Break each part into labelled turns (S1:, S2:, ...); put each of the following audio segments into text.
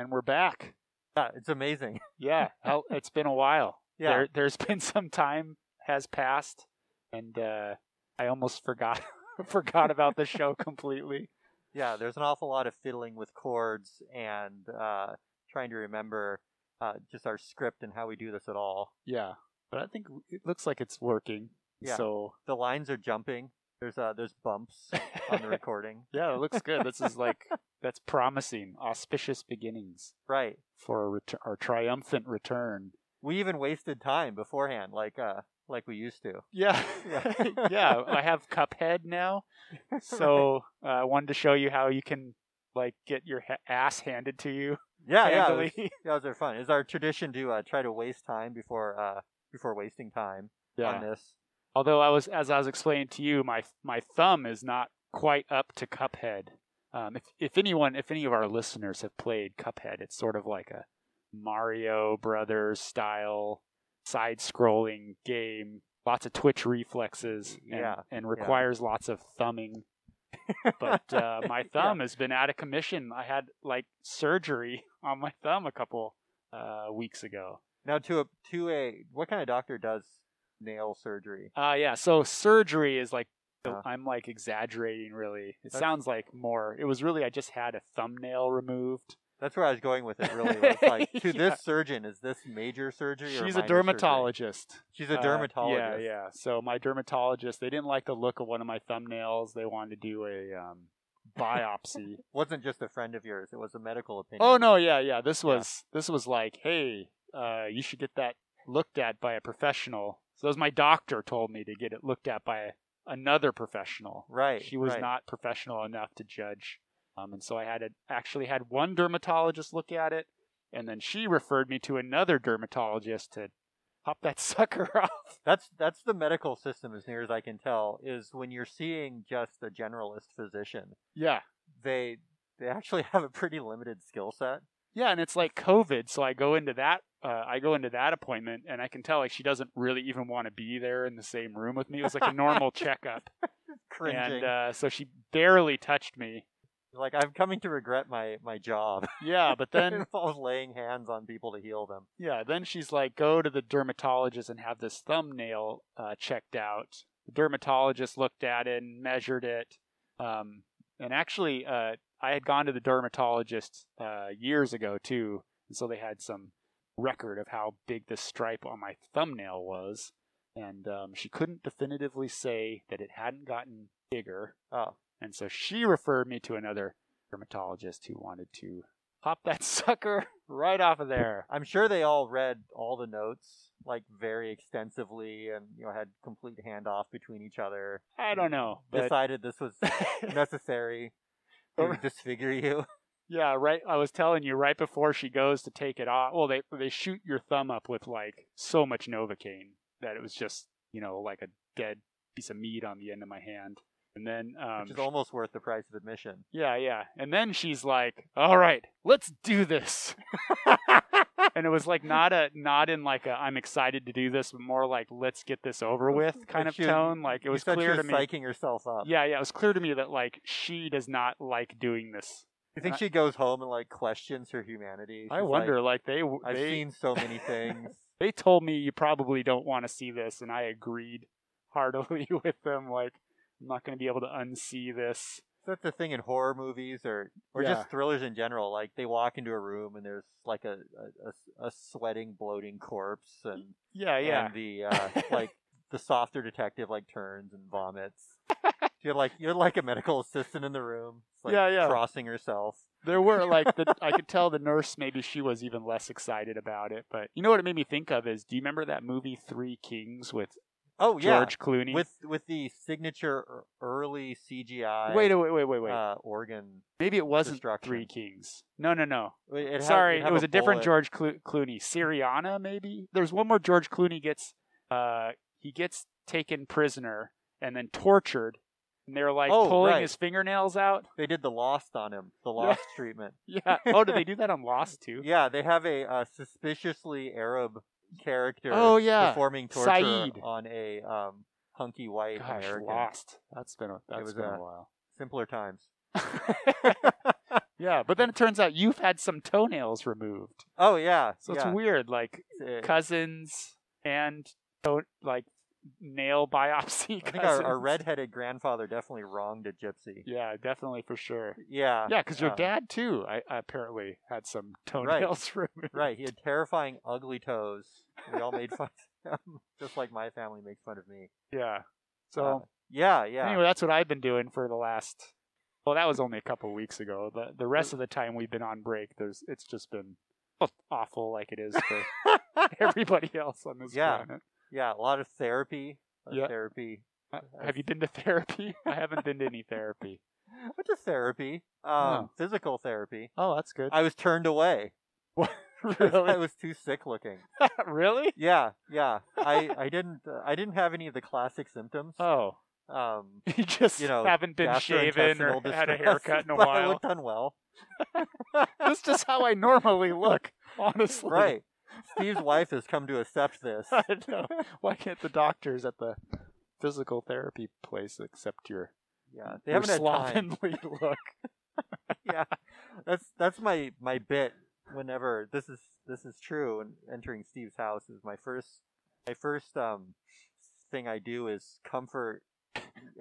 S1: And we're back.
S2: Yeah, it's amazing.
S1: Yeah, how- it's been a while.
S2: Yeah.
S1: There, there's been some time has passed, and uh, I almost forgot forgot about the show completely.
S2: Yeah, there's an awful lot of fiddling with chords and uh, trying to remember uh, just our script and how we do this at all.
S1: Yeah, but I think it looks like it's working.
S2: Yeah.
S1: So
S2: The lines are jumping. There's uh, there's bumps on the recording.
S1: yeah, Oh, it looks good. This is like that's promising, auspicious beginnings
S2: Right.
S1: for our, ret- our triumphant return.
S2: We even wasted time beforehand, like uh, like we used to.
S1: Yeah,
S2: Yeah.
S1: yeah. I have Cuphead now, so uh, I wanted to show you how you can like get your ha- ass handed to you.
S2: Yeah, yeah. it was-
S1: handily.
S2: Yeah, those are fun. It's our tradition to uh, try to waste time before uh, before wasting time on this.
S1: Although I was, as I was explaining to you, my my thumb is not quite up to Cuphead. Um, if if anyone, if any of our listeners have played Cuphead, it's sort of like a Mario Brothers style side-scrolling game. Lots of twitch reflexes, and,
S2: Yeah,
S1: and requires lots of thumbing. But uh, my thumb has been out of commission. I had like surgery on my thumb a couple uh, weeks ago.
S2: Now to a to a what kind of doctor does nail surgery?
S1: Uh yeah, so surgery is like
S2: Uh.
S1: I'm like exaggerating really. It
S2: That's-
S1: sounds like more. It was really I just had a thumbnail removed.
S2: That's where I was going with it. Really, was like to
S1: Yeah.
S2: this surgeon, is this major surgery? or
S1: She's a
S2: minor surgery?
S1: dermatologist.
S2: She's a
S1: Uh,
S2: dermatologist.
S1: yeah, yeah. So my dermatologist, they didn't like the look of one of my thumbnails. They wanted to do a um biopsy.
S2: Wasn't just a friend of yours. It was a medical opinion.
S1: oh no, yeah, yeah. This
S2: Yeah.
S1: was this was like, "Hey, uh you should get that looked at by a professional." So as my doctor told me to get it looked at by another professional.
S2: Right.
S1: she was
S2: right.
S1: not professional enough to judge um, and so i had a, actually had one dermatologist look at it and then she referred me to another dermatologist to pop that sucker off
S2: That's that's the medical system, as near as I can tell, is when you're seeing just a generalist physician,
S1: yeah
S2: they they actually have a pretty limited skill set.
S1: yeah and it's like covid so i go into that uh, i go into that appointment and i can tell like she doesn't really even want to be there in the same room with me it was like a normal checkup
S2: Cringing.
S1: and uh, so she barely touched me
S2: like I'm coming to regret my my job.
S1: yeah but
S2: Then
S1: then
S2: involves laying hands on people to heal them.
S1: Yeah, then she's like, go to the dermatologist and have this thumbnail uh, checked out. The dermatologist looked at it and measured it. Um, and actually, uh, I had gone to the dermatologist uh, years ago too, and so they had some record of how big the stripe on my thumbnail was. And um, she couldn't definitively say that it hadn't gotten bigger.
S2: Oh.
S1: And so she referred me to another dermatologist who wanted to pop that sucker right off of there.
S2: I'm sure they all read all the notes like very extensively and you know had complete handoff between each other.
S1: I don't know, but
S2: Decided this was necessary to disfigure you.
S1: yeah, right. I was telling you right before she goes to take it off. Well, they they shoot your thumb up with like so much novocaine that it was just you know like a dead piece of meat on the end of my hand. And then um,
S2: which is almost worth the price of admission.
S1: yeah, yeah. And then she's like, "All right, let's do this." and it was like not a not in like a I'm excited to do this, but more like let's get this over with kind of
S2: Like you-
S1: tone. Like it
S2: you
S1: was
S2: said
S1: clear to
S2: she was
S1: me.
S2: psyching herself up.
S1: Yeah, yeah. It was clear to me that like she does not like doing this
S2: You think she goes home and like questions her humanity?
S1: I
S2: She's
S1: wonder,
S2: Like,
S1: like, they
S2: I've
S1: they
S2: seen so many things.
S1: they told me you probably don't want to see this, and I agreed heartily with them. Like, I'm not going to be able to unsee this.
S2: That's the thing in horror movies or or
S1: Yeah.
S2: just thrillers in general. Like they walk into a room and there's like a a, a, a sweating, bloating corpse, and
S1: Yeah, yeah,
S2: and the uh, like the softer detective like turns and vomits. You're like you're like a medical assistant in the room. It's like
S1: Yeah, yeah.
S2: crossing herself.
S1: there were like the, I could tell the nurse maybe she was even less excited about it. But you know what it made me think of is, do you remember that movie Three Kings with
S2: Oh yeah,
S1: George Clooney?
S2: with with the signature er- early CGI.
S1: wait, wait, wait, wait, wait.
S2: Uh, organ.
S1: maybe it wasn't
S2: Destruction.
S1: Three Kings. No, no, no.
S2: It- it had-
S1: Sorry,
S2: had
S1: it was a, different
S2: bullet.
S1: George Clo- Clooney. Siriana, maybe. There's one more George Clooney gets. Uh, he gets taken prisoner and then tortured, and they're like
S2: Oh,
S1: pulling
S2: right.
S1: his fingernails out.
S2: They did the Lost on him. The
S1: Yeah.
S2: Lost treatment.
S1: Yeah. Oh, did they do that on Lost too?
S2: Yeah, they have a uh, suspiciously Arab character.
S1: Oh yeah.
S2: performing torture
S1: Saeed.
S2: on a um, hunky white
S1: Gosh,
S2: American.
S1: Lost. That's been a, that's
S2: was
S1: been a,
S2: a-
S1: while.
S2: Simpler times.
S1: Yeah, but then it turns out you've had some toenails removed.
S2: Oh yeah.
S1: So
S2: yeah.
S1: it's weird. Like
S2: It's, uh,
S1: cousins and toe, like nail biopsy.
S2: I think our, our
S1: cousins.
S2: redheaded grandfather definitely wronged a gypsy.
S1: Yeah, definitely for sure.
S2: Yeah.
S1: Yeah, because your
S2: uh,
S1: dad too. I, I apparently had some toenails removed.
S2: Right. He had terrifying ugly toes. We all made fun of him, just like my family makes fun of me.
S1: Yeah.
S2: Uh,
S1: So
S2: yeah, yeah.
S1: anyway, that's what I've been doing for the last. Well, that was only a couple weeks ago. The the rest of the time we've been on break, there's it's just been awful, like it is for everybody else on this
S2: Yeah.
S1: planet.
S2: yeah, a lot of therapy. a lot of
S1: Yeah.
S2: Therapy.
S1: Uh, Have you been to therapy? I haven't been to any therapy.
S2: Went to therapy. Um,
S1: Oh.
S2: Physical therapy.
S1: Oh, that's good.
S2: I was turned away. I
S1: really?
S2: was too sick looking.
S1: really?
S2: Yeah, yeah. I, I didn't uh, I didn't have any of the classic symptoms.
S1: Oh,
S2: Um,
S1: you just
S2: You know,
S1: haven't been shaven or
S2: gastrointestinal
S1: had a
S2: distress,
S1: haircut in a
S2: but I
S1: while.
S2: looked unwell.
S1: That's just how I normally look, honestly.
S2: Right. Steve's wife has come to accept this.
S1: I know. Why can't the doctors at the physical therapy place accept your,
S2: Yeah, they
S1: your
S2: haven't had time.
S1: slovenly look?
S2: yeah, that's that's my my bit. Whenever this is this is true, and entering Steve's house is my first my first um thing I do is comfort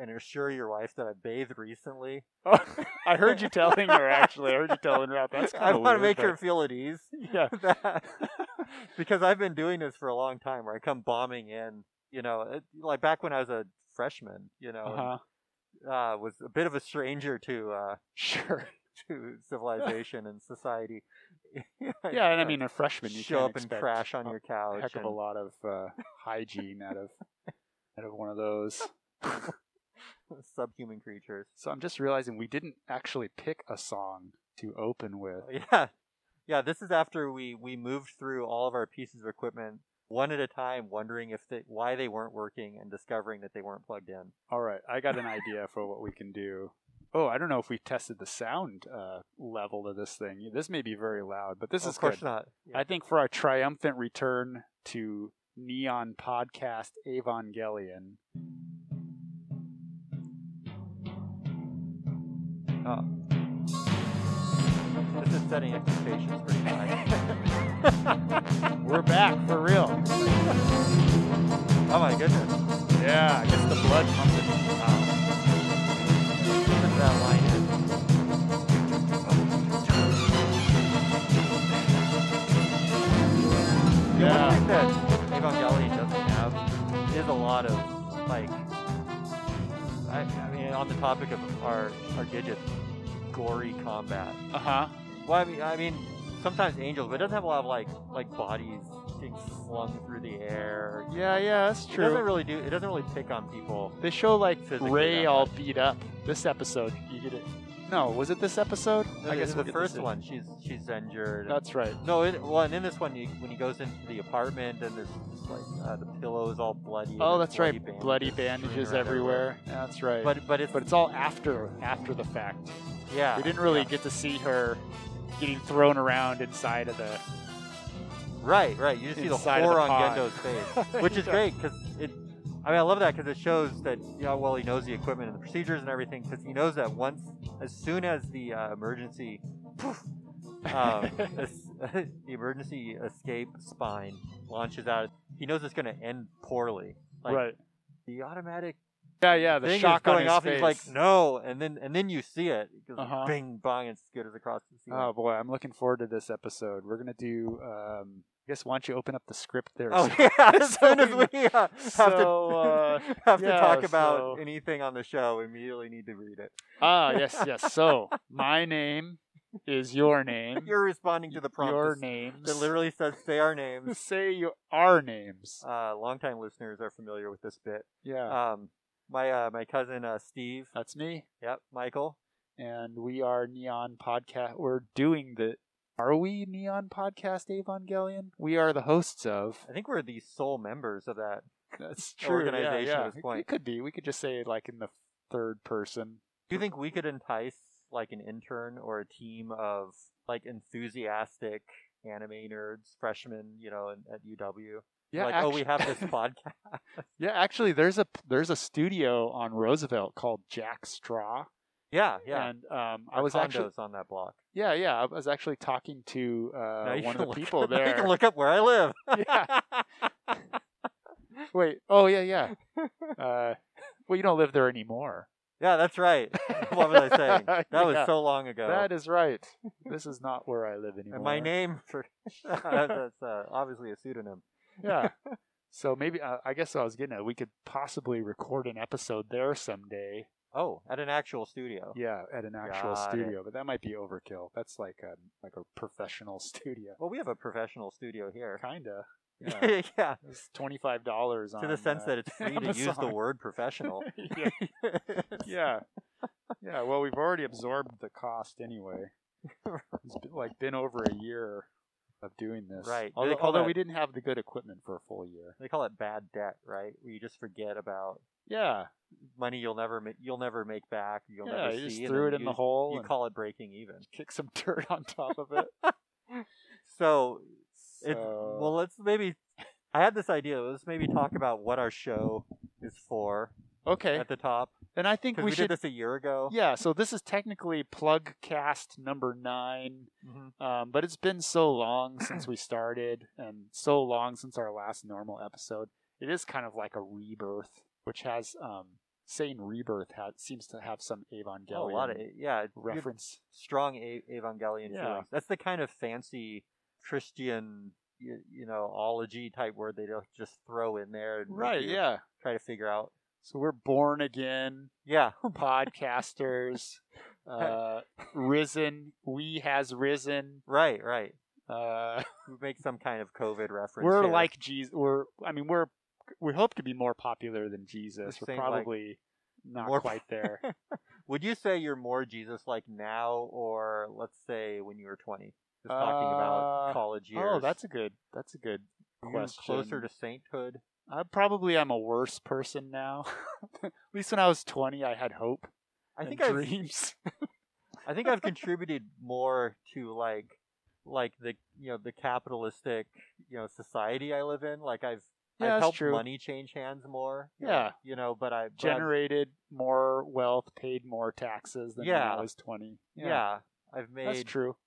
S2: and assure your wife that I bathed recently.
S1: Oh, I heard you telling her actually. I heard you telling her that. That's
S2: I
S1: kind of
S2: want to make her feel at ease
S1: Yeah.
S2: that- because I've been doing this for a long time. Where I come bombing in, you know, it, like back when I was a freshman, you know,
S1: Uh-huh.
S2: and, uh, was a bit of a stranger to uh,
S1: Sure.
S2: to civilization and society. uh,
S1: Yeah, and I mean, a freshman, you
S2: show
S1: can't
S2: up and
S1: expect
S2: crash on
S1: a
S2: your couch.
S1: heck of a
S2: and-
S1: lot of uh, hygiene out of out of one of those.
S2: subhuman creatures.
S1: So I'm just realizing we didn't actually pick a song to open with.
S2: Yeah, yeah. This is after we we moved through all of our pieces of equipment one at a time, wondering if they why they weren't working and discovering that they weren't plugged in.
S1: All right, I got an idea for what we can do. Oh, I don't know if we tested the sound uh, level of this thing. This may be very loud, but this
S2: of
S1: is
S2: course
S1: good.
S2: not. Yeah.
S1: I think for our triumphant return to Neon Podcast Evangelion.
S2: This is setting expectations pretty high.
S1: We're back for real.
S2: oh my goodness!
S1: Yeah, gets the blood pumping. Uh-huh.
S2: Look at that line in. One
S1: Yeah.
S2: thing that Evangelion doesn't have is a lot of like. I, I mean, on the topic of our our digits, gory combat.
S1: Uh huh.
S2: Well, I mean, I mean, sometimes angels, but it doesn't have a lot of like like bodies getting slung through the air.
S1: Yeah, yeah, that's
S2: It doesn't
S1: true.
S2: really do. It doesn't really pick on people.
S1: They show like
S2: Physically
S1: Ray
S2: that
S1: all
S2: much.
S1: beat up. This episode, you get it. No, was it this episode?
S2: I guess the
S1: we'll get this
S2: first
S1: in.
S2: one, she's she's injured.
S1: That's right.
S2: no, it, well, and in this one, you, when he goes into the apartment, and there's just like uh, the pillow is all bloody. and
S1: Oh,
S2: there's
S1: that's right.
S2: bandages
S1: Bloody
S2: strewn
S1: bandages
S2: around
S1: everywhere. That's right. But
S2: But but it's
S1: but it's all after after the fact.
S2: yeah.
S1: We didn't really
S2: yeah.
S1: get to see her getting thrown around inside of the.
S2: right right. You just see the
S1: inside of the
S2: horror on
S1: pod.
S2: Gendo's face, which is great because it. I mean, I love that because it shows that you know, well, he knows the equipment and the procedures and everything because he knows that once, as soon as the uh, emergency, poof, um, es- the emergency escape spine launches out, he knows it's going to end poorly. Like,
S1: right.
S2: the automatic
S1: Yeah, yeah. The
S2: thing
S1: shock
S2: is going
S1: on his
S2: off.
S1: Face.
S2: And he's like, "No," and then and then you see it. It goes
S1: Uh-huh.
S2: Bing bong, and scooters across the ceiling.
S1: Oh boy, I'm looking forward to this episode. We're gonna do. Um, I guess why don't you open up the script there?
S2: Oh
S1: Sam?
S2: yeah! As
S1: So
S2: soon as
S1: we-
S2: we uh, have
S1: so,
S2: to
S1: uh,
S2: have to
S1: yeah,
S2: talk about
S1: so-
S2: anything on the show, we immediately need to read it.
S1: ah, yes, yes. So my name is your name.
S2: You're responding to the prompt.
S1: Your
S2: that-
S1: names.
S2: that literally says "Say our names."
S1: Say your our names.
S2: Uh, longtime listeners are familiar with this bit.
S1: yeah,
S2: Um, my uh, my cousin uh, Steve.
S1: that's me.
S2: Yep, Michael.
S1: And we are Neon Podcast. We're doing the. Are we Neon Podcast Evangelion? We are the hosts of.
S2: I think we're the sole members of that.
S1: That's
S2: An
S1: true.
S2: organization
S1: yeah, yeah.
S2: at this
S1: It-
S2: point.
S1: It could be. We could just say it like in the third person.
S2: Do you think we could entice like an intern or a team of like enthusiastic anime nerds, freshmen, you know, in- at UW?
S1: Yeah.
S2: like, oh, we
S1: act-
S2: have this podcast.
S1: yeah, actually, there's a there's a studio on Roosevelt called Jack Straw,
S2: Yeah, yeah.
S1: And um, I
S2: Our
S1: was actually
S2: condos on that block.
S1: yeah yeah I was actually talking to
S2: Now
S1: uh,
S2: you
S1: one of
S2: can
S1: the
S2: look
S1: people
S2: up- now You
S1: there.
S2: can look up where I live.
S1: Yeah. Wait, oh yeah yeah. Uh, well, you don't live there anymore.
S2: Yeah, that's right. What was I saying? That
S1: Yeah.
S2: was so long ago.
S1: That is right. This is not where I live anymore.
S2: and my name for that's uh, obviously a pseudonym.
S1: yeah. So maybe uh, I guess I was getting at we could possibly record an episode there someday.
S2: Oh, at an actual studio.
S1: Yeah, at an actual
S2: Got it.
S1: studio, but that might be overkill. That's like a like a professional studio,
S2: Well, we have a professional studio here.
S1: kinda. Yeah.
S2: Yeah.
S1: it's twenty five dollars on
S2: To the sense
S1: uh,
S2: that it's free to use the
S1: Amazon.
S2: word professional.
S1: yeah, yeah, yeah. Well, we've already absorbed the cost anyway. It's been, like been over a year of doing this,
S2: Right. Do they
S1: Although,
S2: call
S1: although
S2: that-
S1: we didn't have the good equipment for a full year.
S2: they call it bad debt, right? Where you just forget about
S1: Yeah,
S2: money you'll never ma- you'll never make back. You'll
S1: yeah.
S2: never
S1: You
S2: see.
S1: just
S2: and
S1: threw it
S2: then
S1: in the
S2: you-
S1: hole
S2: You
S1: and
S2: call it breaking even.
S1: kick some dirt on top of it.
S2: So It,
S1: So-
S2: well, let's maybe. I had this idea. Let's maybe talk about what our show is for
S1: okay,
S2: at the top.
S1: and I think
S2: Because
S1: we,
S2: we,
S1: should.
S2: did this a year ago.
S1: Yeah, so this is technically plug cast number nine,
S2: Mhm.
S1: um, but it's been so long since we started, and so long since our last normal episode. It is kind of like a rebirth, which has um, saying rebirth ha seems to have some Evangelion
S2: Oh, a lot of yeah, it's good-
S1: reference.
S2: strong a- Evangelion
S1: Yeah.
S2: feelings. That's the kind of fancy Christian, you, you know, ology type word they don't just throw in there. And make
S1: Right?
S2: you
S1: Yeah.
S2: Try to figure out.
S1: So we're born again
S2: Yeah.
S1: podcasters, uh, risen. We has risen.
S2: Right. Right.
S1: Uh,
S2: We make some kind of COVID reference.
S1: we're
S2: here.
S1: like Jesus. We're I mean we're we hope to be more popular than Jesus.
S2: Just
S1: We're
S2: saying, like,
S1: probably not
S2: more-
S1: quite there. Oh,
S2: Would you say you're more Jesus-like now, or let's say when you were 20? Just talking about
S1: Uh,
S2: college years.
S1: oh, that's a good that's a good
S2: Are you
S1: question.
S2: closer to sainthood.
S1: I probably am a worse person now. At least when I was twenty, I had hope.
S2: I
S1: and
S2: think I've,
S1: dreams.
S2: I think I've contributed more to like like the you know the capitalistic you know society I live in. Like I've
S1: Yeah, that's
S2: I've helped
S1: true.
S2: money change hands more. you know,
S1: Yeah.
S2: you know, but I but I've-
S1: Generated more wealth, paid more taxes than when
S2: Yeah.
S1: I was twenty.
S2: yeah. I've
S1: that's
S2: made
S1: true.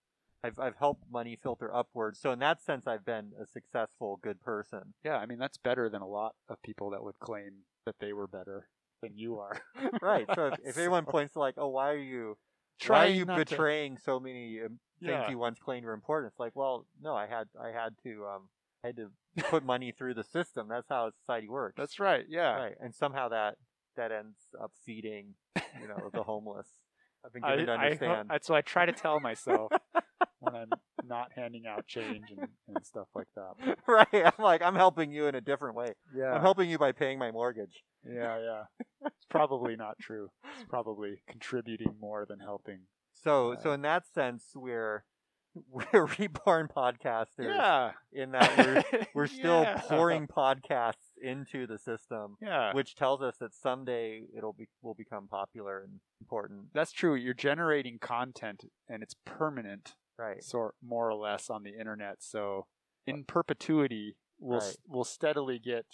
S2: I've I've helped money filter upwards. So in that sense, I've been a successful good person.
S1: Yeah, I mean that's better than a lot of people that would claim that they were better than you are.
S2: Right. So if, if anyone points to like, oh, why are you why are
S1: Trying
S2: you
S1: not to-
S2: betraying so many um, things
S1: Yeah.
S2: you once claimed were important. It's like, well, no, I had I had to um I had to put money through the system. That's how society works.
S1: That's right. Yeah.
S2: right. And somehow that that ends up feeding, you know, the homeless. I've been
S1: I,
S2: given to
S1: I,
S2: understand.
S1: I- so I try to tell myself when I'm not handing out change and, and stuff like that.
S2: right. I'm like, I'm helping you in a different way.
S1: Yeah,
S2: I'm helping you by paying my mortgage.
S1: yeah, yeah. It's probably not true. It's probably contributing more than helping.
S2: So
S1: Right.
S2: so in that sense we're we're reborn podcasters
S1: yeah,
S2: in that we're we're still
S1: Yeah.
S2: pouring podcasts into the system.
S1: Yeah,
S2: which tells us that someday it'll be will become popular and important.
S1: that's true. You're generating content and it's permanent,
S2: Right.
S1: sort more or less, on the internet. So
S2: Uh,
S1: in perpetuity, we'll s we'll steadily get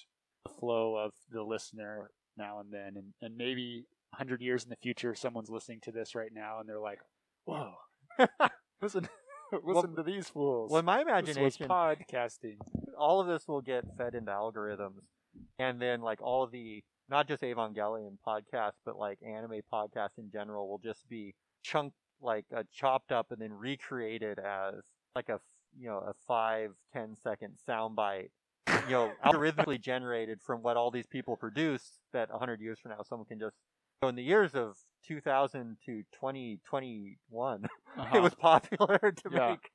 S1: the flow of the listener now and then, and, and maybe hundred years in the future, someone's listening to this right now, and they're like, "Whoa, listen, listen to these fools."
S2: Well, in my
S1: This was
S2: imagination,
S1: podcasting.
S2: all of this will get fed into algorithms, and then like all of the not just Evangelion podcasts, but like anime podcasts in general will just be chunked like uh, chopped up and then recreated as like a f- you know a five ten second soundbite. You know, algorithmically generated from what all these people produce. That hundred years from now, someone can just so in the years of 2000 to 2021,
S1: Uh-huh.
S2: it was popular to
S1: Yeah.
S2: make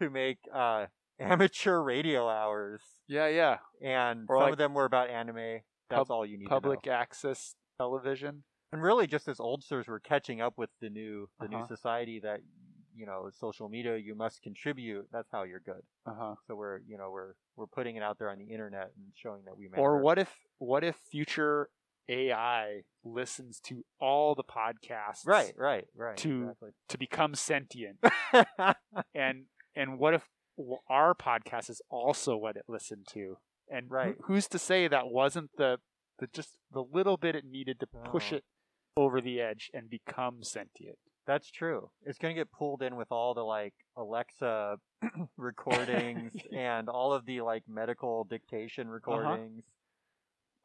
S2: to make uh, amateur radio hours,
S1: yeah, yeah.
S2: and
S1: Or
S2: some
S1: like
S2: of them were about anime. That's
S1: pub-
S2: all you need.
S1: Public
S2: to know.
S1: access television.
S2: and really, just as oldsters were catching up with the new the new
S1: Uh-huh.
S2: society that you know social media you must contribute. That's how you're good.
S1: Uh huh.
S2: So we're you know we're we're putting it out there on the internet and showing that we matter.
S1: Or what if what if future AI listens to all the podcasts
S2: Right, right, right.
S1: To-
S2: exactly.
S1: to become sentient and and what if w- our podcast is also what it listened to and who-
S2: Right.
S1: who's to say that wasn't the the just the little bit it needed to push
S2: Oh.
S1: it over the edge and become sentient.
S2: That's true. It's going to get pulled in with all the like Alexa recordings and all of the like medical dictation
S1: Uh-huh.
S2: recordings.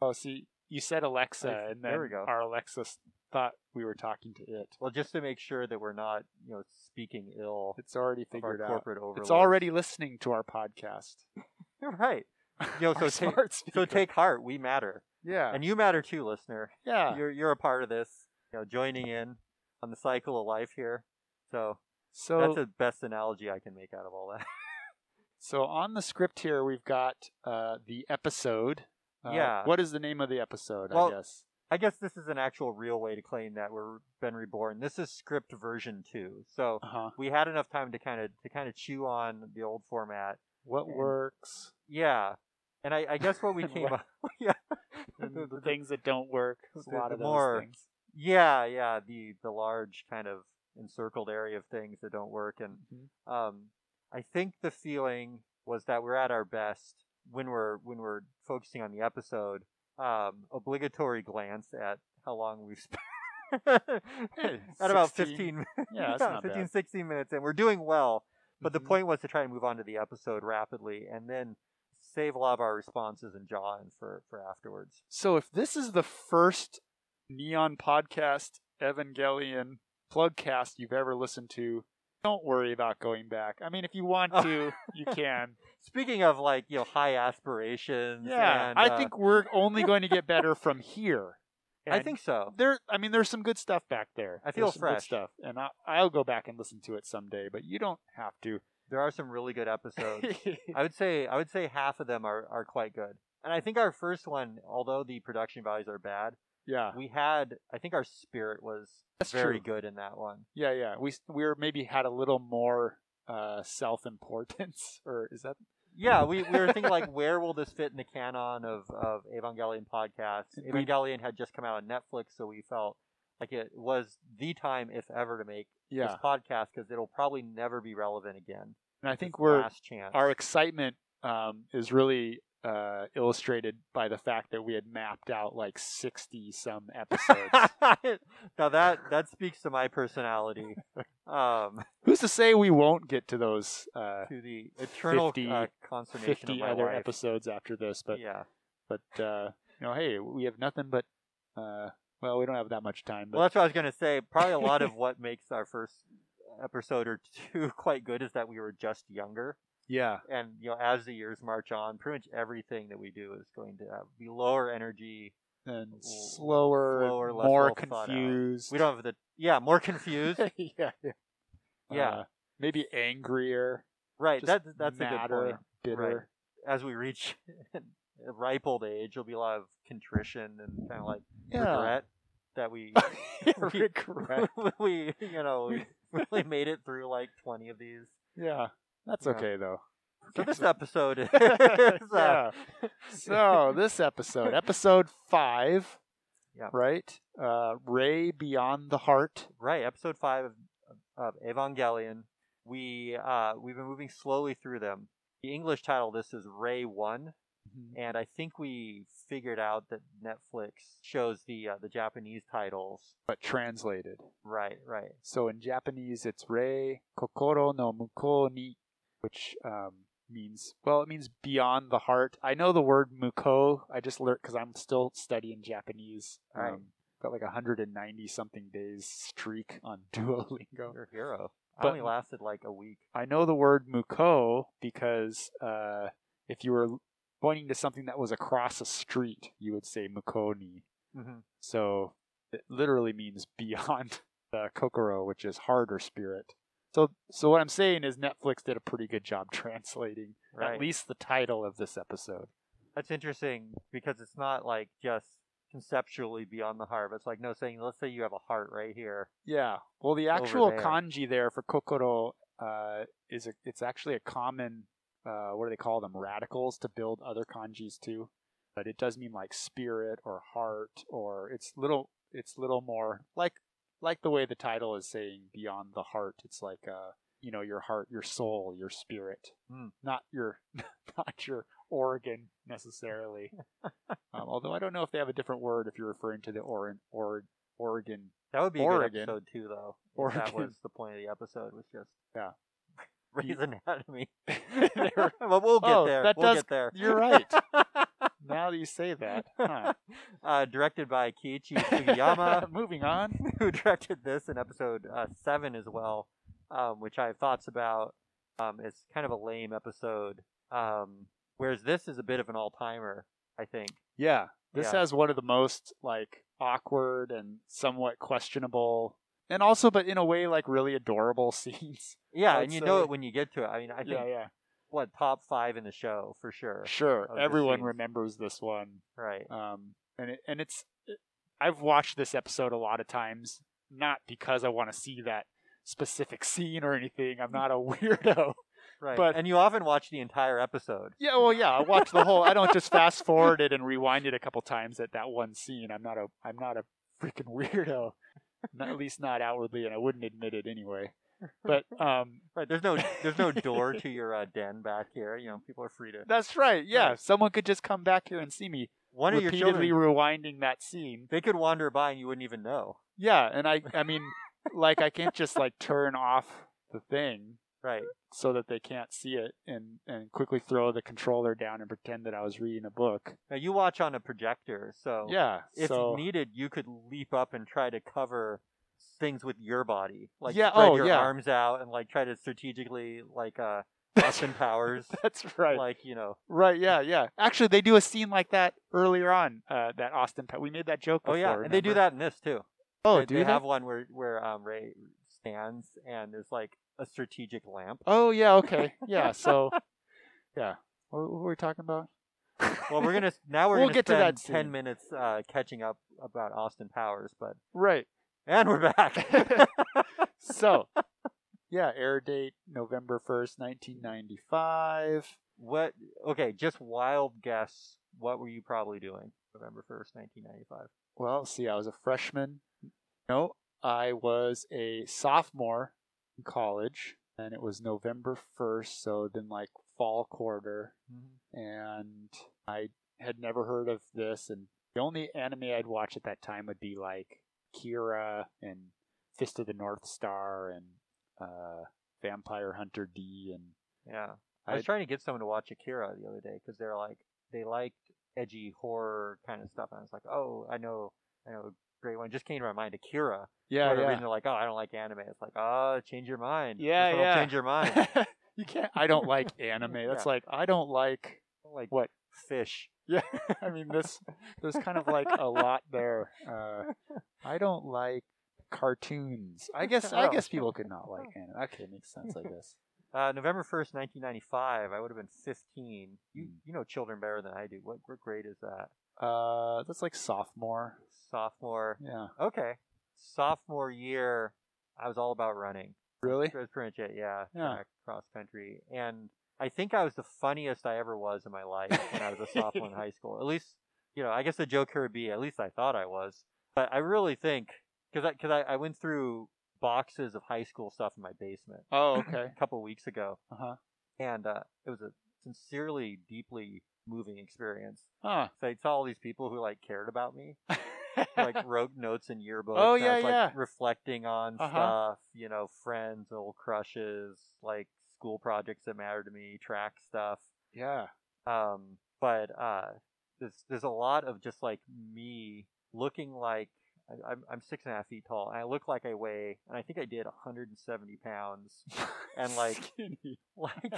S1: Oh, see, you said Alexa,
S2: I-
S1: and
S2: there
S1: then
S2: we go.
S1: our Alexa s- thought we were talking to it.
S2: Well, just to make sure that we're not, you know, speaking ill
S1: It's already
S2: of our
S1: figured out.
S2: corporate overlords.
S1: It's already listening to our podcast.
S2: You're right. Yo, so
S1: Our
S2: take-
S1: smart
S2: So
S1: speaker.
S2: take heart. We matter,
S1: yeah,
S2: and you matter too, listener.
S1: yeah.
S2: You're you're a part of this. You know, joining in on the cycle of life here. So
S1: So
S2: that's the best analogy I can make out of all that.
S1: So on the script here, we've got uh, the episode. Uh,
S2: Yeah.
S1: What is the name of the episode?
S2: Well-
S1: I guess.
S2: I guess this is an actual real way to claim that we're been reborn. This is script version two. So
S1: Uh huh.
S2: we had enough time to kind of to kind of chew on the old format.
S1: What
S2: And-
S1: works?
S2: Yeah. And I, I guess what we
S1: And
S2: came
S1: what-
S2: up yeah.
S1: And the things that don't work. There's a
S2: the-
S1: lot
S2: the
S1: of those
S2: more-
S1: things.
S2: Yeah, yeah, the the large kind of encircled area of things that don't work, and
S1: Mhm.
S2: um, I think the feeling was that we're at our best when we're when we're focusing on the episode. Um, obligatory glance at how long we've spent
S1: Hey,
S2: at about
S1: 16.
S2: 15,
S1: Yeah, that's not
S2: 15
S1: bad.
S2: 16 minutes, and we're doing well. But the
S1: Mhm.
S2: point was to try and move on to the episode rapidly, and then save a lot of our responses and jaw in for for afterwards.
S1: So if this is the first Neon Podcast Evangelion plugcast you've ever listened to, don't worry about going back. I mean, if you want
S2: Oh.
S1: to, you can.
S2: Speaking of like you know high aspirations,
S1: Yeah,
S2: and,
S1: I
S2: uh,
S1: think we're only going to get better from here.
S2: I
S1: And
S2: think so.
S1: there i mean there's some good stuff back there
S2: I feel
S1: There's some good
S2: fresh.
S1: stuff and I, i'll go back and listen to it someday but you don't have to
S2: There are some really good episodes. I would say I would say half of them are are quite good. And I think our first one, although the production values are bad,
S1: yeah
S2: we had I think our spirit was
S1: That's
S2: very
S1: true.
S2: good in that one.
S1: yeah yeah we s- we were maybe had a little more uh self-importance or is that
S2: Yeah, we, we were thinking like where will this fit in the canon of of Evangelion podcasts?
S1: We-
S2: Evangelion had just come out on Netflix, so we felt like it was the time, if ever, to make
S1: yeah
S2: this podcast because it'll probably never be relevant again.
S1: and i
S2: This
S1: think we're
S2: last chance.
S1: our excitement um is really uh illustrated by the fact that we had mapped out like 60 some episodes
S2: now that that speaks to my personality. Um,
S1: who's to say we won't get to those uh
S2: to the eternal
S1: 50
S2: uh, consternation of
S1: 50
S2: my
S1: other
S2: wife.
S1: episodes after this but
S2: yeah.
S1: but uh, you know, hey, we have nothing but uh, well, we don't have that much time. But
S2: Well, that's what I was gonna say. Probably a lot of what makes our first episode or two quite good is that we were just younger,
S1: yeah,
S2: and you know, as the years march on, pretty much everything that we do is going to uh, be lower energy.
S1: and
S2: L-
S1: slower,
S2: slower, less
S1: more
S2: well thought out.
S1: confused.
S2: We don't have the yeah more confused.
S1: yeah, yeah,
S2: Yeah.
S1: Uh, maybe angrier.
S2: right.
S1: just
S2: That that's a
S1: madder,
S2: good point.
S1: bitter.
S2: As we reach a ripe old age, there'll be a lot of contrition and kind of like
S1: Yeah,
S2: regret that we We-
S1: regret.
S2: we you know we really made it through like 20 of these
S1: yeah, that's
S2: Yeah.
S1: okay though.
S2: so this episode is uh,
S1: yeah. So this episode, episode five,
S2: Yeah.
S1: right? Uh, Ray beyond the heart.
S2: right episode 5 of, of evangelion we uh we've been moving slowly through them the english title of this is ray 1 and i think we figured out that netflix shows the uh, the japanese titles
S1: But translated.
S2: right right
S1: So in Japanese, it's Rei Kokoro no Muko ni, which um, means, well, it means beyond the heart. I know the word Muko. I just learned because I'm still studying Japanese. um,
S2: Right.
S1: got like a 190 something days streak on Duolingo.
S2: your hero i
S1: But-
S2: only lasted like a week
S1: I know the word Muko because uh, if you were pointing to something that was across a street, you would say Mukoni. Mm-hmm.
S2: Mhm.
S1: So it literally means beyond the Kokoro, which is heart or spirit. So, so what I'm saying is Netflix did a pretty good job translating
S2: right
S1: at least the title of this episode.
S2: That's interesting because it's not like just conceptually beyond the heart. But it's like no saying. Let's say you have a heart right here.
S1: Yeah. Well, the
S2: Over
S1: actual
S2: there.
S1: kanji there for Kokoro uh, is a, it's actually a common uh, what do they call them radicals to build other kanjis too, but it does mean like spirit or heart or it's little it's little more like like the way the title is saying beyond the heart. It's like uh you know your heart, your soul, your spirit,
S2: Hmm.
S1: not your not your organ necessarily. um, although I don't know if they have a different word if you're referring to the or, or Oregon.
S2: That would be a
S1: Oregon.
S2: good episode too, though. Or
S1: Oregon.
S2: that was the point of the episode was just
S1: Yeah.
S2: Grey's Anatomy.
S1: They were-
S2: but we'll get
S1: Oh,
S2: there.
S1: that
S2: we'll
S1: does-
S2: get there.
S1: You're right. now that you say that. Huh.
S2: uh, directed by Kiichi Sugiyama,
S1: Moving on.
S2: who directed this in episode uh, seven as well, um, which I have thoughts about. Um, it's kind of a lame episode. Um, whereas this is a bit of an all timer, I think.
S1: Yeah. This
S2: Yeah.
S1: has one of the most like awkward and somewhat questionable and also but in a way like really adorable scenes.
S2: Yeah,
S1: I'd
S2: and you know
S1: say-
S2: it when you get to it. I mean, I think
S1: yeah, yeah.
S2: what top five in the show for sure.
S1: Sure.
S2: of the
S1: Everyone
S2: scenes.
S1: remembers this one.
S2: Right.
S1: Um and it, and it's I've watched this episode a lot of times not because I want to see that specific scene or anything. I'm not a weirdo.
S2: Right.
S1: But-
S2: and you often watch the entire episode.
S1: Yeah, well, yeah. I watch the whole. I don't just fast forward it and rewind it a couple times at that one scene. I'm not a. I'm not a freaking weirdo. Not, at least not outwardly, and I wouldn't admit it anyway. But um,
S2: Right. There's no there's no door to your uh, den back here. You know, people are free to.
S1: that's right. Yeah, someone could just come back here and see me
S2: One of your
S1: repeatedly
S2: children,
S1: rewinding that scene.
S2: they could wander by and you wouldn't even know.
S1: Yeah, and I. I mean, like I can't just like turn off the thing
S2: Right.
S1: so that they can't see it and and quickly throw the controller down and pretend that I was reading a book.
S2: Now you watch on a projector, so
S1: Yeah.
S2: if
S1: so
S2: needed, you could leap up and try to cover things with your body, like
S1: Yeah,
S2: spread
S1: oh,
S2: your
S1: yeah.
S2: arms out and like try to strategically like uh Austin Powers,
S1: that's right.
S2: like you know.
S1: Right, yeah, yeah. Actually, they do a scene like that earlier on. Uh, that Austin, Pe- we made that joke.
S2: Oh
S1: Before,
S2: yeah, and they do
S1: remember?
S2: that in this too.
S1: Oh,
S2: they,
S1: do
S2: they
S1: they?
S2: have one where where um, Ray stands and there's like a strategic lamp.
S1: Oh yeah, okay, yeah. So, yeah, what, what were we talking about?
S2: Well, we're gonna now we're
S1: We'll
S2: gonna
S1: get to
S2: spend
S1: that
S2: ten
S1: scene.
S2: minutes uh, catching up about Austin Powers, but
S1: right.
S2: and we're back.
S1: So, yeah, air date November first, nineteen ninety five.
S2: what? Okay, just wild guess. What were you probably doing November first, nineteen ninety five?
S1: Well, see, I was a freshman. No, I was a sophomore in college, and it was November first. So then, like fall quarter, Mm-hmm. and I had never heard of this. And the only anime I'd watch at that time would be like Kira and Fist of the North Star and uh, Vampire Hunter D. And
S2: Yeah, I was
S1: I-
S2: trying to get someone to watch Akira the other day because they're like they like edgy horror kind of stuff, and I was like, oh, I know, I know, a great one. Just came to my mind, Akira.
S1: yeah,
S2: for whatever reason, they're like, oh, I don't like anime. It's like, oh, change your mind.
S1: Yeah,
S2: this one'll
S1: yeah.
S2: change your mind. I
S1: you can't. I don't like anime. That's like I don't like.
S2: don't like
S1: What?
S2: fish?
S1: Yeah, I mean this. There's kind of like a lot there. Uh, I don't like cartoons. I guess I
S2: Oh.
S1: guess people could not like anime. Okay, it makes sense. I guess.
S2: Uh, November first, nineteen ninety five. I would have been fifteen. You
S1: Hmm.
S2: you know children better than I do. What what grade is that?
S1: Uh, that's like sophomore.
S2: Sophomore.
S1: Yeah.
S2: Okay. Sophomore year, I was all about running.
S1: Really?
S2: That's pretty much it. Yeah.
S1: Yeah.
S2: track, Cross country, and I think I was the funniest I ever was in my life when I was a sophomore in high school. At least, you know, I guess the joke here would be at least I thought I was, but I really think because I because I, I went through boxes of high school stuff in my basement
S1: Oh, okay.
S2: a couple weeks ago,
S1: Uh huh.
S2: and uh, it was a sincerely deeply moving experience.
S1: Huh.
S2: So I saw all these people who like cared about me like wrote notes and yearbooks.
S1: Oh,
S2: and I was,
S1: yeah,
S2: like,
S1: yeah.
S2: Reflecting on
S1: Uh-huh.
S2: stuff, you know, friends, old crushes, like school projects that matter to me, track stuff.
S1: yeah.
S2: Um, but uh, there's there's a lot of just like me looking like I, I'm I'm six and a half feet tall, and I look like I weigh, and I think I did 170 pounds, And, like-
S1: Skinny.
S2: like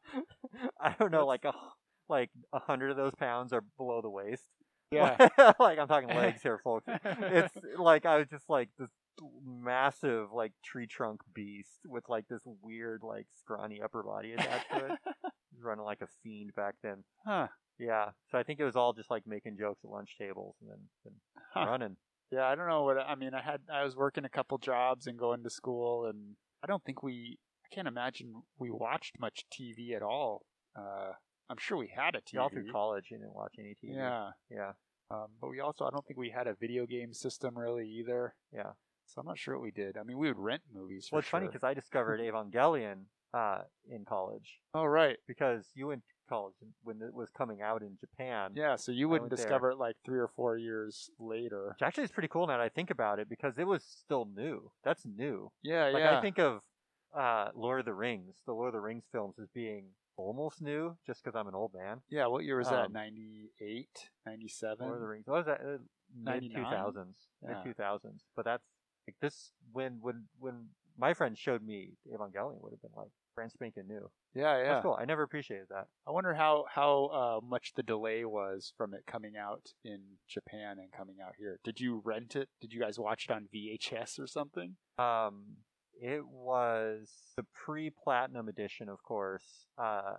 S2: I don't know,
S1: That's-
S2: like a like a hundred of those pounds are below the waist.
S1: Yeah.
S2: like I'm talking legs here, folks. it's like I was just like this massive like tree trunk beast with like this weird like scrawny upper body attached to it. He was running like a fiend back then.
S1: huh.
S2: Yeah. So I think it was all just like making jokes at lunch tables and then and
S1: Huh.
S2: running.
S1: Yeah, I don't know what I mean. I had I was working a couple jobs and going to school, and I don't think we. I can't imagine we watched much TV at all. Uh, I'm sure we had a TV.
S2: All through college you didn't watch any TV.
S1: Yeah,
S2: Yeah.
S1: um, but we also I don't think we had a video game system really either.
S2: Yeah.
S1: So I'm not sure what we did. I mean, we would rent movies. For
S2: Well, it's funny
S1: sure.
S2: because I discovered Evangelion uh, in college
S1: Oh, right.
S2: because you went to college when it was coming out in Japan.
S1: Yeah, so you
S2: I
S1: wouldn't
S2: went there.
S1: discover it like three or four years later.
S2: Which actually is pretty cool now that I think about it because it was still new. That's new.
S1: Yeah,
S2: Like
S1: yeah.
S2: I think of uh, Lord of the Rings, the Lord of the Rings films as being almost new just because I'm an old man.
S1: yeah, what year was that?
S2: um,
S1: 98, 97?
S2: Lord of the Rings. What was that? Mid
S1: 99?
S2: two thousands. Mid
S1: Yeah.
S2: two thousands. But that's like this when when when my friend showed me Evangelion would have been like brand spanking new.
S1: Yeah, yeah.
S2: That's cool. I never appreciated that.
S1: I wonder how how uh, much the delay was from it coming out in Japan and coming out here. Did you rent it? Did you guys watch it on VHS or something?
S2: Um, it was the pre-platinum edition, of course. Uh,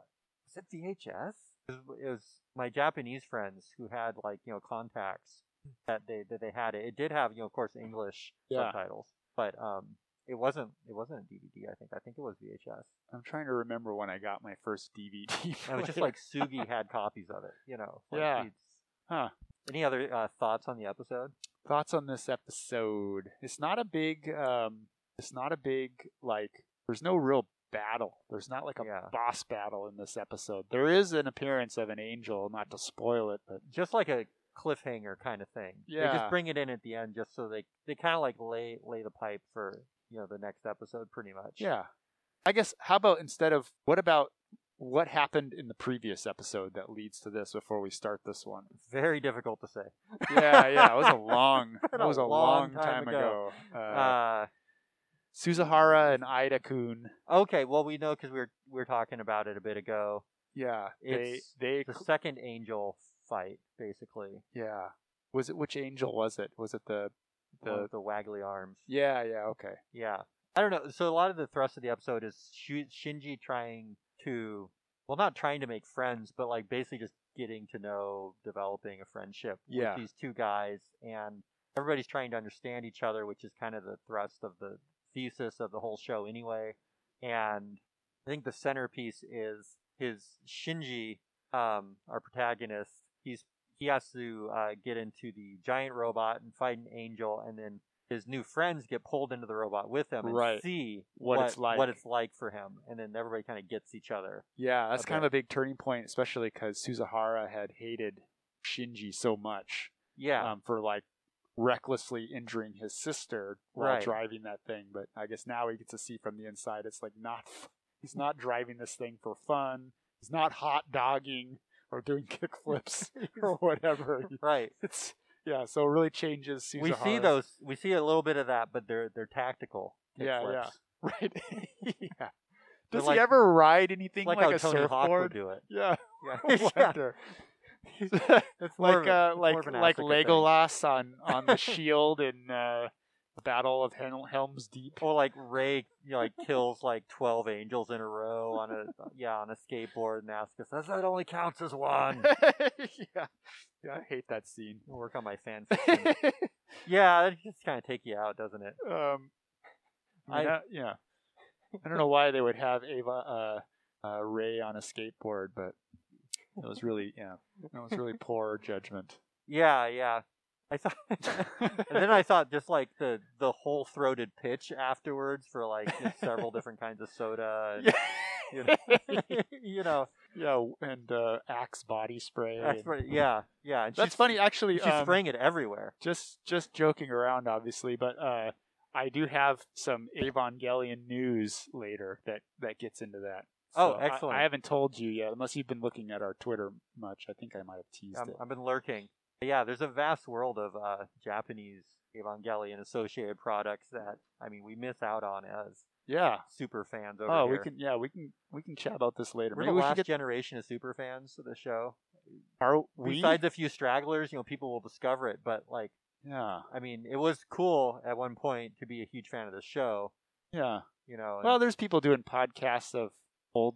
S2: was it VHS? It was, it was my Japanese friends who had like you know contacts that they that they had it. It did have you know of course English
S1: Hmm. Yeah.
S2: subtitles, but um, it wasn't it wasn't a DVD. I think I think it was VHS.
S1: I'm trying to remember when I got my first DVD.
S2: And it was just
S1: player.
S2: like Sugi had copies of it. You know. Like,
S1: Yeah.
S2: it's-
S1: Huh.
S2: Any other uh, thoughts on the episode?
S1: thoughts on this episode. It's not a big. Um, it's not a big like. There's no real battle. There's not like a
S2: Yeah.
S1: boss battle in this episode. There is an appearance of an angel. Not to spoil it, but
S2: just like a cliffhanger kind of thing. They
S1: Yeah.
S2: just bring it in at the end just so they they kind of like lay lay the pipe for, you know, the next episode pretty much.
S1: Yeah. I guess how about instead of what about what happened in the previous episode that leads to this before we start this one?
S2: Very difficult to say.
S1: Yeah, yeah. It was a long
S2: Been
S1: it
S2: a
S1: was a long,
S2: long time
S1: time,
S2: ago.
S1: ago. Uh,
S2: Uh,
S1: Suzuhara and Ida Kun.
S2: okay, well we know because we were we were talking about it a bit ago.
S1: Yeah. They
S2: It's
S1: they
S2: The second angel fight, basically,
S1: yeah. Was it which angel was it? Was it the
S2: the one
S1: the
S2: with the waggly arms.
S1: Yeah, yeah, okay.
S2: Yeah. I don't know. So a lot of the thrust of the episode is Shu- Shinji trying to, well, not trying to make friends, but like basically just getting to know, developing a friendship
S1: Yeah.
S2: with these two guys, and everybody's trying to understand each other, which is kind of the thrust of the thesis of the whole show, anyway. And I think the centerpiece is his Shinji, um, our protagonist. He's he has to uh, get into the giant robot and fight an angel, and then his new friends get pulled into the robot with him and
S1: Right.
S2: see
S1: What it's like.
S2: what it's like for him, and then everybody kind of gets each other.
S1: Yeah, that's
S2: a
S1: kind of a big turning point, especially because Suzuhara had hated Shinji so much.
S2: Yeah,
S1: um, for like recklessly injuring his sister while
S2: Right.
S1: driving that thing. But I guess now we get to see from the inside. It's like not f-
S2: Mm.
S1: he's not driving this thing for fun. He's not hot dogging or doing kickflips or whatever.
S2: right.
S1: It's yeah. So it really changes. Suzuhara's,
S2: We see those. We see a little bit of that, but they're they're tactical. kick
S1: Yeah, yeah.
S2: flips.
S1: right. yeah. Does
S2: like-
S1: he ever ride anything
S2: Like,
S1: like,
S2: how
S1: a
S2: Tony Hawk would
S1: surfboard?
S2: do it.
S1: Yeah,
S2: Yeah,
S1: I wonder.
S2: It's more of
S1: like
S2: a-
S1: uh,
S2: it's more
S1: like
S2: of an
S1: like
S2: Africa thing.
S1: Legolas on on the shield in uh, the Battle of Hel- Helm's Deep.
S2: Or like Ray, you know, like kills like twelve angels in a row on a yeah on a skateboard and asks us that only counts as one.
S1: yeah, Oh. yeah, I hate that scene.
S2: I'll work on my fan fiction. yeah, that just kind of take you out, doesn't it?
S1: um, I,
S2: I-
S1: mean, that- yeah, I don't know why they would have Ava uh, uh, Ray on a skateboard, but it was really yeah, that was really poor judgment.
S2: Yeah, yeah. I thought, and then I thought just like the the whole throated pitch afterwards for like you know, several different kinds of soda. And, you know, you know
S1: yeah, and uh, Axe body spray.
S2: that's
S1: and-
S2: pretty- yeah, yeah. And
S1: That's
S2: she's,
S1: funny, actually.
S2: She's
S1: um,
S2: spraying it everywhere.
S1: just just joking around obviously but uh i do have some evangelion news later that that gets into that
S2: Oh,
S1: I-
S2: excellent.
S1: I, haven't told you yet unless you've been looking at our twitter much i think i might have teased
S2: I'm,
S1: it
S2: Um, I've been lurking. But yeah, there's a vast world of uh, Japanese Evangelion associated products that I mean we miss out on as
S1: yeah
S2: super fans over
S1: oh
S2: here.
S1: we can yeah we can we can chat about this later
S2: We're
S1: maybe
S2: the
S1: we should
S2: last
S1: get
S2: generation of super fans of the show.
S1: are we
S2: Besides a few stragglers, you know, people will discover it. But like,
S1: yeah
S2: I mean, it was cool at one point to be a huge fan of the show.
S1: yeah
S2: You know, and-
S1: well there's people doing podcasts of old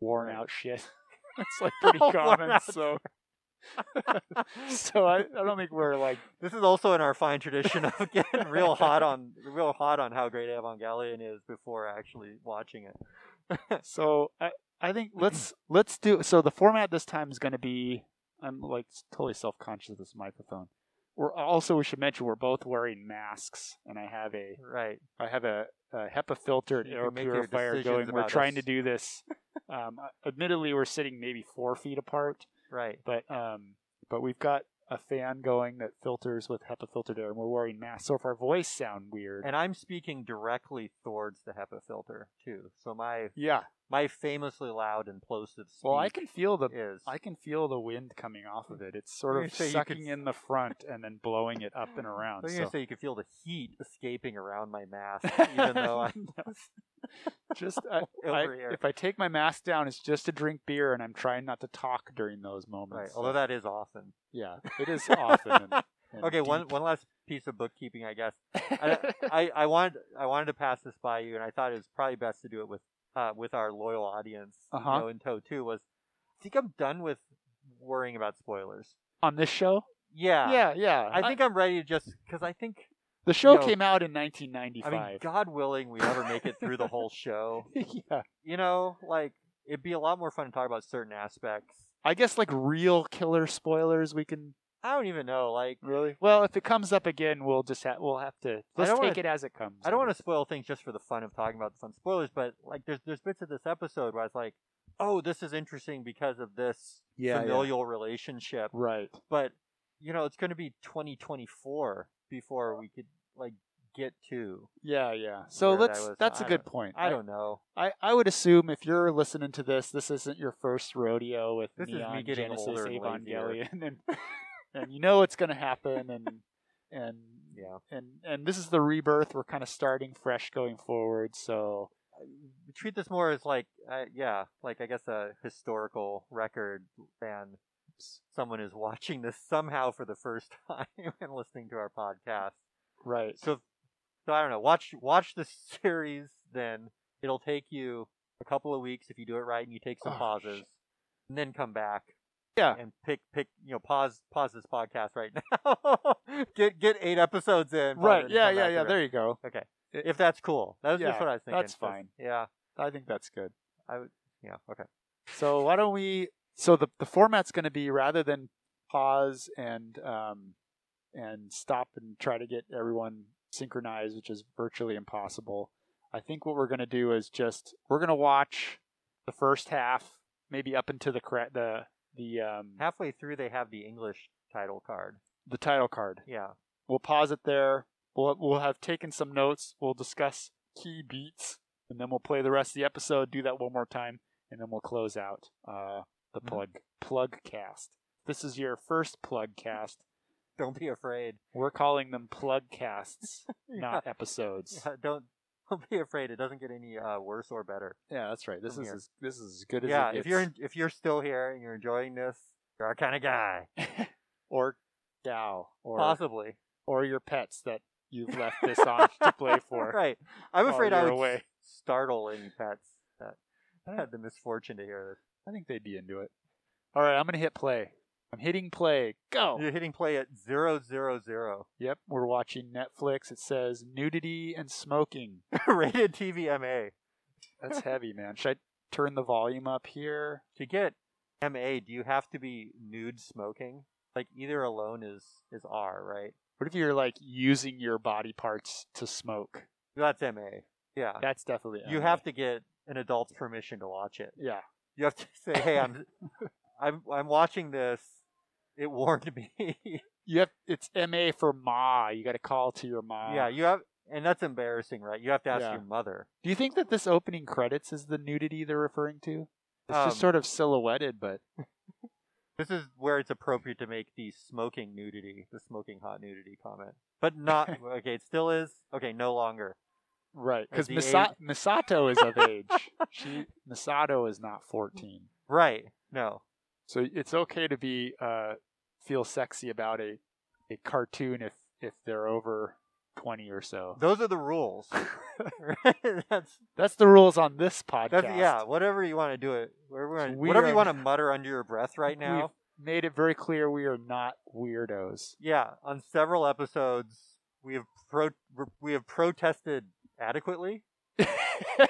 S1: worn
S2: Right.
S1: out shit it's like pretty
S2: Worn
S1: common
S2: out.
S1: so so I, I don't think we're like
S2: this is also in our fine tradition of getting real hot on real hot on how great Evangelion is before actually watching it.
S1: so I, I think
S2: Mm-hmm.
S1: let's let's do so the format this time is going to be i'm like totally self-conscious of this microphone We're also we should mention we're both wearing masks, and I have a
S2: Right.
S1: I have a, a HEPA filtered
S2: You can
S1: air
S2: make your
S1: purifier
S2: decisions
S1: going. We're
S2: about
S1: trying
S2: us.
S1: to do this. Um, admittedly, we're sitting maybe four feet apart,
S2: Right.
S1: but um, but we've got a fan going that filters with HEPA filtered air, and we're wearing masks. So if our voice sound weird,
S2: And I'm speaking directly towards the HEPA filter too. So my
S1: yeah.
S2: my famously loud and plosive speak
S1: Well, I can feel the
S2: is
S1: I can feel the wind coming off of it. It's sort
S2: You
S1: of
S2: say you
S1: sucking
S2: could-
S1: in the front and then blowing it up and around.
S2: I was
S1: so
S2: gonna say you can feel the heat escaping around my mask, even though I'm
S1: just I, I-
S2: over here.
S1: if I take my mask down, it's just to drink beer, and I'm trying not to talk during those moments.
S2: Right.
S1: so-
S2: Although that is often.
S1: yeah, it is often. and- and
S2: Okay. One
S1: deep.
S2: one last piece of bookkeeping, I guess. I, I I wanted I wanted to pass this by you, and I thought it was probably best to do it with uh, with our loyal audience,
S1: Uh-huh.
S2: you know, in tow too. Was I think I'm done with worrying about spoilers.
S1: on this show.
S2: Yeah.
S1: Yeah, yeah.
S2: I think I'm ready to just because I think
S1: the show
S2: no.
S1: came out in
S2: I
S1: 1995.
S2: mean, God willing, we ever make it through the whole show.
S1: yeah.
S2: You know, like it'd be a lot more fun to talk about certain aspects.
S1: I guess like real killer spoilers we can
S2: I don't even know. Like,
S1: really. Well, if it comes up again, we'll just ha- we'll have to let's
S2: don't
S1: take
S2: wanna-
S1: it as it comes.
S2: I don't want to spoil things just for the fun of talking about the fun spoilers, but like, there's there's bits of this episode where I was like, oh, this is interesting because of this
S1: Yeah, yeah.
S2: familial relationship.
S1: Right.
S2: But you know, it's going to be 2024 before we could like get to.
S1: Yeah, yeah. So
S2: Where that
S1: let's
S2: was-
S1: that's a
S2: I
S1: good point.
S2: I don't know.
S1: I, I would assume if you're listening to this, this isn't your first rodeo with
S2: This is me
S1: Neon
S2: getting
S1: Genesis
S2: older and lazier.
S1: Evangelion, and, and you know it's going to happen, and and
S2: Yeah,
S1: and and this is the rebirth. We're kind of starting fresh going forward, so
S2: We treat this more as like, uh, yeah, like I guess a historical record than someone is watching this somehow for the first time and listening to our podcast.
S1: right.
S2: So, so I don't know. Watch watch the series. Then it'll take you a couple of weeks if you do it right and you take some
S1: Oh,
S2: pauses,
S1: shit.
S2: and then come back.
S1: Yeah.
S2: And pick pick you know pause pause this podcast right now. get get eight episodes in.
S1: Right. Yeah, yeah, yeah. There you go.
S2: Okay.
S1: It-
S2: If that's cool. That's
S1: Yeah,
S2: just what I was thinking.
S1: that's fine.
S2: Yeah.
S1: I think that's good.
S2: Yeah. Okay.
S1: So why don't we? So the the format's going to be rather than pause and um and stop and try to get everyone synchronized, which is virtually impossible. I think what we're going to do is just we're going to watch the first half, maybe up into the cra- the the um
S2: Halfway through, they have the English title card.
S1: the title card.
S2: Yeah.
S1: We'll pause it there. We'll we'll have taken some notes. We'll discuss key beats, and then we'll play the rest of the episode. Do that one more time, and then we'll close out uh, the
S2: Mhm.
S1: plug plug cast. This is your first plug cast.
S2: Don't be afraid.
S1: We're calling them plug casts, not episodes.
S2: Yeah, don't don't be afraid. It doesn't get any uh, worse or better.
S1: Yeah, that's right. This
S2: From
S1: is
S2: here.
S1: as, this is as good as
S2: yeah,
S1: it
S2: if you're
S1: gets.
S2: in, if you're still here and you're enjoying this, you're our kind of guy.
S1: or Dow or
S2: Possibly.
S1: or your pets that you've left this on to play for.
S2: right. I'm
S1: while
S2: afraid I
S1: you're
S2: would
S1: away.
S2: startle any pets that had the misfortune to hear
S1: I think they'd be into it. All right, I'm gonna hit play. I'm hitting play. Go.
S2: this. You're hitting play at zero zero zero.
S1: Yep, we're watching Netflix. It says nudity and smoking.
S2: Rated TV MA.
S1: That's heavy, man. Should I turn the volume up here?
S2: To get MA, do you have to be nude smoking? Like either alone is is R, right?
S1: What if you're like using your body parts to smoke?
S2: That's MA. Yeah.
S1: That's definitely
S2: You
S1: MA.
S2: have to get an adult's permission to watch it.
S1: Yeah.
S2: You have to say, "Hey, I'm I'm I'm watching this. It warned me."
S1: You have it's MA for ma. You got to call to your ma.
S2: Yeah, you have, and that's embarrassing, right? You have to ask
S1: Uh, Yeah.
S2: your mother.
S1: Do you think that this opening credits is the nudity they're referring to? It's just
S2: Um,
S1: sort of silhouetted, but
S2: This is where it's appropriate to make the smoking nudity, the smoking hot nudity comment, but not okay. It still is okay. No longer.
S1: right because
S2: the
S1: Misa- Misato is of age. She Misato is not 14.
S2: Right? No.
S1: So it's okay to be uh, feel sexy about a a cartoon if if they're over twenty or so.
S2: Those are the rules. Right? that's
S1: That's the rules on this podcast.
S2: that's yeah. Whatever you want to do it. Whatever, you
S1: So
S2: wanna-
S1: we
S2: whatever
S1: are-
S2: you want to mutter under your breath right
S1: We've-
S2: now.
S1: Made it very clear we are not weirdos.
S2: Yeah. On several episodes, we have pro- we have protested adequately.
S1: Yeah.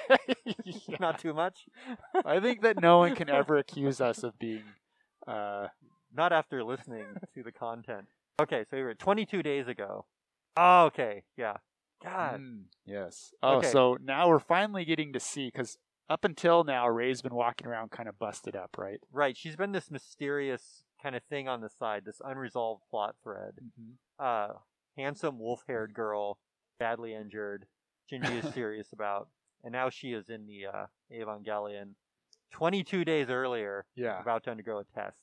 S2: Not too much.
S1: I think that no one can ever accuse us of being. Uh,
S2: Not after listening to the content. Okay, so we were 22 days ago. Oh, okay, yeah. God,
S1: Mm, yes. Oh,
S2: Okay.
S1: so now we're finally getting to see because up until now, Ray's been walking around kind of busted up, right?
S2: right. She's been this mysterious kind of thing on the side, this unresolved plot thread. Uh, handsome wolf-haired girl, badly injured. Gingy is serious about, and now she is in the uh, Evangelion. 22 days earlier,
S1: Yeah,
S2: about to undergo a test.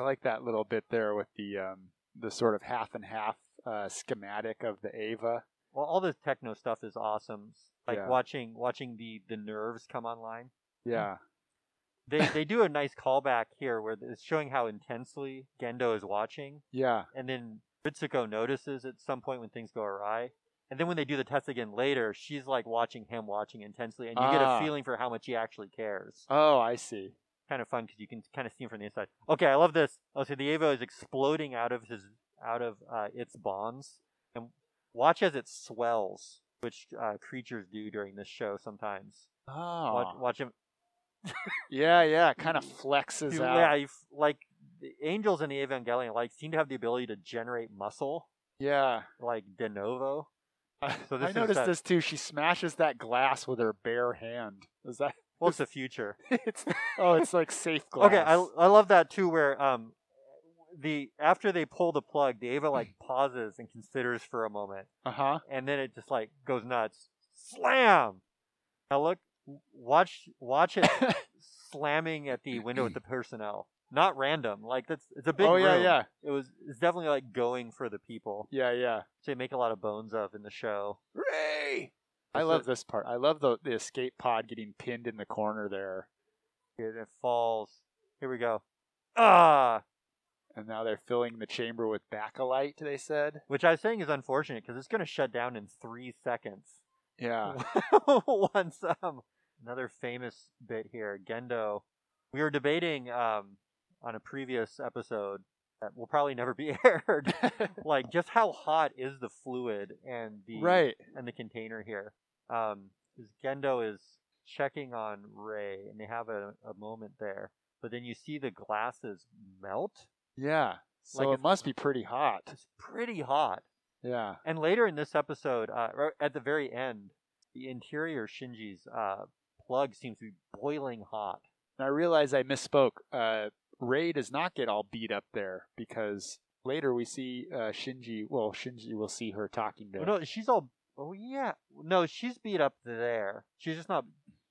S1: I like that little bit there with the um, the sort of half and half uh, schematic of the Ava.
S2: Well, all the techno stuff is awesome. Like
S1: Yeah.
S2: watching watching the the nerves come online.
S1: Yeah,
S2: They they do a nice callback here where it's showing how intensely Gendo is watching,
S1: yeah,
S2: and then Ritsuko notices at some point when things go awry. And then when they do the test again later, she's like watching him watching intensely, and you get a
S1: Ah.
S2: feeling for how much he actually cares.
S1: Oh, I see.
S2: kind of fun because you can kind of see him from the inside. Okay, I love this. Oh, so the Avo is exploding out of his out of uh, its bonds, and watch as it swells, which uh, creatures do during this show sometimes.
S1: Oh,
S2: Watch, watch him.
S1: yeah, yeah. It kind of flexes
S2: do-
S1: out.
S2: yeah, you f- like the angels in the Evangelion, like seem to have the ability to generate muscle,
S1: Yeah.
S2: like de novo.
S1: I-
S2: So this
S1: I
S2: is
S1: noticed
S2: that-
S1: this too. She smashes that glass with her bare hand. Is that?
S2: Well, it's the future.
S1: It's oh, it's like safe glass.
S2: Okay, I I love that too. Where um, the after they pull the plug, the Ava like pauses and considers for a moment.
S1: uh huh.
S2: and then it just like goes nuts. Slam! Now look, watch, watch it slamming at the window with the personnel. Not random. Like that's it's a big.
S1: Oh yeah,
S2: room.
S1: yeah,
S2: It was it's definitely like going for the people.
S1: yeah, yeah.
S2: So they make a lot of bones of in the show.
S1: Ray. I
S2: It's
S1: love
S2: a-
S1: this part. I love the the escape pod getting pinned in the corner there,
S2: It, it falls. Here we go. Ah,
S1: and now they're filling the chamber with bakelite. They said.
S2: which I was saying is unfortunate because it's going to shut down in three seconds.
S1: Yeah.
S2: Once um, another famous bit here, Gendo. We were debating um, on a previous episode that will probably never be aired, like just how hot is the fluid and the
S1: right.
S2: and the container here. Um, 'cause Gendo is checking on Ray, and they have a, a moment there, but then you see the glasses melt.
S1: Yeah. So
S2: Like
S1: it
S2: it's-
S1: must be pretty hot.
S2: It's pretty hot.
S1: Yeah.
S2: And later in this episode, uh, right at the very end, the interior Shinji's uh, plug seems to be boiling hot.
S1: And I realize I misspoke. Uh, Ray does not get all beat up there because later we see uh, Shinji. Well, Shinji will see her talking to.
S2: Well, no, she's all. Oh yeah, no, she's beat up there. She's just not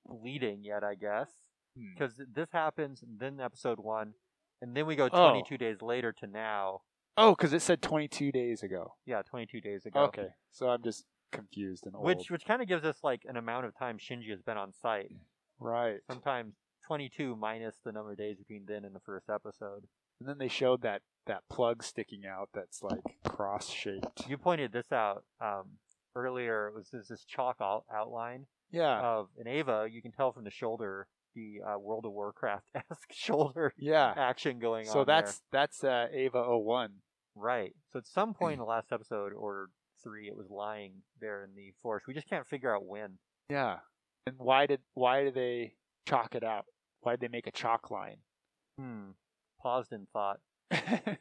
S2: bleeding yet, I guess,
S1: Hmm.
S2: because this happens. And then episode one, and then we go
S1: Oh.
S2: 22 days later to now.
S1: Oh, because it said 22 days ago.
S2: Yeah, 22 days ago.
S1: Okay, so I'm just confused and old.
S2: Which which kind of gives us like an amount of time Shinji has been on site.
S1: right? And
S2: Sometimes 22 minus the number of days between then and the first episode.
S1: then they showed that that plug sticking out that's like cross shaped.
S2: you pointed this out um, earlier. It was there's this chalk out- outline
S1: Yeah,
S2: of an Ava. You can tell from the shoulder, the uh, World of Warcraft esque shoulder
S1: yeah.
S2: action going on.
S1: So
S2: there.
S1: that's that's uh, Ava 01.
S2: right. So at some point in the last episode or three, it was lying there in the forest. We just can't figure out when.
S1: Yeah. And why did why do they chalk it out? Why did they make a chalk line?
S2: Hmm. Paused in thought.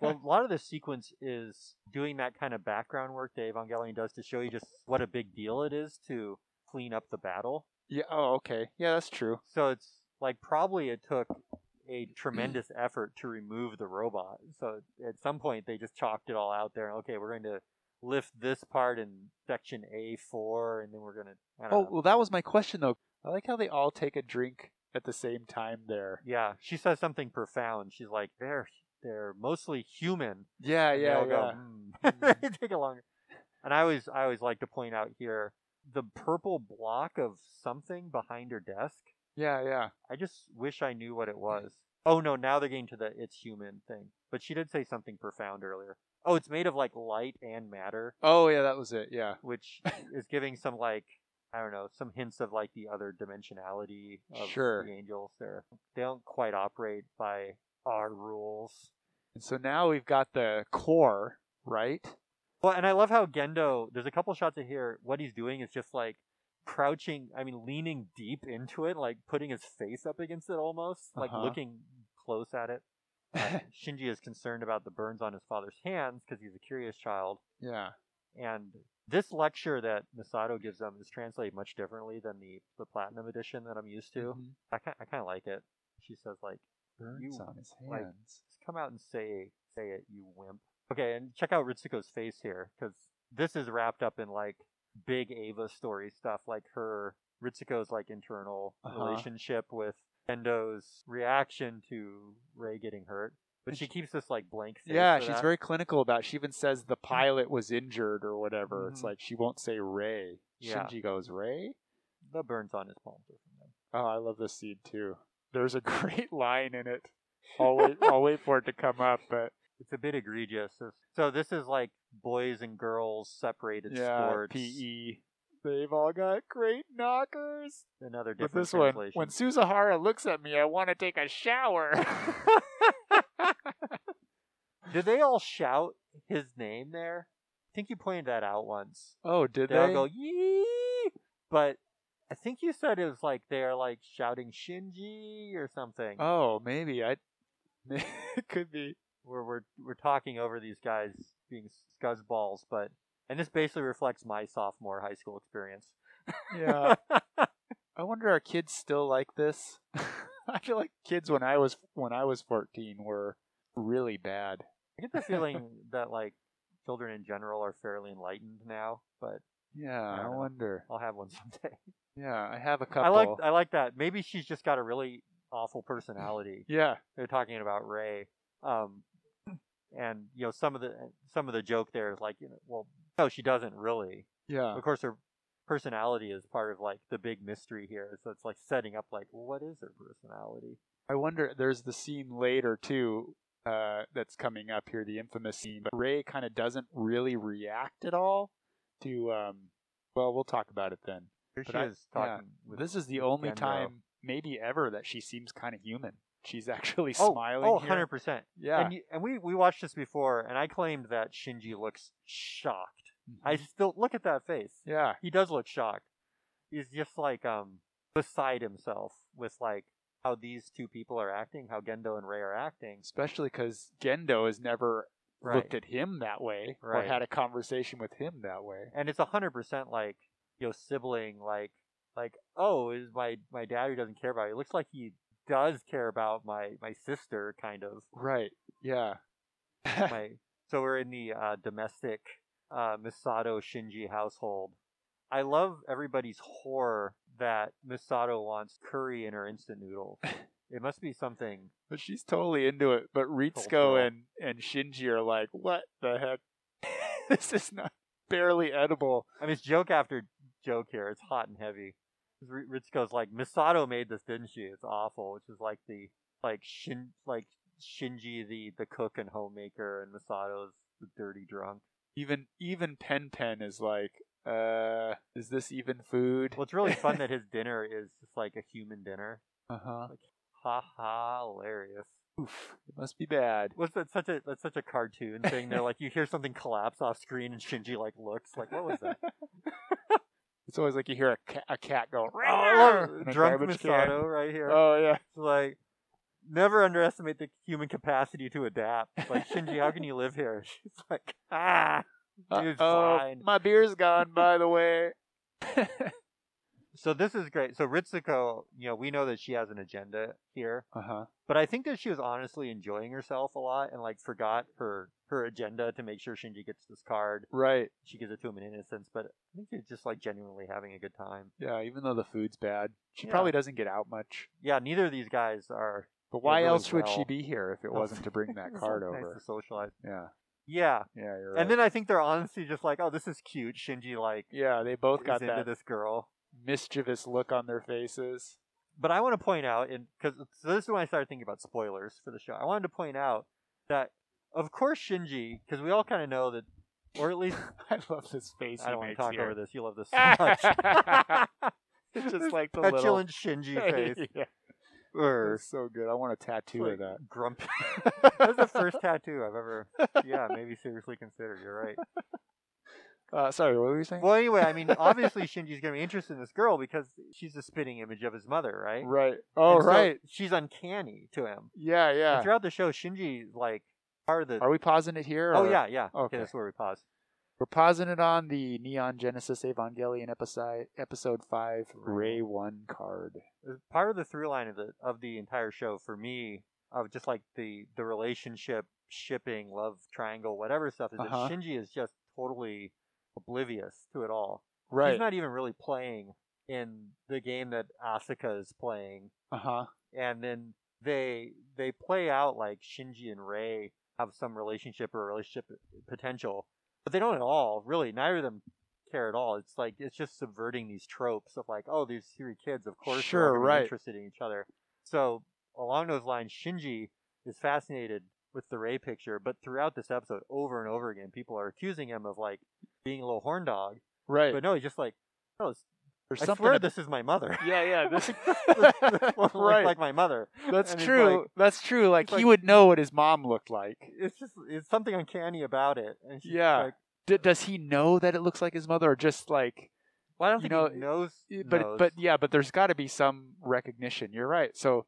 S2: Well, a lot of this sequence is doing that kind of background work that Evangelion does to show you just what a big deal it is to clean up the battle.
S1: yeah. Oh, okay. Yeah, that's true.
S2: So it's like probably it took a
S1: Mm.
S2: tremendous effort to remove the robot. So at some point they just chalked it all out there. Okay, we're going to lift this part in section A4, and then we're going to. I don't
S1: Oh,
S2: know.
S1: well, that was my question though. I like how they all take a drink at the same time there.
S2: Yeah, she says something profound. She's like, "They're they're mostly human."
S1: Yeah,
S2: And they
S1: yeah,
S2: all
S1: yeah. Mm-hmm.
S2: Go, "Hmm." they take a longer. And I always I always like to point out here the purple block of something behind her desk.
S1: Yeah, yeah.
S2: I just wish I knew what it was. Oh no, now they're getting to the it's human thing. But she did say something profound earlier. Oh, it's made of like light and matter,
S1: Oh, yeah, that was it. Yeah.
S2: which is giving some like I don't know, some hints of like the other dimensionality of
S1: Sure.
S2: the angels there. They don't quite operate by our rules.
S1: And so now we've got the core, right?
S2: Well, and I love how Gendo, there's a couple shots of here, what he's doing is just like crouching, I mean, leaning deep into it, like putting his face up against it almost, like
S1: Uh-huh.
S2: looking close at it. uh, Shinji is concerned about the burns on his father's hands because he's a curious child.
S1: Yeah.
S2: And this lecture that Masato gives them is translated much differently than the, the platinum edition that I'm used to.
S1: Mhm.
S2: I kind I kind of like it. She says like,
S1: Burns
S2: You,
S1: on his hands.
S2: like, just come out and say say it, you wimp. Okay, and check out Ritsuko's face here because this is wrapped up in like big Ava story stuff, like her Ritsuko's like internal
S1: Uh-huh.
S2: relationship with Endo's reaction to Ray getting hurt. But
S1: And
S2: she keeps this like blank face.
S1: yeah,
S2: for
S1: she's
S2: that.
S1: very clinical about. It. She even says the pilot was injured or whatever. It's
S2: Mhm.
S1: like she won't say Ray.
S2: Yeah.
S1: Shinji goes Ray.
S2: the burns on his palms. Are from them.
S1: Oh, I love this scene too. There's a great line in it. I'll wait, I'll wait for it to come up, but
S2: It's a bit egregious. This- So this is like boys and girls separated
S1: yeah, E.
S2: sports.
S1: PE. They've all got great knockers.
S2: Another
S1: But
S2: different
S1: this one,
S2: translation.
S1: when Suzuhara looks at me, I want to take a shower.
S2: Did they all shout his name there? I think you pointed that out once.
S1: oh, did
S2: They all go yee, but I think you said it was like they're like shouting Shinji or something.
S1: Oh, maybe I. it could be.
S2: Where we're we're talking over these guys being scuzzballs, but and this basically reflects my sophomore high school experience.
S1: Yeah. I wonder are kids still like this? I feel like kids when I was when I was 14 were really bad.
S2: I get the feeling that like children in general are fairly enlightened now, but
S1: Yeah, I
S2: Yeah.
S1: wonder.
S2: I'll have one someday.
S1: Yeah, I have a couple.
S2: I like I like that. Maybe she's just got a really awful personality.
S1: yeah.
S2: They're talking about Ray, um, and you know some of the some of the joke there is like, you know, well, no, she doesn't really.
S1: Yeah.
S2: Of course, her personality is part of like the big mystery here. So it's like setting up like, well, what is her personality?
S1: I wonder. There's the scene later too uh, that's coming up here, the infamous scene. But Ray kind of doesn't really react at all to. Um, well, we'll talk about it then.
S2: Here
S1: But
S2: she
S1: I-
S2: is talking. with,
S1: This is the only
S2: Gendo.
S1: time, maybe ever, that she seems kind of human. She's actually
S2: oh,
S1: smiling.
S2: oh,
S1: here.
S2: 100 percent.
S1: Yeah.
S2: And you, and we we watched this before, and I claimed that Shinji looks shocked. I
S1: Mm-hmm.
S2: still look at that face.
S1: yeah.
S2: he does look shocked. He's just like um beside himself with like how these two people are acting, how Gendo and Ray are acting.
S1: Especially because Gendo has never
S2: Right.
S1: looked at him that way
S2: Right.
S1: or had a conversation with him that way.
S2: and it's a hundred percent like you know, sibling like like oh is my my dad who doesn't care about me. It looks like he does care about my my sister kind of
S1: Right. Yeah.
S2: my so we're in the uh, domestic uh, Misato Shinji household. I love everybody's horror that Misato wants curry in her instant noodle. It must be something
S1: But she's totally into it. But
S2: girl.
S1: Ritsuko and, and Shinji are like, what the heck? this is not barely edible.
S2: I mean, it's joke after joke here. It's hot and heavy. 'Cause Ri- Ritsuko's like, Misato made this, didn't she? It's awful. Which is like the like Shin like Shinji the the cook and homemaker, and Misato's the dirty drunk.
S1: Even even Pen Pen is like, uh, is this even food?
S2: Well, it's really fun that his dinner is just like a human dinner.
S1: Uh huh.
S2: Ha ha, hilarious.
S1: Oof. It must be bad.
S2: What's that? Such a that's such a cartoon thing. They're like you hear something collapse off screen, and Shinji like looks like what was that?
S1: It's always like you hear a, ca- a cat go,
S2: oh, I
S1: "Rawr!"
S2: love
S1: in
S2: it.
S1: a
S2: drunk
S1: garbage can.
S2: Misato right here.
S1: Oh yeah.
S2: It's like never underestimate the human capacity to adapt. It's Like Shinji, how can you live here? She's like, ah. Dude's
S1: Uh-oh,
S2: blind.
S1: My beer's gone, by the way.
S2: So this is great. So Ritsuko, you know, we know that she has an agenda here,
S1: Uh huh.
S2: but I think that she was honestly enjoying herself a lot and like forgot her her agenda to make sure Shinji gets this card.
S1: Right.
S2: She gives it to him in innocence, but I think she's just like genuinely having a good time.
S1: Yeah. Even though the food's bad, she
S2: Yeah.
S1: probably doesn't get out much.
S2: Yeah, neither of these guys are.
S1: But why
S2: really
S1: else would she
S2: well.
S1: be here if it
S2: No.
S1: wasn't to bring that card
S2: It's nice
S1: over?
S2: to socialize.
S1: Yeah.
S2: Yeah,
S1: Yeah. You're right.
S2: and then I think they're honestly just like, oh, this is cute. Shinji like
S1: yeah, they both
S2: is
S1: got
S2: into
S1: that
S2: this girl.
S1: mischievous look on their faces.
S2: but I want to point out, and because so this is when I started thinking about spoilers for the show. I wanted to point out that, of course, Shinji, because we all kind of know that, or at least
S1: I love this face.
S2: I don't want to talk over this. You love this so much.
S1: this. it's just like the little
S2: petulant Shinji face.
S1: yeah,
S2: Or
S1: it's so good. I want a tattoo of that.
S2: grumpy. That's the first tattoo I've ever. Yeah, maybe seriously considered. You're right.
S1: Uh, sorry, what were you saying?
S2: Well, anyway, I mean, obviously Shinji's gonna be interested in this girl because she's a spitting image of his mother, right?
S1: right. Oh,
S2: And so
S1: right.
S2: she's uncanny to him.
S1: yeah,
S2: And
S1: yeah.
S2: throughout the show, Shinji's like part of the.
S1: Are we pausing it here?
S2: oh
S1: or-
S2: yeah, yeah. Okay,
S1: Okay.
S2: that's where we pause.
S1: We're pausing it on the Neon Genesis Evangelion episode episode five
S2: Ray.
S1: Ray One card.
S2: Uh, Part of the through line of the of the entire show for me of just like the the relationship, shipping, love triangle, whatever stuff is
S1: Uh-huh.
S2: that Shinji is just totally oblivious to it all.
S1: Right.
S2: He's not even really playing in the game that Asuka is playing.
S1: uh huh.
S2: and then they they play out like Shinji and Rei have some relationship or relationship potential, but they don't at all. Really, neither of them care at all. It's like it's just subverting these tropes of like, oh, these three kids, of course,
S1: Sure,
S2: are all gonna be
S1: right.
S2: interested in each other. So along those lines, Shinji is fascinated with the Rei picture, but throughout this episode, over and over again, people are accusing him of like being a little horn dog.
S1: Right.
S2: But no, he's just like, no, it's-
S1: There's
S2: I swear this is my mother.
S1: Yeah, yeah. This,
S2: Looks
S1: right.
S2: like my mother.
S1: That's
S2: and it's
S1: true.
S2: like-
S1: That's true. Like
S2: it's
S1: he
S2: like-
S1: would know what his mom looked like.
S2: it's just it's something uncanny about it. And she's
S1: Yeah.
S2: like,
S1: D- does he know that it looks like his mother, or just like?
S2: well, I don't
S1: You
S2: think he knows,
S1: But
S2: knows.
S1: but yeah, but there's got to be some recognition. You're right. So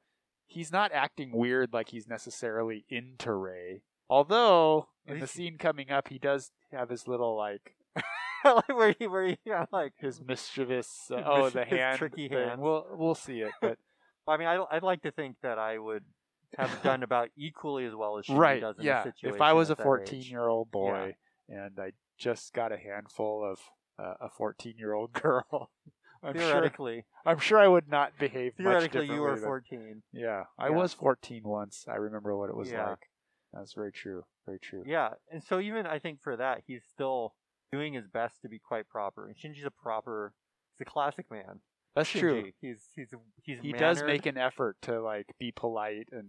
S1: he's not acting weird like he's necessarily into Ray. Although in the
S2: He's-
S1: scene coming up, he does have his little like
S2: like where he where he yeah, like
S1: his mischievous. Uh,
S2: His
S1: oh, the
S2: mischievous,
S1: hand.
S2: tricky
S1: thing.
S2: hand.
S1: We'll we'll see it. But
S2: I mean I I'd like to think that I would have done about equally as well as she
S1: right,
S2: does in a
S1: yeah.
S2: situation.
S1: If I was
S2: at
S1: a
S2: that age.
S1: 14 year old boy and I just got a handful of uh, a 14 year old girl, I'm sure
S2: theoretically,
S1: I'm sure I would not behave
S2: theoretically
S1: much
S2: you were
S1: differently than-
S2: 14.
S1: Yeah, I
S2: Yeah.
S1: was 14 once. I remember what it was
S2: Yeah.
S1: like. That's very true. Very true.
S2: Yeah, and so even I think for that he's still doing his best to be quite proper. And Shinji's a proper, he's a classic man.
S1: That's
S2: Shinji.
S1: true.
S2: He's he's he's
S1: He does
S2: mannered.
S1: make an effort to like be polite and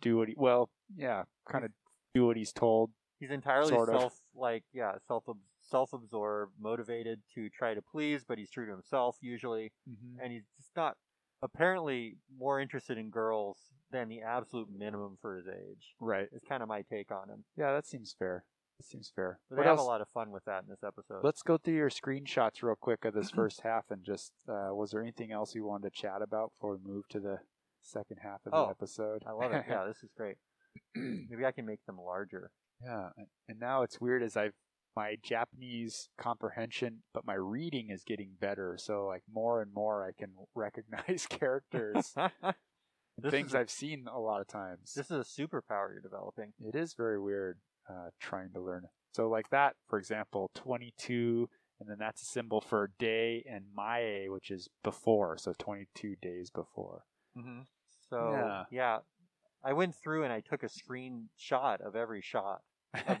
S1: do what he well, yeah, kind of do what he's told.
S2: he's entirely
S1: Sort of.
S2: self like yeah self self absorbed motivated to try to please but he's true to himself usually
S1: Mhm.
S2: and he's just not apparently more interested in girls than the absolute minimum for his age
S1: Right.
S2: it's kind of my take on him
S1: Yeah, that seems fair. That seems fair.
S2: but
S1: What
S2: they have
S1: else?
S2: a lot of fun with that in this episode
S1: Let's go through your screenshots real quick of this first half and just uh, was there anything else you wanted to chat about before we move to the second half of
S2: Oh,
S1: the episode?
S2: i love it yeah this is great maybe i can make them larger
S1: yeah. And now it's weird as I've my Japanese comprehension, but my reading is getting better. So like more and more I can recognize characters,
S2: This
S1: things
S2: is a-
S1: I've seen a lot of times.
S2: this is a superpower you're developing
S1: It is very weird uh, trying to learn. So, like that, for example, 22, and then that's a symbol for day and Mae, which is before. So, 22 days before.
S2: mm-hmm. so
S1: Yeah.
S2: yeah i went through and i took a screenshot of every shot of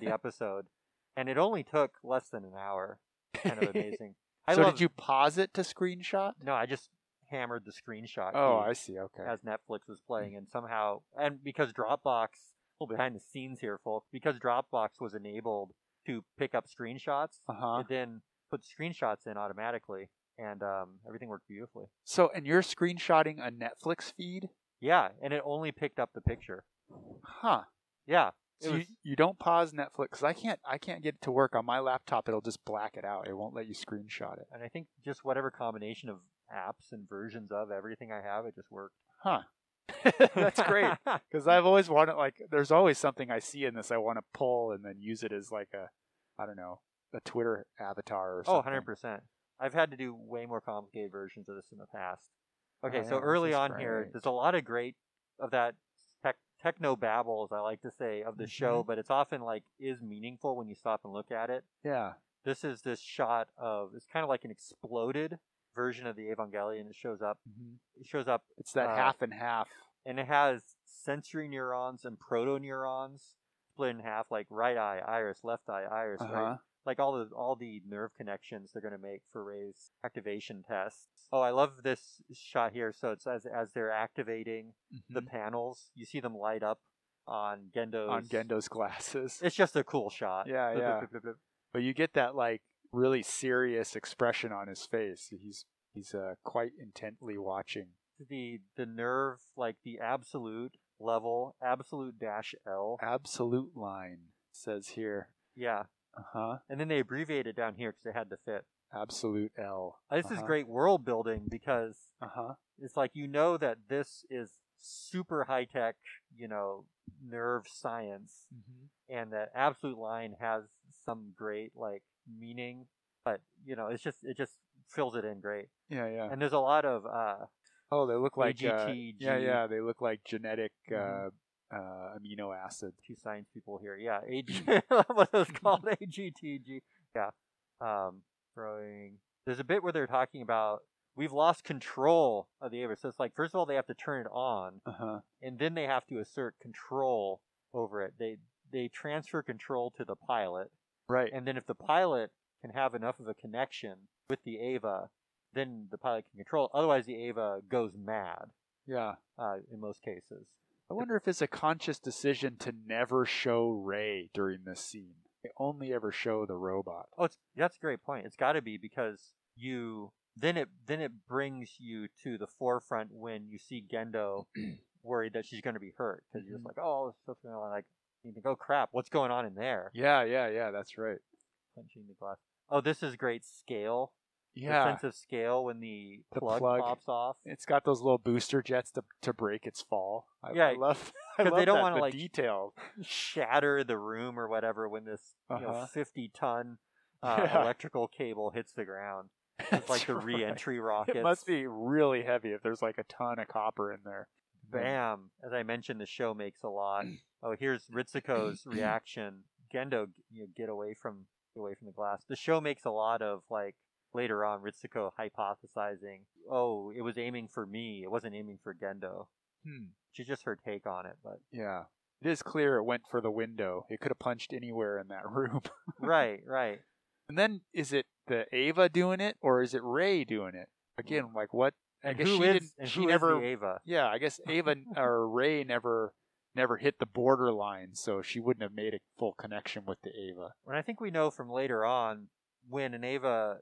S2: the episode, and it only took less than an hour. Kind of amazing. I
S1: so,
S2: love,
S1: did you pause it to screenshot?
S2: No, I just hammered the screenshot.
S1: Oh,
S2: key
S1: I see. Mm. Okay.
S2: as Netflix was playing, and somehow, and because Dropbox, well, behind the scenes here, folks, because Dropbox was enabled to pick up screenshots,
S1: Uh huh.
S2: it then put screenshots in automatically, and um, everything worked beautifully.
S1: So, and you're screenshotting a Netflix feed?
S2: Yeah, and it only picked up the picture.
S1: Huh.
S2: Yeah, it
S1: So
S2: was-
S1: you, you don't pause Netflix because I can't I can't get it to work on my laptop. It'll just black it out. It won't let you screenshot it.
S2: and I think just whatever combination of apps and versions of everything I have, it just worked.
S1: Huh. That's great. because I've always wanted like there's always something I see in this I want to pull and then use it as like a I don't know a Twitter avatar or
S2: Oh,
S1: something.
S2: 100 percent. I've had to do way more complicated versions of this in the past. Okay,
S1: Oh,
S2: so
S1: yeah, this
S2: early
S1: is
S2: on here,
S1: great.
S2: there's a lot of great of that tech, techno babble, as I like to say, of the show, but it's often like is meaningful when you stop and look at it.
S1: Yeah.
S2: This is this shot of it's kind of like an exploded version of the Evangelion. It shows up.
S1: Mhm.
S2: It shows up,
S1: It's that
S2: mm-hmm. Uh,
S1: half and half.
S2: and it has sensory neurons and proto neurons split in half, like right eye, iris, left eye, iris, right
S1: Uh-huh.
S2: like all the all the nerve connections they're going to make for Ray's activation tests. Oh, I love this shot here. So it's as as they're activating the
S1: Mhm.
S2: panels, you see them light up on Gendo's.
S1: on Gendo's glasses.
S2: It's just a cool shot.
S1: Yeah,
S2: Blip,
S1: yeah.
S2: blip, blip, blip, blip.
S1: But you get that like really serious expression on his face. He's he's uh, quite intently watching.
S2: The the nerve, like the absolute level, absolute dash L.
S1: Absolute line says here.
S2: Yeah,
S1: Uh huh.
S2: and then they abbreviate it down here because they had to fit.
S1: Absolute L.
S2: Uh, This is
S1: Uh-huh.
S2: great world building because
S1: Uh huh.
S2: it's like you know that this is super high tech, you know, nerve science,
S1: Mm-hmm.
S2: and that absolute line has some great like meaning, but you know, it's just it just fills it in great.
S1: Yeah, yeah.
S2: And there's a lot of uh,
S1: Oh, they look like uh,
S2: AGTG.
S1: yeah, yeah. They look like genetic
S2: Mhm.
S1: uh, uh, amino acids.
S2: two science people here. Yeah, AG. what was called AGTG. Yeah. Um, throwing. There's a bit where they're talking about we've lost control of the Avis. So it's like first of all they have to turn it on,
S1: Uh huh.
S2: and then they have to assert control over it. They they transfer control to the pilot,
S1: Right.
S2: and then if the pilot can have enough of a connection with the Ava, then the pilot can control. it. Otherwise, the Ava goes mad
S1: yeah.
S2: uh, in most cases.
S1: I wonder if it's a conscious decision to never show Ray during this scene. They only ever show the robot.
S2: Oh, it's, that's a great point. It's got to be because you then it then it brings you to the forefront when you see Gendo worried that she's going to be hurt because you're just
S1: Mhm.
S2: like, oh, this stuff's going on. Like you think, oh crap, what's going on in there?
S1: Yeah, yeah, yeah. That's right.
S2: Punching the glass. Oh, this is great scale. The
S1: Yeah.
S2: sense of scale when the,
S1: The
S2: plug,
S1: plug.
S2: pops off.
S1: It's got those little booster jets to, to break its fall. I,
S2: Yeah,
S1: I love. I
S2: 'cause they
S1: love
S2: don't
S1: that,
S2: wanna,
S1: the
S2: like-
S1: detail.
S2: Shatter the room or whatever when this you know
S1: Uh-huh.
S2: fifty ton uh,
S1: Yeah.
S2: electrical cable hits the ground. It's
S1: That's
S2: like the
S1: right.
S2: re-entry
S1: It
S2: rockets.
S1: must be really heavy if there's like a ton of copper in there.
S2: Bam! As I mentioned, the show makes a lot. Oh, here's Ritsuko's reaction. Gendo, you know, get away from get away from the glass. The show makes a lot of like later on Ritsuko hypothesizing. Oh, it was aiming for me. It wasn't aiming for Gendo.
S1: Hmm.
S2: Which is just her take on it, but
S1: Yeah. It is clear it went for the window. It could have punched anywhere in that room.
S2: right, right.
S1: And then is it the Ava doing it or is it Ray doing it? Again, like what? I
S2: And
S1: guess
S2: who
S1: she
S2: is-
S1: didn't.
S2: and
S1: she
S2: who is
S1: never.
S2: the Ava?
S1: yeah, I guess Ava or Ray never never hit the borderline, so she wouldn't have made a full connection with the Ava.
S2: And I think we know from later on when an Ava,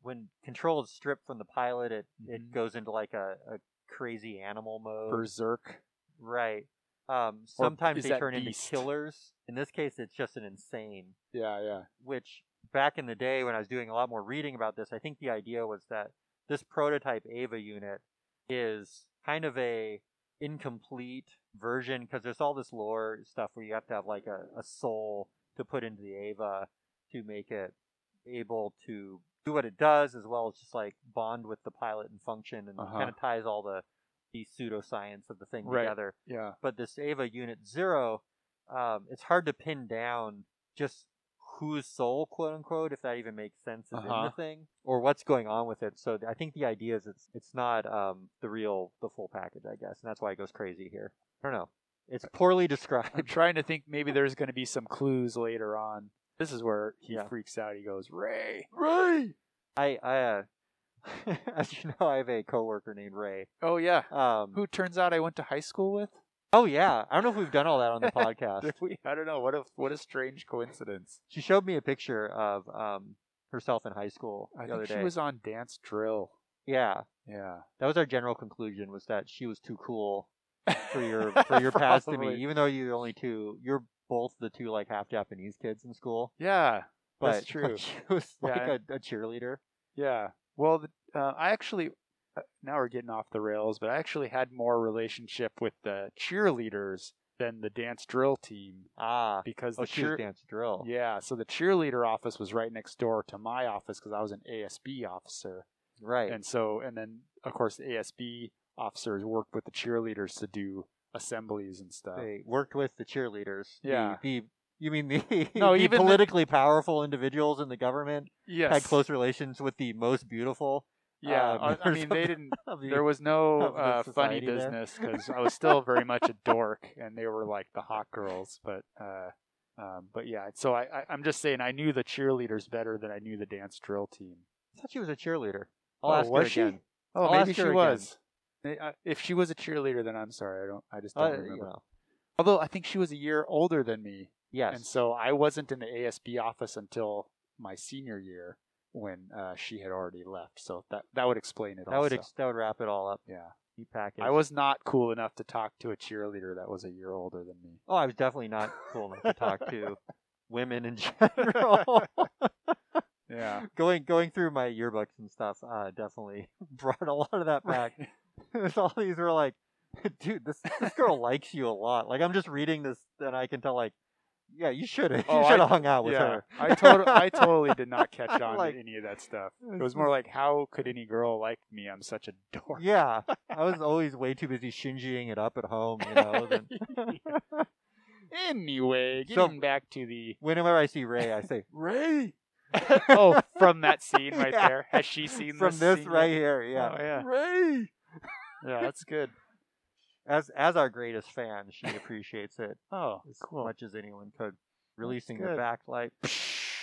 S2: when control is stripped from the pilot, it it
S1: Mhm.
S2: goes into like a, a crazy animal
S1: Oh.
S2: mode.
S1: Berserk.
S2: Right. Um,
S1: Or
S2: sometimes
S1: is
S2: they
S1: that
S2: turn into
S1: beast?
S2: killers. In this case, it's just an insane.
S1: Yeah, yeah.
S2: Which back in the day when I was doing a lot more reading about this, I think the idea was that this prototype Ava unit is kind of a incomplete version because there's all this lore stuff where you have to have like a, a soul to put into the Ava to make it able to do what it does as well as just like bond with the pilot and function and
S1: Uh-huh.
S2: kind of ties all the the pseudoscience of the thing
S1: Right.
S2: together
S1: Yeah.
S2: but this Ava Unit Zero, um, it's hard to pin down just whose soul, quote unquote, if that even makes sense is in
S1: Uh-huh.
S2: the thing, or what's going on with it. So I think the idea is it's it's not um, the real, the full package, I guess, and that's why it goes crazy here. I don't know.
S1: Uh,
S2: It's poorly
S1: I'm
S2: described.
S1: trying to think maybe there's going to be some clues later on. This is where he
S2: Yeah.
S1: freaks out. He goes, Ray! Ray!
S2: I, I uh, as you know, I have a coworker named Ray.
S1: Oh, yeah.
S2: Um,
S1: Who turns out I went to high school with?
S2: oh yeah, I don't know if we've done all that on the podcast.
S1: Did we? I don't know. What a, what a strange coincidence.
S2: She showed me a picture of um, herself in high school
S1: I
S2: the other
S1: think
S2: day.
S1: she was on dance drill.
S2: yeah.
S1: Yeah.
S2: that was our general conclusion was that she was too cool for your for your past to me
S1: Probably.
S2: even though you're only two you're both the two like half japanese kids in school
S1: Yeah.
S2: but
S1: That's true.
S2: she was like
S1: Yeah.
S2: a, a cheerleader
S1: Yeah. Well, th- uh, I actually uh, now we're getting off the rails, but I actually had more relationship with the cheerleaders than the dance drill team
S2: ah
S1: because
S2: oh
S1: the
S2: she was
S1: cheer
S2: dance drill
S1: yeah, so the cheerleader office was right next door to my office because I was an ASB officer,
S2: right
S1: and so and then of course the ASB officers worked with the cheerleaders to do assemblies and stuff.
S2: they worked with the cheerleaders The-
S1: uh, Yeah.
S2: the, you mean the,
S1: No,
S2: the
S1: even the-
S2: politically powerful individuals in the government
S1: yes,
S2: had close relations with the most beautiful
S1: yeah.
S2: uh,
S1: I- I
S2: members
S1: mean,
S2: of
S1: they
S2: the-
S1: didn't
S2: of the-
S1: there was no
S2: of the
S1: uh, funny
S2: society there.
S1: business because I was still very much a dork, and they were like the hot girls. But uh, um, but yeah, so I, I I'm just saying I knew the cheerleaders better than I knew the dance drill team.
S2: I thought she was a cheerleader i'll
S1: Oh,
S2: ask her
S1: was she?
S2: again
S1: Oh,
S2: I'll
S1: maybe
S2: ask
S1: she
S2: her again.
S1: was. May- I- If she was a cheerleader, then I'm sorry. I don't. I just
S2: Uh,
S1: don't
S2: you
S1: remember.
S2: know.
S1: Although I think she was a year older than me,
S2: yes
S1: and so I wasn't in the ASB office until my senior year when uh, she had already left. So that that would explain it.
S2: that
S1: also.
S2: would ex- that would wrap it all up
S1: yeah.
S2: Neat package
S1: I was not cool enough to talk to a cheerleader that was a year older than me.
S2: Oh, I was definitely not cool enough to talk to women in general.
S1: Yeah.
S2: going going through my yearbooks and stuff uh, definitely brought a lot of that back. There's all these were like, dude, this this girl likes you a lot. Like I'm just reading this and I can tell like, yeah, you should have
S1: Oh,
S2: you
S1: I-
S2: should have hung out with
S1: yeah.
S2: her.
S1: I tot- I totally did not catch on
S2: Like-
S1: to any of that stuff. It was more like, how could any girl like me? I'm such a dork.
S2: Yeah, I was always way too busy shinjiing it up at home, you know. Then
S1: Anyway,
S2: So-
S1: getting back to the
S2: whenever I see Ray, I say Ray
S1: oh from that scene right
S2: Yeah.
S1: there. Has she seen
S2: from
S1: this,
S2: this
S1: scene?
S2: right here. Yeah,
S1: Oh, yeah.
S2: Ray.
S1: Yeah, that's good.
S2: As as our greatest fan, she appreciates it
S1: Oh,
S2: as
S1: cool.
S2: much as anyone could. Releasing the
S1: good.
S2: backlight.
S1: He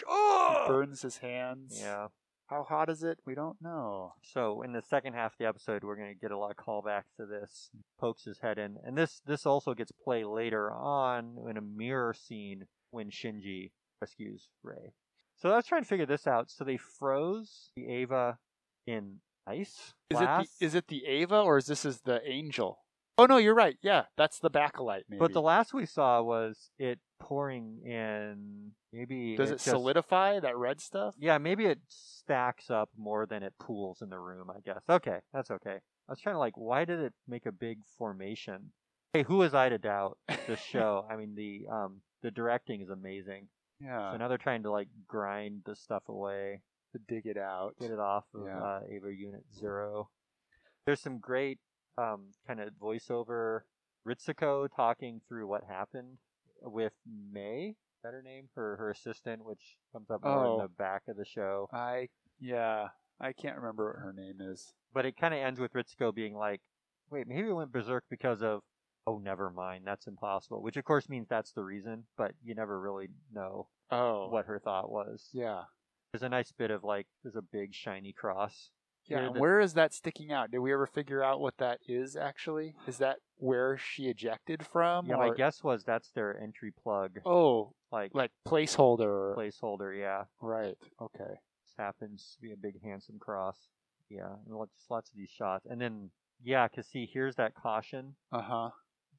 S2: Oh!
S1: burns his hands.
S2: Yeah.
S1: How hot is it? We don't know.
S2: So in the second half of the episode, we're going to get a lot of callbacks to this. Pokes his head in, and this this also gets play later on in a mirror scene when Shinji rescues Ray. So I was trying to figure this out. So they froze the Ava in ice.
S1: Is
S2: glass,
S1: it the, is it the Ava or is this is the angel? Oh no, you're right. Yeah, that's the backlight. Maybe.
S2: But the last we saw was it pouring in. Maybe
S1: does it,
S2: just-
S1: solidify that red stuff?
S2: Yeah, maybe it stacks up more than it pools in the room, I guess. Okay, that's okay. I was trying to like, why did it make a big formation? Hey, who was I to doubt this show? I mean, the um the directing is amazing.
S1: Yeah,
S2: so now they're trying to like grind the stuff away,
S1: Uh, to dig it out.
S2: get it off of
S1: Yeah.
S2: uh, Ava Unit Zero. There's some great um kind of voiceover Ritsuko talking through what happened with May. Is that her name? Her her assistant, which comes up more
S1: Oh.
S2: in the back of the show.
S1: I yeah, I can't remember what her name is.
S2: but it kind of ends with Ritsuko being like, "Wait, maybe it went berserk because of oh, never mind, that's impossible." Which of course means that's the reason, but you never really know
S1: Oh,
S2: what her thought was.
S1: Yeah,
S2: There's a nice bit of like, there's a big shiny cross.
S1: yeah.
S2: Here
S1: and
S2: the-
S1: where is that sticking out? Did we ever figure out what that is? Actually, is that where she ejected from?
S2: Yeah, my
S1: or...
S2: guess was that's their entry plug,
S1: Oh,
S2: like
S1: like placeholder. or-
S2: placeholder. Yeah,
S1: Right. Okay.
S2: just happens to be a big handsome cross. Yeah, and lots- just lots of these shots, and then yeah, cause see, here's that caution
S1: Uh huh.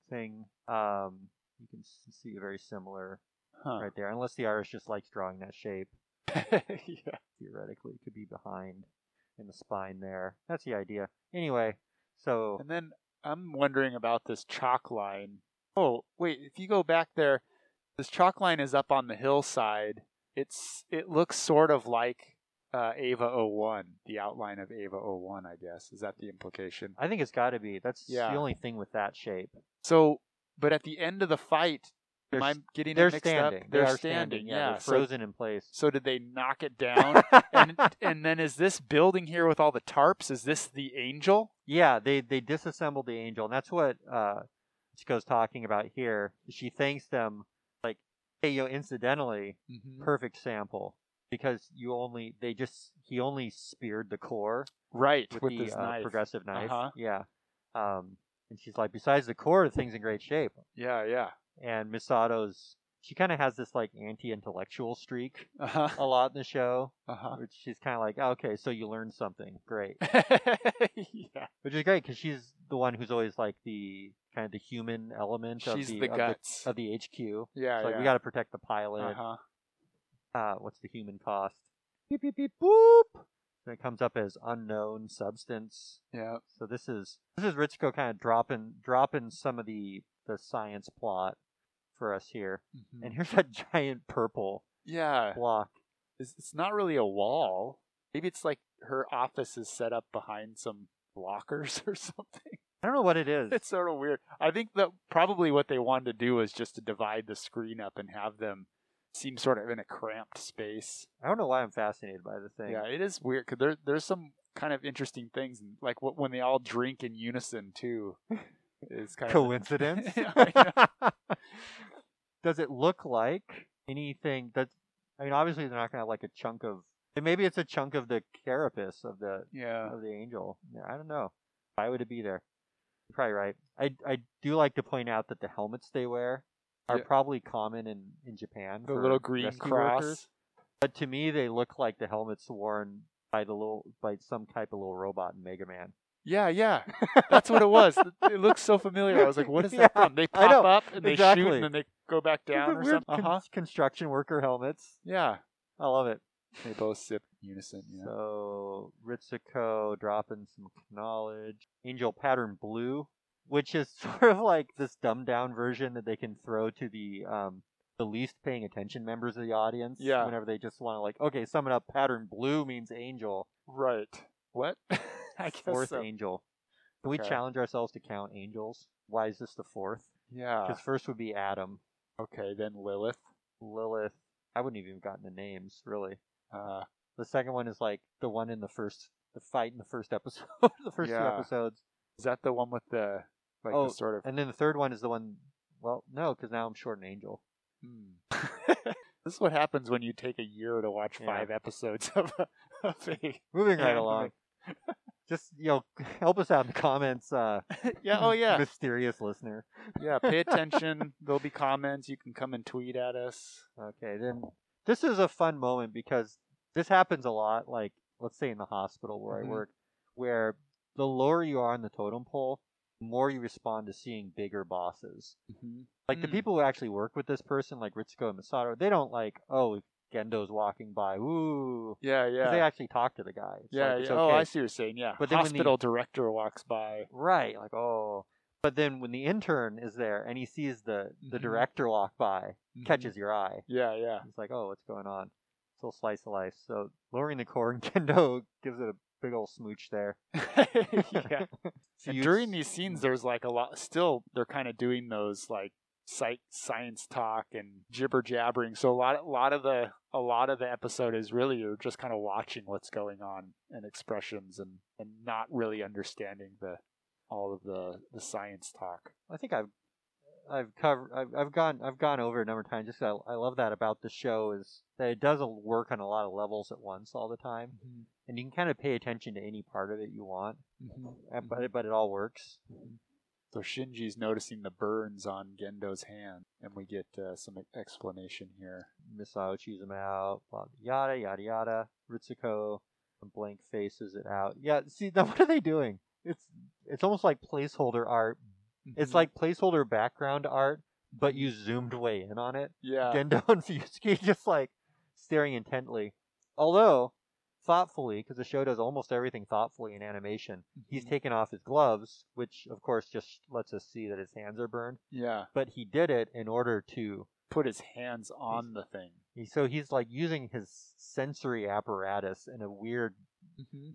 S2: thing. Um, you can s- see very similar
S1: Huh.
S2: right there, unless the artist just likes drawing that shape.
S1: yeah.
S2: theoretically could be behind in the spine there. That's the idea. Anyway, so
S1: And then I'm wondering about this chalk line. Oh, wait, if you go back there, this chalk line is up on the hillside. It's it looks sort of like uh, Ava 01, the outline of Ava 01, I guess. Is that the implication?
S2: I think it's got to be. That's
S1: Yeah.
S2: the only thing with that shape.
S1: So, but at the end of the fight,
S2: They're,
S1: am I
S2: s-
S1: getting
S2: they're
S1: it mixed
S2: standing.
S1: up?
S2: They
S1: They're
S2: are
S1: standing,
S2: Yeah, they're
S1: so,
S2: frozen in place.
S1: so did they knock it down? and and then is this building here with all the tarps? Is this the angel?
S2: yeah, they they disassembled the angel, and that's what uh, Chico's talking about here. She thanks them like, hey, yo, incidentally,
S1: Mm-hmm.
S2: perfect sample because you only they just he only speared the core.
S1: Right, with,
S2: with, the
S1: this
S2: uh,
S1: knife.
S2: progressive knife.
S1: Uh-huh.
S2: Yeah. Um, and she's like, besides the core, the thing's in great shape.
S1: Yeah, yeah.
S2: And Misato's, she kind of has this like anti-intellectual streak
S1: Uh-huh.
S2: a lot in the show,
S1: Uh-huh.
S2: which she's kind of like, "Oh, okay, so you learned something, great,
S1: yeah.
S2: which is great because she's the one who's always like the kind of the human element of
S1: She's
S2: the,
S1: the,
S2: of,
S1: guts.
S2: the of the HQ. It's
S1: yeah,
S2: like
S1: yeah.
S2: we got to protect the pilot.
S1: uh-huh.
S2: Uh, what's the human cost? Beep beep beep boop. And it comes up as unknown substance.
S1: Yeah.
S2: So this is this is Ritsuko kind of dropping dropping some of the the science plot for us here.
S1: Mhm.
S2: And here's that giant purple
S1: yeah.
S2: block.
S1: It's, it's not really a wall. Maybe it's like her office is set up behind some blockers or something.
S2: I don't know what it is.
S1: It's sort of weird. I think that probably what they wanted to do was just to divide the screen up and have them seem sort of in a cramped space.
S2: I don't know why I'm fascinated by the thing.
S1: Yeah, it is weird because there there's some kind of interesting things like wh- when they all drink in unison too. Is kind of
S2: Coincidence?
S1: Yeah, I
S2: Does it look like anything that I mean obviously they're not gonna have like a chunk of and maybe it's a chunk of the carapace of the
S1: yeah.
S2: of the angel. Yeah, I don't know. Why would it be there? You're probably right. I I do like to point out that the helmets they wear are
S1: Yeah.
S2: probably common in in Japan.
S1: the
S2: for
S1: little green
S2: rescue
S1: cross.
S2: workers, but to me they look like the helmets worn by the little by some type of little robot in Mega Man.
S1: Yeah, yeah, that's what it was. It- it looks so familiar. I was like, "What is that
S2: Yeah,
S1: from?" They
S2: I know,
S1: pop up and they shoot,
S2: exactly.
S1: and then they go back down or
S2: Weird
S1: something. Uh-huh.
S2: con- construction worker helmets.
S1: Yeah.
S2: I love it.
S1: They both sip in unison. Yeah.
S2: So Ritsuko dropping some knowledge. Angel pattern blue, which is sort of like this dumbed down version that they can throw to the um the least paying attention members of the audience.
S1: Yeah.
S2: Whenever they just want to like, okay, sum it up. Pattern blue means angel.
S1: Right. What? I guess
S2: fourth
S1: so.
S2: angel. Can we
S1: Okay.
S2: challenge ourselves to count angels? Why is this the fourth?
S1: Yeah.
S2: Because first would be Adam,
S1: Okay, then Lilith.
S2: Lilith. I wouldn't have even gotten the names really.
S1: Uh,
S2: The second one is like the one in the first, the fight in the first episode, the first
S1: Yeah.
S2: two episodes.
S1: is that the one with the like
S2: Oh,
S1: the sort of?
S2: And then the third one is the one. Well, no, because now I'm short an angel.
S1: Hmm. eh. this is what happens when you take a year to watch
S2: Yeah.
S1: five episodes of a, of a
S2: Moving right
S1: Yeah,
S2: along. Just you know, help us out in the comments. Uh,
S1: yeah oh yeah
S2: mysterious listener.
S1: yeah pay attention there'll be comments you can come and tweet at us
S2: Okay, then this is a fun moment because this happens a lot. Like, let's say in the hospital where
S1: Mhm.
S2: I work, where the lower you are on the totem pole, the more you respond to seeing bigger bosses. Like the
S1: Hmm.
S2: people who actually work with this person, like Ritsuko and Masato, they don't like, oh, Gendo's walking by, ooh.
S1: yeah
S2: 'Cause
S1: yeah
S2: They actually talk to the guy. It's
S1: yeah,
S2: like, it's
S1: yeah. oh i
S2: okay.
S1: see what you're saying yeah but
S2: But then when the-
S1: hospital director walks by
S2: Right, like, oh. But then when the intern is there and he sees the, the
S1: Mhm.
S2: director walk by,
S1: Mm-hmm.
S2: catches your eye.
S1: yeah yeah
S2: It's like, oh, what's going on? It's a little slice of life. So lowering the core and Kendo gives it a big old smooch there.
S1: yeah.
S2: So
S1: And
S2: you- Mm.
S1: during these scenes, there's like a lot. Still, they're kind of doing those like psych science talk and gibber jabbering. So a lot, a lot of the, a lot of the episode is really you're just kind of watching what's going on and expressions and and not really understanding the all of the the science talk.
S2: I think I've I've covered I've, I've gone I've gone over it a number of times. Just 'cause I, I love that about the show is that it does a- work on a lot of levels at once all the time, and you can kind of pay attention to any part of it you want. uh,
S1: Mm-hmm.
S2: But it- but it all works.
S1: So Shinji's noticing the burns on Gendo's hand, and we get uh, some explanation here.
S2: Misao chews him out. Blah, yada yada yada. Ritsuko blank faces it out. Yeah. See now what are they doing? It's it's almost like placeholder art.
S1: Mm-hmm.
S2: It's like placeholder background art, but you zoomed way in on it.
S1: yeah,
S2: Gendo and Fuyutsuki just like staring intently. Although, thoughtfully, because the show does almost everything thoughtfully in animation,
S1: Mm-hmm.
S2: he's taken off his gloves, which of course just lets us see that his hands are burned.
S1: yeah.
S2: But he did it in order to.
S1: Put his hands on the thing.
S2: he- So he's like using his sensory apparatus in a weird,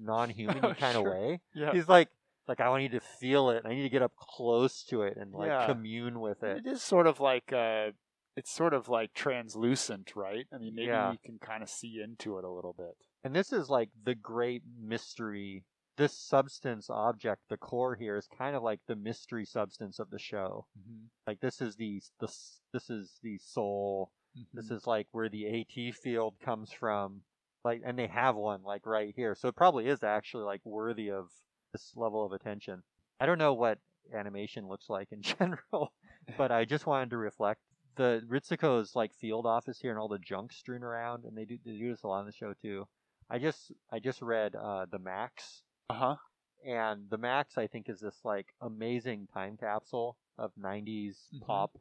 S2: non human
S1: Oh,
S2: kind of
S1: sure.
S2: way.
S1: Yeah.
S2: He's like, like I need to feel it. I need to get up close to it and like
S1: Yeah.
S2: commune with it.
S1: It is sort of like uh it's sort of like translucent, right? I mean, maybe
S2: Yeah.
S1: you can kind of see into it a little bit.
S2: And this is like the great mystery. This substance object, the core here, is kind of like the mystery substance of the show.
S1: Mm-hmm.
S2: Like this is the the s- this is the soul.
S1: Mm-hmm.
S2: This
S1: Mm.
S2: is like where the AT field comes from. Like, and they have one like right here, so it probably is actually like worthy of this level of attention. I don't know what animation looks like in general, but I just wanted to reflect the Ritsuko's like field office here and all the junk strewn around, and they do they do this a lot in the show too. I just I just read uh, the Max,
S1: uh huh.
S2: and the Max I think is this like amazing time capsule of '90s
S1: Mhm.
S2: pop.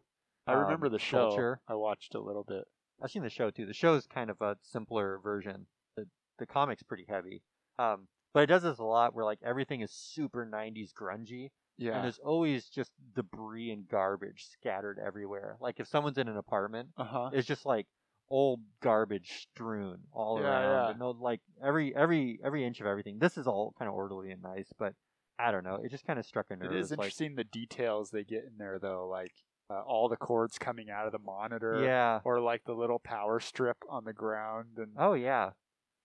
S1: I
S2: um,
S1: remember the show.
S2: culture.
S1: I watched a little bit.
S2: I've seen the show too. The show is kind of a simpler version. The the comic's pretty heavy. Um, but it does this a lot where like everything is super 90s grungy
S1: Yeah.
S2: and there's always just debris and garbage scattered everywhere. Like if someone's in an apartment,
S1: Uh huh.
S2: it's just like old garbage strewn all
S1: Yeah,
S2: around.
S1: yeah.
S2: And they'll, like every every every inch of everything. This is all kind of orderly and nice, but I don't know. It just kind of struck a nerve.
S1: It is
S2: It's like-
S1: interesting the details they get in there though, like uh, all the cords coming out of the monitor,
S2: yeah.
S1: or like the little power strip on the ground, and
S2: Oh yeah.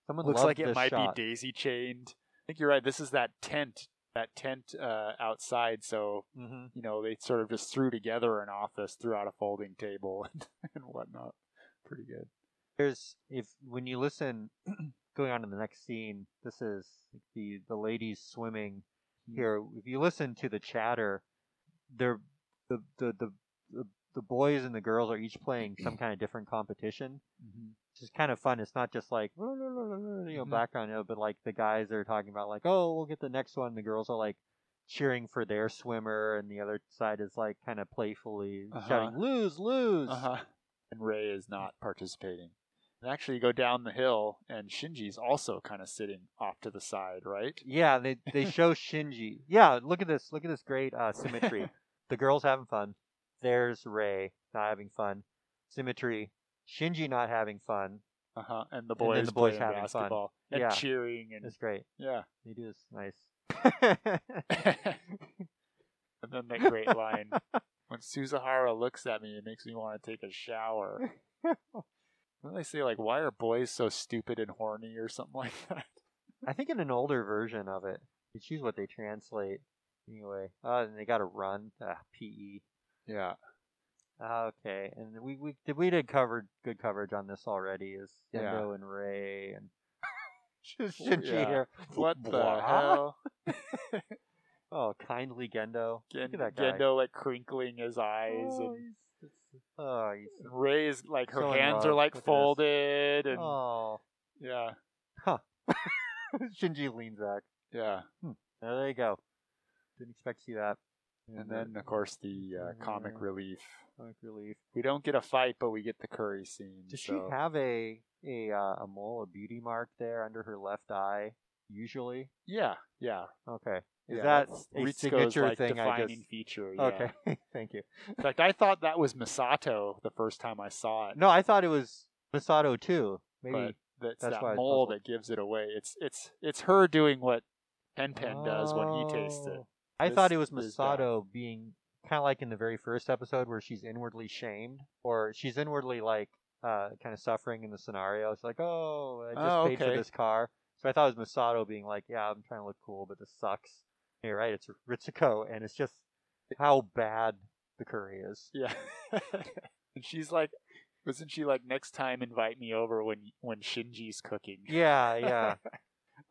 S2: Someone
S1: looks
S2: loved
S1: like it
S2: this
S1: might
S2: shot.
S1: be daisy chained. I think you're right. This is that tent, that tent uh, outside. So
S2: hmm
S1: you know, they sort of just threw together an office, threw out a folding table and, and whatnot. Pretty good.
S2: there's if when you listen going on to the next scene this is the the ladies swimming
S1: Mm-hmm.
S2: here if you listen to the chatter they're the the the, the, the boys and the girls are each playing some kind of different competition which is kind of fun it's not just like you know
S1: Mhm.
S2: background you know, but like the guys are talking about like oh we'll get the next one the girls are like cheering for their swimmer, and the other side is like kind of playfully
S1: Uh-huh.
S2: shouting "lose, lose."
S1: Uh-huh. And Ray is not participating. And actually, you go down the hill, and Shinji's also kind of sitting off to the side, right?
S2: Yeah, they they show Shinji. Yeah, look at this. Look at this great uh, symmetry. the girls having fun. There's Ray not having fun. Symmetry. Shinji not having fun.
S1: Uh huh. And the
S2: And
S1: boys,
S2: then the boys
S1: playing
S2: having fun.
S1: basketball and
S2: Yeah.
S1: cheering and
S2: It's great.
S1: yeah.
S2: They do this nice.
S1: and then that great line when Suzuhara looks at me, it makes me want to take a shower. Then they say like, "Why are boys so stupid and horny?" or something like that.
S2: I think in an older version of it, they choose what they translate anyway. Uh, and they got to run. Uh, PE.
S1: Yeah.
S2: Ah, Okay, and we we did we did covered good coverage on this already. Is
S1: Yeah.
S2: Gendo and Ray and just
S1: Yeah.
S2: Shinji here?
S1: What the
S2: Blah.
S1: hell?
S2: Oh, kindly Gendo.
S1: Gen-
S2: Look at that guy.
S1: Gendo like crinkling his eyes,
S2: Oh,
S1: and
S2: he's, oh, he's-
S1: Ray's like her
S2: So in
S1: hands are
S2: love
S1: like
S2: with this.
S1: folded, and
S2: oh.
S1: yeah,
S2: Shinji leans back.
S1: yeah.
S2: Oh, there you go. Didn't expect to see that.
S1: And then of course the uh, comic
S2: Yeah.
S1: relief.
S2: comic relief.
S1: We don't get a fight, but we get the curry scene.
S2: Does
S1: so.
S2: she have a a uh, a mole, a beauty mark there under her left eye? Usually,
S1: Yeah, yeah.
S2: okay. Is
S1: yeah,
S2: that
S1: that's
S2: a
S1: Ritsuko's,
S2: signature
S1: like,
S2: thing? I
S1: Defining
S2: just
S1: feature. yeah.
S2: okay. Thank you.
S1: In fact, I thought that was Misato the first time I saw it.
S2: No, I thought it was Masato too. Maybe.
S1: but that's,
S2: that's
S1: that
S2: why I was
S1: mole
S2: puzzled.
S1: that gives it away. It's it's it's her doing what Pen Pen does when he tastes it.
S2: Oh. I
S1: This
S2: thought it was
S1: is bad.
S2: Masato being kind of like in the very first episode where she's inwardly shamed or she's inwardly like uh, kind of suffering in the scenario. It's like, oh, I just
S1: Oh,
S2: paid for
S1: okay.
S2: this car. So I thought it was Masato being like, yeah, I'm trying to look cool, but this sucks. And You're right. It's Ritsuko, and it's just how bad the curry is.
S1: Yeah. and she's like, wasn't she like next time invite me over when when Shinji's cooking?
S2: Yeah, yeah.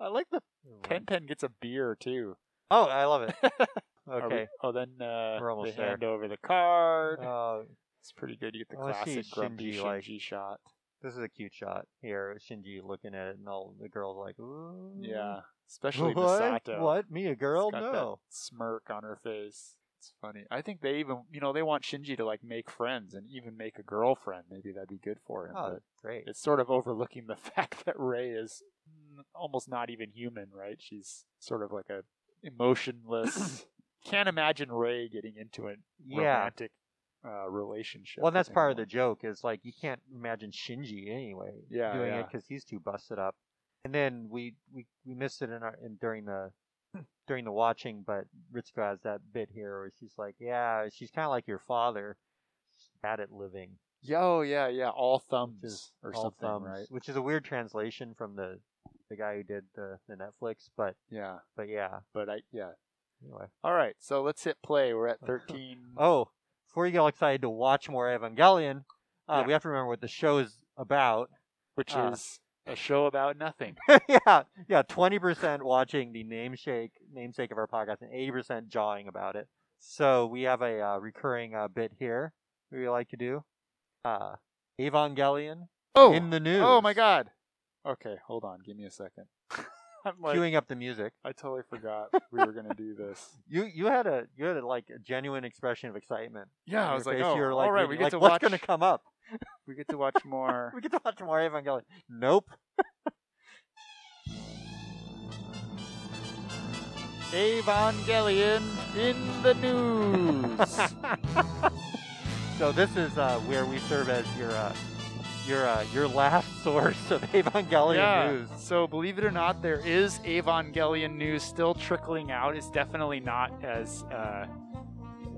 S1: I like the Pen Pen gets a beer too.
S2: Oh, I love it.
S1: Are we-
S2: Okay.
S1: oh, then uh,
S2: We're almost
S1: they
S2: there.
S1: hand over the card.
S2: Uh,
S1: It's pretty good. You get the
S2: I wanna see
S1: classic grumpy
S2: Shinji,
S1: Shinji
S2: like-
S1: shot.
S2: this is a cute shot here. Shinji looking at it, and all the girls like, ooh.
S1: Yeah, especially
S2: Mm. what?
S1: Misato.
S2: What? Me, a girl?
S1: She's got that
S2: No.
S1: smirk on her face. It's funny. I think they even, you know, they want Shinji to like make friends and even make a girlfriend. Maybe that'd be good for him.
S2: Oh,
S1: But
S2: great.
S1: it's sort of overlooking the fact that Ray is mm, almost not even human, right? She's sort of like a emotionless. Can't imagine Ray getting into a
S2: Yeah.
S1: romantic uh, relationship.
S2: Well, and
S1: with
S2: that's part of the
S1: anyone.
S2: joke is like you can't imagine Shinji anyway
S1: Yeah,
S2: doing it
S1: yeah.
S2: because he's too busted up. And then we we, we missed it in our in, during the during the watching, but Ritsuko has that bit here where she's like, yeah, she's kind of like your father, she's bad at living,
S1: Yeah, oh yeah, yeah. All thumbs
S2: is
S1: or
S2: all
S1: something,
S2: thumbs,
S1: right?
S2: which is a weird translation from the the guy who did the the Netflix, but
S1: Yeah,
S2: but yeah,
S1: but I yeah.
S2: anyway.
S1: All right, so let's hit play. We're at thirteen.
S2: Oh, before you get all excited to watch more Evangelion, uh,
S1: Yeah.
S2: we have to remember what the show is about.
S1: which
S2: Uh,
S1: is a show about nothing.
S2: yeah, yeah, twenty percent watching the namesake namesake of our podcast, and eighty percent jawing about it. So we have a uh, recurring uh, bit here that we like to do. Uh, Evangelion
S1: Oh,
S2: in the news.
S1: oh my god. Okay, hold on. Give me a second. I'm like,
S2: Queuing up the music.
S1: I totally forgot we were gonna do this.
S2: You you had a you had a, like a genuine expression of excitement.
S1: Yeah,
S2: on
S1: I
S2: your
S1: was like,
S2: face.
S1: oh,
S2: You were,
S1: all right, we
S2: reading,
S1: get
S2: like,
S1: to
S2: what's
S1: watch.
S2: going to come up?
S1: we get to watch more.
S2: We get to watch more Evangelion. Nope.
S1: Evangelion in the news.
S2: So this is uh, where we serve as your uh, your uh, your last source of Evangelion
S1: yeah.
S2: news.
S1: So believe it or not, there is Evangelion news still trickling out. It's definitely not as uh,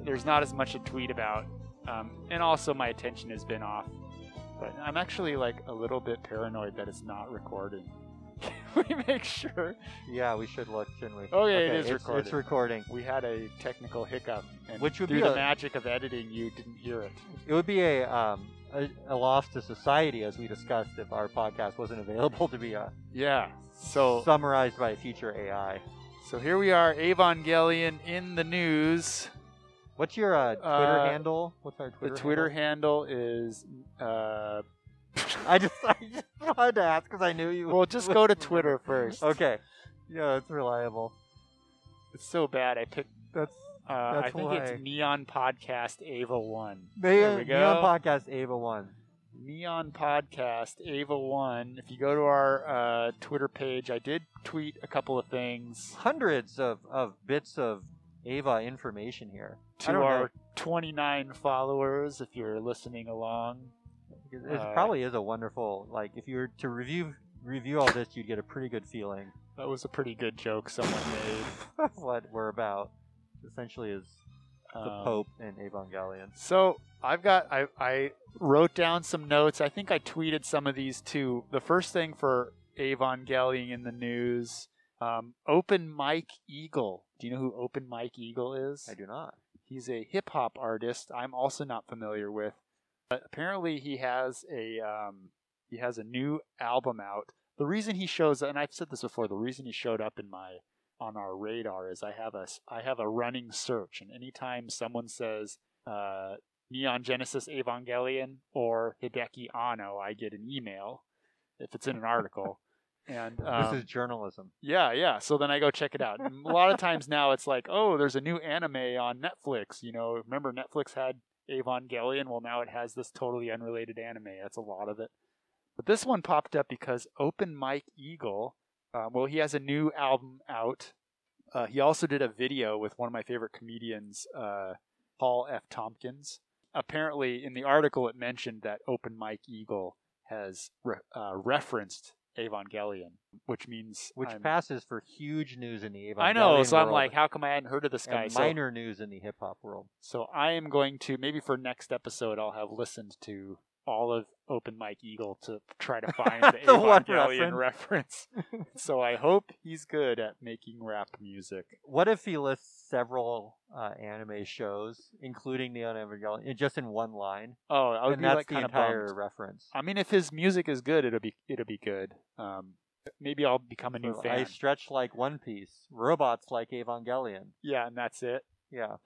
S1: there's not as much to tweet about, um, and also my attention has been off. But I'm actually like a little bit paranoid that it's not recording. Can we make sure?
S2: Yeah, we should look, shouldn't we?
S1: Okay, Oh, it is
S2: it's,
S1: recording.
S2: It's recording.
S1: We had a technical hiccup, and
S2: Which would
S1: through
S2: be
S1: the
S2: a-
S1: magic of editing, you didn't hear it.
S2: It would be a um a, a loss to society as we discussed if our podcast wasn't available to be uh,
S1: Yeah. So
S2: summarized by a future AI.
S1: so here we are, Evangelion in the news.
S2: What's your uh, Twitter
S1: Uh,
S2: handle? What's our
S1: The
S2: Twitter?
S1: Twitter handle is uh,
S2: handle? I just I just wanted to ask because I knew you.
S1: well, just go to Twitter first.
S2: Okay. Yeah, that's reliable.
S1: It's so bad. I picked.
S2: That's
S1: Uh, I
S2: That's
S1: think
S2: why.
S1: it's Neon Podcast Ava One.
S2: Neon,
S1: we
S2: Neon
S1: go.
S2: Podcast Ava One.
S1: Neon Podcast Ava One. If you go to our uh, Twitter page, I did tweet a couple of things
S2: Hundreds of, of bits of Ava information here. I
S1: to
S2: don't
S1: our
S2: know.
S1: 29 followers. If you're listening along,
S2: It, it
S1: uh,
S2: probably is a wonderful like if you were to review review all this, you'd get a pretty good feeling
S1: that was a pretty good joke someone made.
S2: of what we're about. Essentially, is the
S1: Um,
S2: Pope and Evangelion.
S1: So I've got I I wrote down some notes. I think I tweeted some of these too. The first thing for Avon Gelling in the news, um, Open Mike Eagle. Do you know who Open Mike Eagle is?
S2: I do not.
S1: He's a hip hop artist. I'm also not familiar with. But apparently, he has a um, he has a new album out. The reason he shows, and I've said this before, the reason he showed up in my on our radar is I have a s- I have a running search, and anytime someone says uh, Neon Genesis Evangelion or Hideki Anno, I get an email if it's in an article. And um,
S2: this is journalism.
S1: yeah, yeah. So then I go check it out. And a lot of times now it's like, oh, there's a new anime on Netflix. You know, remember Netflix had Evangelion? Well, now it has this totally unrelated anime. That's a lot of it. But this one popped up because Open Mike Eagle, um, well, he has a new album out. Uh, he also did a video with one of my favorite comedians, uh, Paul F. Tompkins. Apparently, in the article, it mentioned that Open Mike Eagle has re- uh, referenced Evangelion, which means
S2: which
S1: I'm-
S2: passes for huge news in the Evangelion
S1: I know. So I'm
S2: world
S1: like, how come I hadn't heard of this guy?
S2: and
S1: So,
S2: minor news in the hip hop world.
S1: so I am going to maybe for next episode, I'll have listened to all of Open Mike Eagle to try to find the,
S2: The one
S1: Evangelion reference. so I hope he's good at making rap music.
S2: What if he lists several uh, anime shows, including Neon Evangelion, in- just in one line?
S1: Oh, I would
S2: and
S1: be
S2: that's
S1: like
S2: the
S1: kind of
S2: entire
S1: bummed.
S2: reference.
S1: I mean, if his music is good, it'll be it'll be good. Um, maybe I'll become a new
S2: So I
S1: fan.
S2: stretch like One Piece, robots like Evangelion.
S1: yeah, and that's it.
S2: Yeah,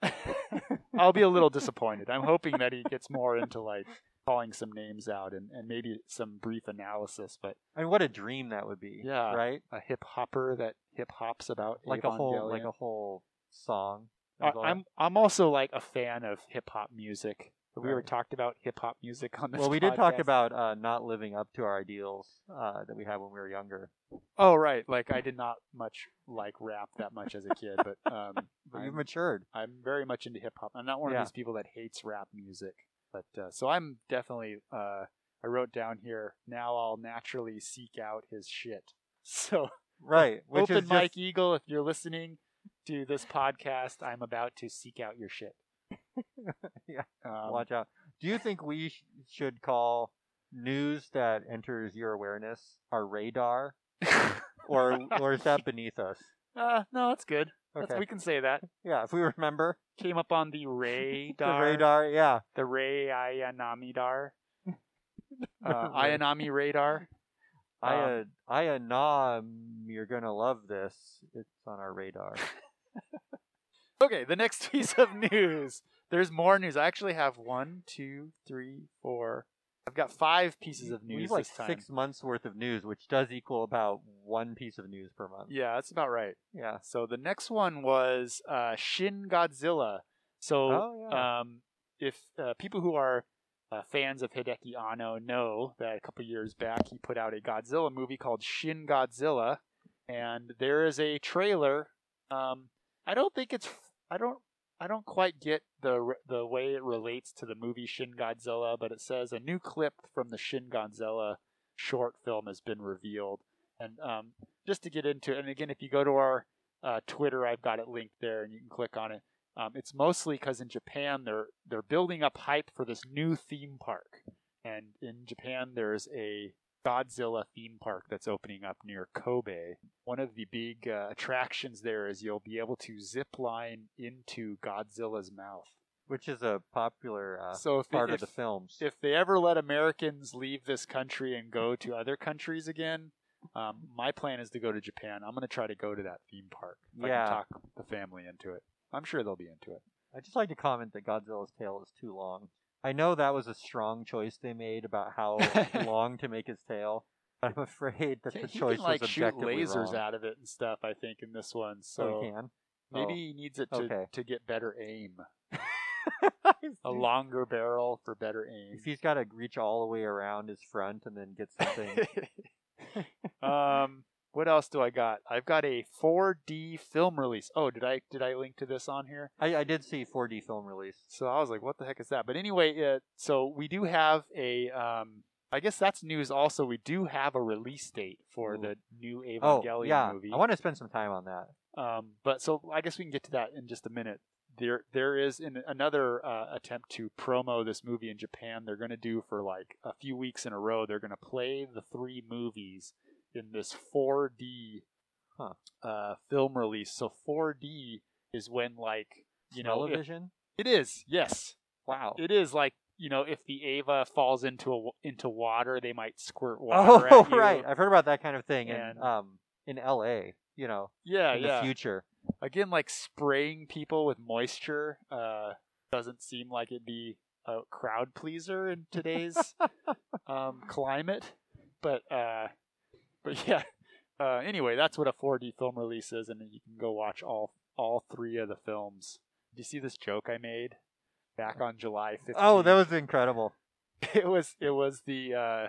S1: I'll be a little disappointed. I'm hoping that he gets more into like calling some names out and, and maybe some brief analysis, but
S2: I mean, what a dream that would be.
S1: Yeah.
S2: right.
S1: a hip hopper that hip hops about
S2: Like a whole, like a whole song.
S1: I,
S2: There's all-
S1: I'm I'm also like a fan of hip hop music. We already
S2: Right.
S1: talked about hip hop music on this.
S2: well, we did talk
S1: podcast.
S2: about uh, not living up to our ideals uh, that we had when we were younger.
S1: Oh right, like I did not much like rap that much as a kid, but um,
S2: But you've
S1: I'm-
S2: matured.
S1: I'm very much into hip hop. I'm not one
S2: Yeah.
S1: of these people that hates rap music, but uh, so I'm definitely. Uh, I wrote down here. Now I'll naturally seek out his shit. So
S2: Right. Which
S1: open
S2: is just-
S1: Mike Eagle, if you're listening to this podcast, I'm about to seek out your shit.
S2: Yeah.
S1: Um,
S2: Watch out. Do you think we sh- should call news that enters your awareness our radar, or or is that beneath us?
S1: uh, no, that's good. That's,
S2: Okay.
S1: we can say that.
S2: Yeah, if we remember
S1: Came up on the radar.
S2: the radar. Yeah.
S1: The Ray Ayanami dar. Uh,
S2: Right.
S1: Ayanami radar.
S2: Aya, Aya Nam, you're gonna love this. It's on our radar.
S1: Okay, the next piece of news. There's more news. I actually have one, two, three, four. I've got five pieces of
S2: We
S1: news
S2: have like
S1: this time.
S2: six months worth of news, which does equal about one piece of news per month.
S1: Yeah, that's about right.
S2: Yeah.
S1: So the next one was uh, Shin Godzilla. So
S2: Oh yeah.
S1: um, if uh, people who are uh, fans of Hideki Anno know that a couple years back he put out a Godzilla movie called Shin Godzilla, and there is a trailer. Um, I don't think it's I don't I don't quite get the re- the way it relates to the movie Shin Godzilla, but it says a new clip from the Shin Godzilla short film has been revealed, and um, just to get into it, and again, if you go to our uh, Twitter, I've got it linked there, and you can click on it. Um, it's mostly because in Japan they're they're building up hype for this new theme park, and in Japan there's a Godzilla theme park that's opening up near Kobe. One of the big uh, attractions there is you'll be able to zip line into Godzilla's mouth.
S2: which is a popular uh,
S1: so if,
S2: part
S1: if,
S2: of the films.
S1: if they ever let Americans leave this country and go to other countries again, um, my plan is to go to Japan. I'm going to try to go to that theme park. If I
S2: Yeah.
S1: can talk the family into it. I'm sure they'll be into it.
S2: I'd just like to comment that Godzilla's tail is too long. I know that was a strong choice they made about how long to make his tail, but I'm afraid that
S1: Yeah,
S2: the
S1: he
S2: choice
S1: can like
S2: was
S1: shoot
S2: objectively
S1: lasers
S2: wrong. Oh,
S1: out of it and stuff. I think in this one,
S2: So
S1: so
S2: he can.
S1: Maybe he needs it to,
S2: Oh, okay.
S1: to get better aim.
S2: Oh.
S1: A
S2: He's-
S1: longer barrel for better aim.
S2: If he's got to reach all the way around his front and then get something.
S1: um, what else do I got? I've got a 4D film release. Oh, did I did I link to this on here?
S2: I, I did see 4D film release.
S1: So I was like, what the heck is that? But anyway, uh, so we do have a. Um, I guess that's news. Also, we do have a release date for
S2: Ooh.
S1: the new
S2: Oh,
S1: Evangelion
S2: yeah.
S1: movie.
S2: I want to spend some time on that.
S1: Um, but so I guess we can get to that in just a minute. There, there is in another uh, attempt to promo this movie in Japan. They're going to do for like a few weeks in a row. They're going to play the three movies in this 4D
S2: Huh.
S1: uh, film release. So 4D is when like you know if-
S2: television.
S1: it is yes
S2: Wow.
S1: it is like you know if the Ava falls into a, into water they might squirt water
S2: Oh,
S1: at you.
S2: right. I've heard about that kind of thing
S1: And-
S2: in um in L.A. You know,
S1: yeah
S2: in
S1: yeah
S2: the future.
S1: again like spraying people with moisture uh doesn't seem like it'd be a crowd pleaser in today's um climate but uh but yeah uh anyway that's what a 4d film release is and you can go watch all all three of the films do you see this joke i made back on july 15th
S2: Oh, that was incredible.
S1: it was it was the uh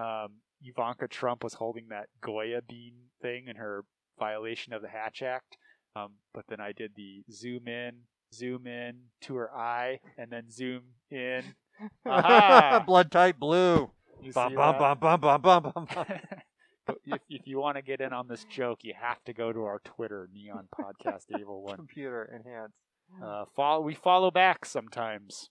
S1: um Ivanka Trump was holding that Goya bean thing in her violation of the Hatch Act. Um, but then I did the zoom in, zoom in to her eye, and then zoom in. Aha!
S2: Blood type blue.
S1: Ah. You
S2: Bum
S1: see
S2: bum
S1: that?
S2: bum bum bum bum bum. bum.
S1: if, if you want to get in on this joke, you have to go to our Twitter, Neon Podcast Evil One.
S2: Computer enhanced.
S1: Uh, follow, we follow back sometimes.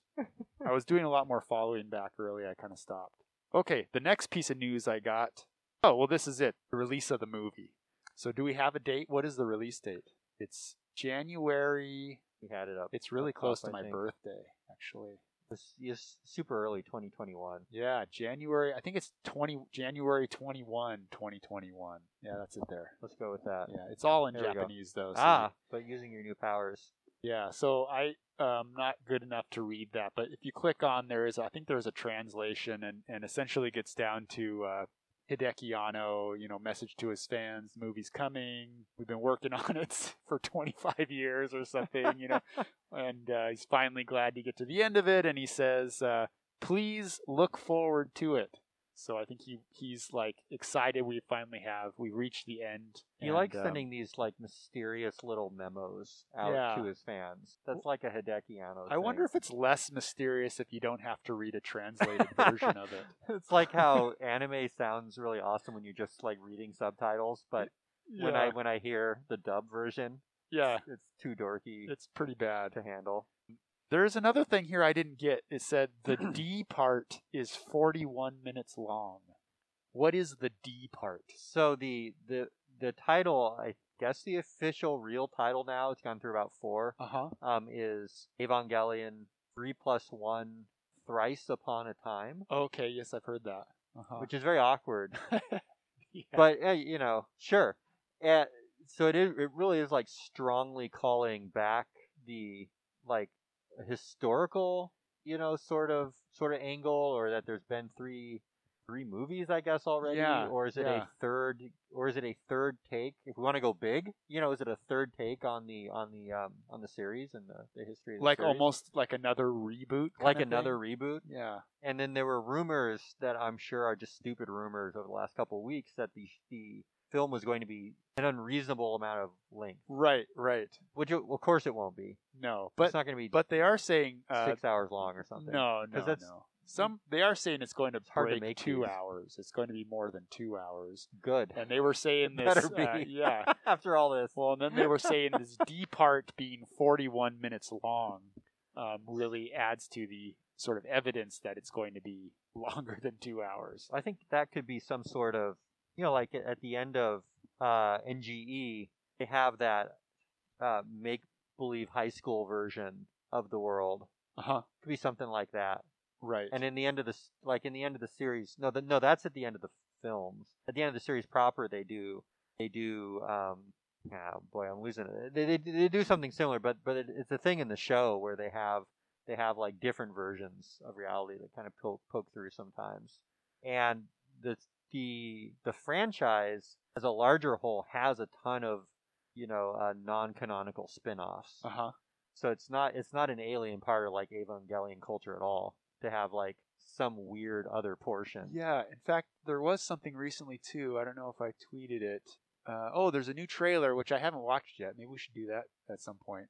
S1: I was doing a lot more following back early. I kind of stopped. Okay, the next piece of news I got. Oh, well, this is it the release of the movie. So, do we have a date? What is the release date? It's January.
S2: We had it up.
S1: It's really
S2: Up top,
S1: close to
S2: I
S1: my
S2: think.
S1: birthday, actually.
S2: It's, it's super early, 2021.
S1: Yeah, January. I think it's 20, January 21, 2021. Yeah, that's it there.
S2: Let's go with that.
S1: Yeah, it's all in
S2: There we go.
S1: Japanese, though. So
S2: Ah, but using your new powers.
S1: Yeah, so I am not good enough to read that, but if you click on there is, I think there's a translation, and and essentially gets down to uh, Hideki Anno, you know, message to his fans, movie's coming, we've been working on it for 25 years or something, you know, and uh, he's finally glad to get to the end of it, and he says, uh, please look forward to it. So I think he he's like excited we finally have we reached the end.
S2: He
S1: and,
S2: likes
S1: um,
S2: sending these like mysterious little memos out
S1: Yeah.
S2: to his fans. That's like a Hideki Anno.
S1: I wonder if it's less mysterious if you don't have to read a translated version of it.
S2: if it's like how anime sounds really awesome when you're just like reading subtitles, but when I when I hear the dub version,
S1: yeah,
S2: it's too dorky uh,
S1: it's pretty bad.
S2: to handle.
S1: There's another thing here I didn't get. It said the D part is 41 minutes long. What is the D part?
S2: So the the the title, I guess the official real title now, it's gone through about four,
S1: Uh huh.
S2: um, is Evangelion three plus one thrice upon a time,
S1: Okay, yes, I've heard that. Uh huh.
S2: which is very awkward.
S1: Yeah.
S2: but eh, you know, sure. Uh, so it is, it really is like strongly calling back the like historical, you know, sort of sort of angle, or that there's been three three movies, I guess already,
S1: Yeah,
S2: or is it
S1: yeah.
S2: a third, or is it a third take? If we want to go big, you know, is it a third take on the on the um on the series and the, the history? Of the
S1: like
S2: series?
S1: almost like another reboot? kinda
S2: like
S1: thing?
S2: another reboot
S1: Yeah.
S2: and then there were rumors that I'm sure are just stupid rumors over the last couple of weeks that the the film was going to be an unreasonable amount of length,
S1: Right, right.
S2: which it, of course it won't be.
S1: No, but
S2: it's not going to be
S1: but they are saying uh,
S2: six hours long or something.
S1: No, no,
S2: 'Cause that's-
S1: no. Some they are saying it's going to
S2: It's hard to
S1: break
S2: make
S1: two
S2: these.
S1: hours. It's going to be more than two hours.
S2: Good.
S1: And they were saying this,
S2: Better
S1: uh,
S2: be.
S1: yeah.
S2: After all this,
S1: Well, and then they were saying this D part being 41 minutes long um, really adds to the sort of evidence that it's going to be longer than two hours.
S2: I think that could be some sort of you know like at- at the end of uh, NGE they have that uh, make believe high school version of the world.
S1: Uh huh.
S2: Could be something like that.
S1: Right.
S2: And in the end of the s- like in the end of the series, no, the, no, that's at the end of the films. At the end of the series proper, they do they do. Um, ah, boy, I'm losing it. They, they they do something similar, but but it, it's a thing in the show where they have they have like different versions of reality that kind of poke, poke through sometimes. And the the the franchise as a larger whole has a ton of you know uh, non-canonical spin-offs.
S1: Uh huh.
S2: So it's not it's not an alien part of like Evangelion culture at all to have like some weird other portion.
S1: Yeah. In fact, there was something recently too. I don't know if I tweeted it. Uh, oh, there's a new trailer which I haven't watched yet. Maybe we should do that at some point.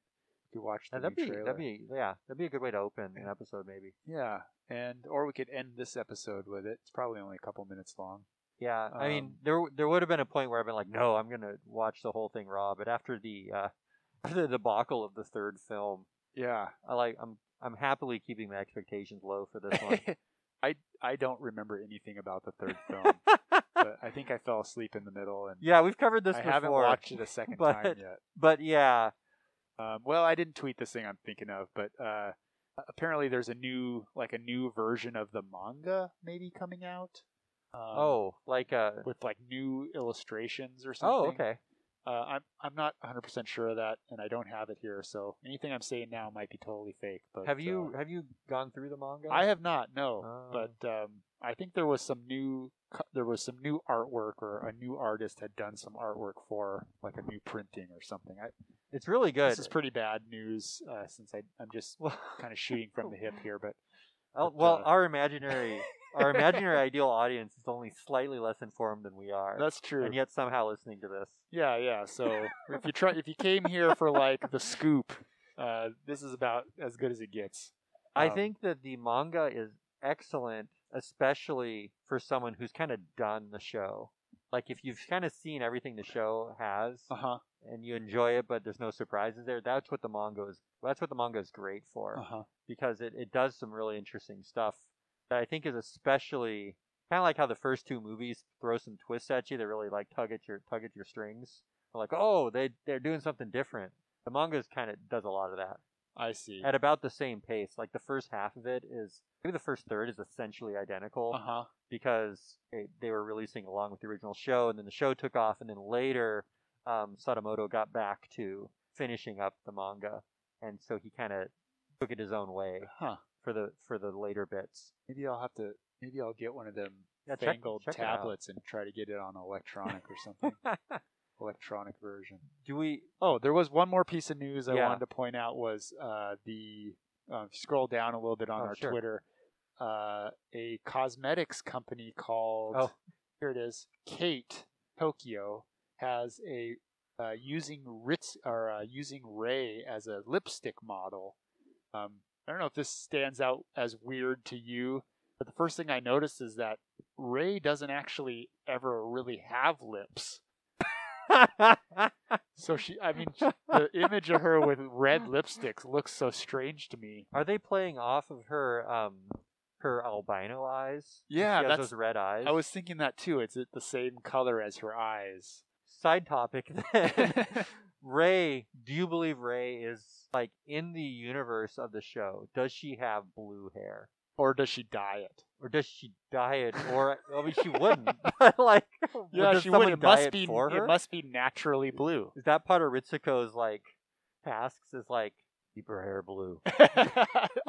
S1: We could watch the
S2: Uh, that'd
S1: new
S2: be
S1: trailer.
S2: that'd be yeah that'd be a good way to open an episode maybe.
S1: Yeah, and or we could end this episode with it. It's probably only a couple minutes long.
S2: Yeah, I mean
S1: Um,
S2: there there would have been a point where I've been like, no, I'm gonna watch the whole thing raw. But after the uh, after the debacle of the third film,
S1: Yeah,
S2: I like I'm I'm happily keeping my expectations low for this one.
S1: I I don't remember anything about the third film, but I think I fell asleep in the middle, and
S2: yeah, we've covered this
S1: I
S2: before,
S1: haven't watched it a second time
S2: but-
S1: yet.
S2: but yeah,
S1: Um, well, I didn't tweet this thing I'm thinking of, but uh, apparently there's a new like a new version of the manga maybe coming out. Um,
S2: oh, like uh,
S1: with like new illustrations or something.
S2: oh, okay,
S1: Uh, I'm I'm not 100 percent sure of that, and I don't have it here. So anything I'm saying now might be totally fake. But
S2: have
S1: uh,
S2: you have you gone through the manga?
S1: I have not, no.
S2: Oh.
S1: But um, I think there was some new, co- there was some new artwork, or a new artist had done some artwork for like a new printing or something. I,
S2: It's really good.
S1: this is pretty bad news uh, since I, I'm just
S2: well,
S1: kind of shooting from the hip here, but
S2: I'll-
S1: but,
S2: well,
S1: uh,
S2: our imaginary our imaginary ideal audience is only slightly less informed than we are,
S1: that's true.
S2: and yet somehow listening to this.
S1: Yeah, yeah. So if you try, if you came here for like the scoop, uh, this is about as good as it gets.
S2: I
S1: Um,
S2: think that the manga is excellent, especially for someone who's kind of done the show. Like if you've kind of seen everything the show has
S1: Uh huh.
S2: and you enjoy it, but there's no surprises there. That's what the manga is. That's what the manga is great for
S1: Uh huh.
S2: because it, it does some really interesting stuff that I think is especially kind of like how the first two movies throw some twists at you that really like tug at your tug at your strings. They're like, oh, they they're doing something different. The manga's kind of does a lot of that
S1: I see. Uh
S2: at about the same pace. Like the first half of it is maybe the first third is essentially identical
S1: huh.
S2: because it, they were releasing along with the original show, and then the show took off, and then later um, Sadamoto got back to finishing up the manga, and so he kind of took it his own way
S1: Huh.
S2: for the for the later bits.
S1: Maybe I'll have to. Maybe I'll get one of them
S2: Yeah, check-
S1: fangled
S2: check it out.
S1: tablets and try to get it on electronic or something. electronic version.
S2: Do we?
S1: Oh, there was one more piece of news I
S2: Yeah.
S1: wanted to point out was uh, the uh, scroll down a little bit on
S2: Oh,
S1: our
S2: sure.
S1: Twitter. Uh, a cosmetics company called
S2: Oh.
S1: here it is Kate Tokyo has a uh, using Ritz or uh, using Ray as a lipstick model. Um, I don't know if this stands out as weird to you, but the first thing I noticed is that Ray doesn't actually ever really have lips. So she, I mean, the image of her with red lipsticks looks so strange to me.
S2: Are they playing off of her um her albino eyes?
S1: Yeah,
S2: she has
S1: that's-
S2: those red eyes.
S1: I was thinking that too. It's the same color as her eyes.
S2: side topic then. Ray, do you believe Ray is like in the universe of the show? Does she have blue hair?
S1: or does she dye it?
S2: Or does she dye it? Or I mean, she wouldn't. but, like,
S1: Yeah,
S2: does
S1: she would.
S2: someone
S1: It
S2: dye
S1: must be.
S2: for her.
S1: It must be naturally blue.
S2: Is that part of Ritsuko's like tasks? Is like keep her hair blue.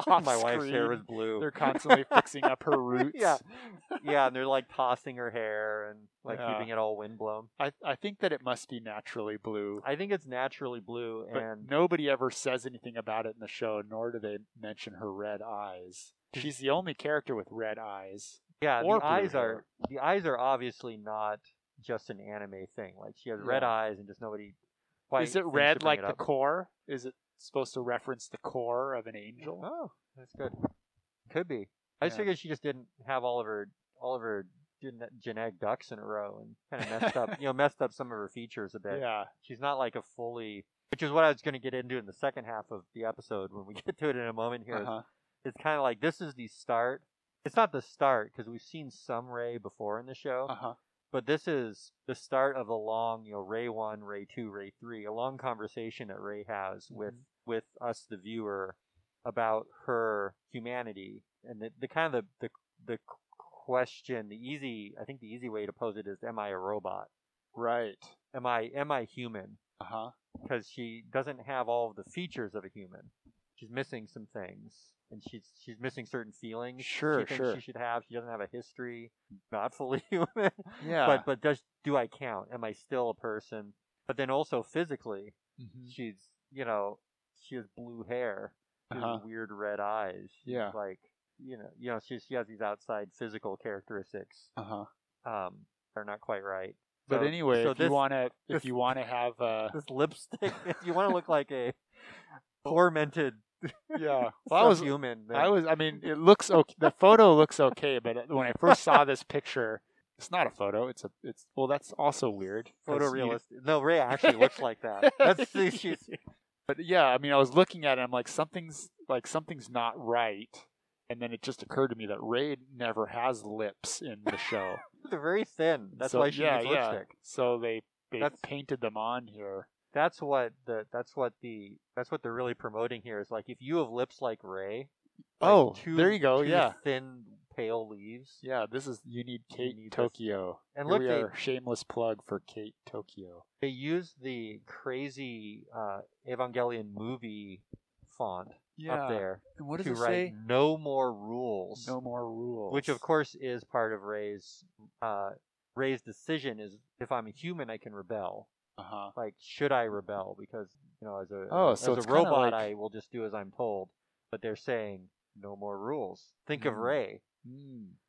S1: Off
S2: My wife's hair
S1: screen,
S2: was blue.
S1: They're constantly fixing up her roots.
S2: Yeah. yeah, and they're like tossing her hair and like
S1: Yeah.
S2: keeping it all windblown.
S1: I, I think that it must be naturally blue.
S2: I think it's naturally blue,
S1: But
S2: and
S1: nobody ever says anything about it in the show, nor do they mention her red eyes. She's the only character with red eyes.
S2: Yeah,
S1: or
S2: the
S1: blue
S2: eyes
S1: hair.
S2: are the eyes are obviously not just an anime thing. Like she has red
S1: Yeah.
S2: eyes and just nobody quite.
S1: Is it
S2: seems to
S1: red
S2: bring
S1: like
S2: it
S1: the
S2: up.
S1: core? Is it supposed to reference the core of an angel?
S2: Oh, that's good. Could be. I just
S1: Yeah.
S2: figured she just didn't have all of her all of her gen- genetic ducks in a row and kind of messed up, you know, messed up some of her features a bit.
S1: Yeah.
S2: She's not like a fully, which is what I was going to get into in the second half of the episode when we get to it in a moment here.
S1: Uh-huh.
S2: It's kind of like this is the start. It's not the start because we've seen some Ray before in the show.
S1: Uh-huh.
S2: but this is the start of a long, you know, Ray one, Ray two, Ray three, a long conversation that Ray has with
S1: Mhm.
S2: with us, the viewer, about her humanity and the, the kind of the, the the question, the easy, I think the easy way to pose it is, am I a robot?
S1: Right.
S2: Am I am I human?
S1: Uh-huh.
S2: Because she doesn't have all of the features of a human. She's missing some things, and she's she's missing certain feelings.
S1: Sure,
S2: she thinks
S1: sure.
S2: She should have. She doesn't have a history. Not fully human
S1: Yeah.
S2: but but does do I count? Am I still a person? but then also physically,
S1: Mhm.
S2: she's you know she has blue hair, she has
S1: Uh-huh.
S2: weird red eyes. She's
S1: Yeah.
S2: like you know you know she she has these outside physical characteristics.
S1: Uh-huh.
S2: Um, they're not quite right.
S1: But
S2: So-
S1: anyway,
S2: so
S1: if
S2: this-
S1: you want to, if
S2: this-
S1: you want to have, uh,
S2: This lipstick, if you want to look like a tormented
S1: yeah. Well, I
S2: well,
S1: was,
S2: human, then
S1: I was. I mean, it looks okay. The photo looks okay, but uh, when I first saw this picture, it's not a photo. It's a. It's well. That's also weird. 'cause you-
S2: photorealistic. No, Ray actually looks like that. That's the, she's
S1: But yeah, I mean, I was looking at it. I'm like, something's like something's not right. And then it just occurred to me that Ray never has lips in the show.
S2: they're very thin. That's
S1: So,
S2: why she
S1: yeah,
S2: needs
S1: yeah.
S2: lipstick.
S1: So they they
S2: That's-
S1: painted them on here.
S2: That's what the that's what the that's what they're really promoting here is like if you have lips like Ray. like
S1: Oh,
S2: two-
S1: there you go,
S2: two
S1: yeah.
S2: thin pale leaves.
S1: Yeah, this is you need Kate
S2: need this.
S1: Tokyo.
S2: And
S1: Here
S2: look,
S1: we
S2: they,
S1: are shameless plug for Kate Tokyo.
S2: they use the crazy uh, Evangelion movie font up there
S1: And what does
S2: to
S1: it
S2: write
S1: say?
S2: "No more rules."
S1: No more rules.
S2: which of course is part of Ray's uh, Ray's decision is if I'm a human I can rebel.
S1: Uh huh.
S2: Like should I rebel because you know as a
S1: Oh,
S2: as
S1: so
S2: a
S1: it's kinda like-
S2: robot I will just do as I'm told. But they're saying no more rules. Think of
S1: Hmm.
S2: Ray.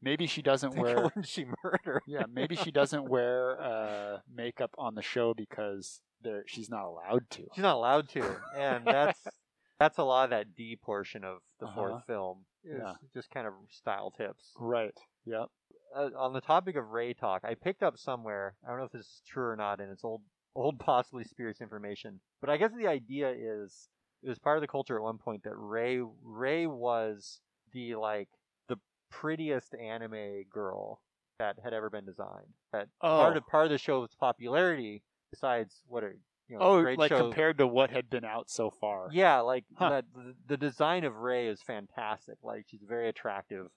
S1: Maybe she doesn't
S2: Think
S1: wear.
S2: of when she murdered.
S1: yeah, maybe she doesn't wear uh, makeup on the show because there she's not allowed to.
S2: She's not allowed to, and that's that's a lot of that D portion of the
S1: Uh-huh.
S2: fourth film. Is
S1: Yeah.
S2: just kind of style tips.
S1: Right. Yep.
S2: uh, on the topic of Ray talk, I picked up somewhere. I don't know if this is true or not, and it's old, old possibly spurious information. But I guess the idea is it was part of the culture at one point that Ray Ray was the like the prettiest anime girl that had ever been designed. That
S1: Oh.
S2: part of part of the show's popularity, besides what are you know
S1: Oh,
S2: great
S1: like
S2: show.
S1: compared to what had been out so far.
S2: Yeah, like
S1: Huh.
S2: that, the, the design of Ray is fantastic. Like she's a very attractive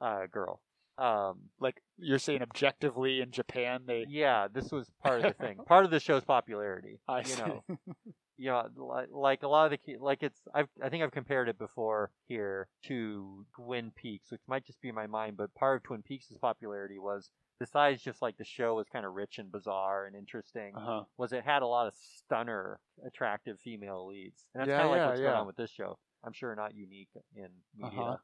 S2: uh, girl. Um,
S1: Like you're saying, objectively in Japan, they.
S2: yeah, this was part of the thing. Part of the show's popularity.
S1: I
S2: you
S1: see.
S2: know, you know, li- like a lot of the key, like it's. I've, I think I've compared it before here to Twin Peaks, which might just be in my mind, but part of Twin Peaks' popularity was besides just like the show was kind of rich and bizarre and interesting,
S1: Uh-huh.
S2: was it had a lot of stunner, attractive female leads, and that's
S1: Yeah,
S2: kind of
S1: yeah,
S2: like what's going
S1: yeah.
S2: on with this show. I'm sure not unique in media
S1: Uh-huh.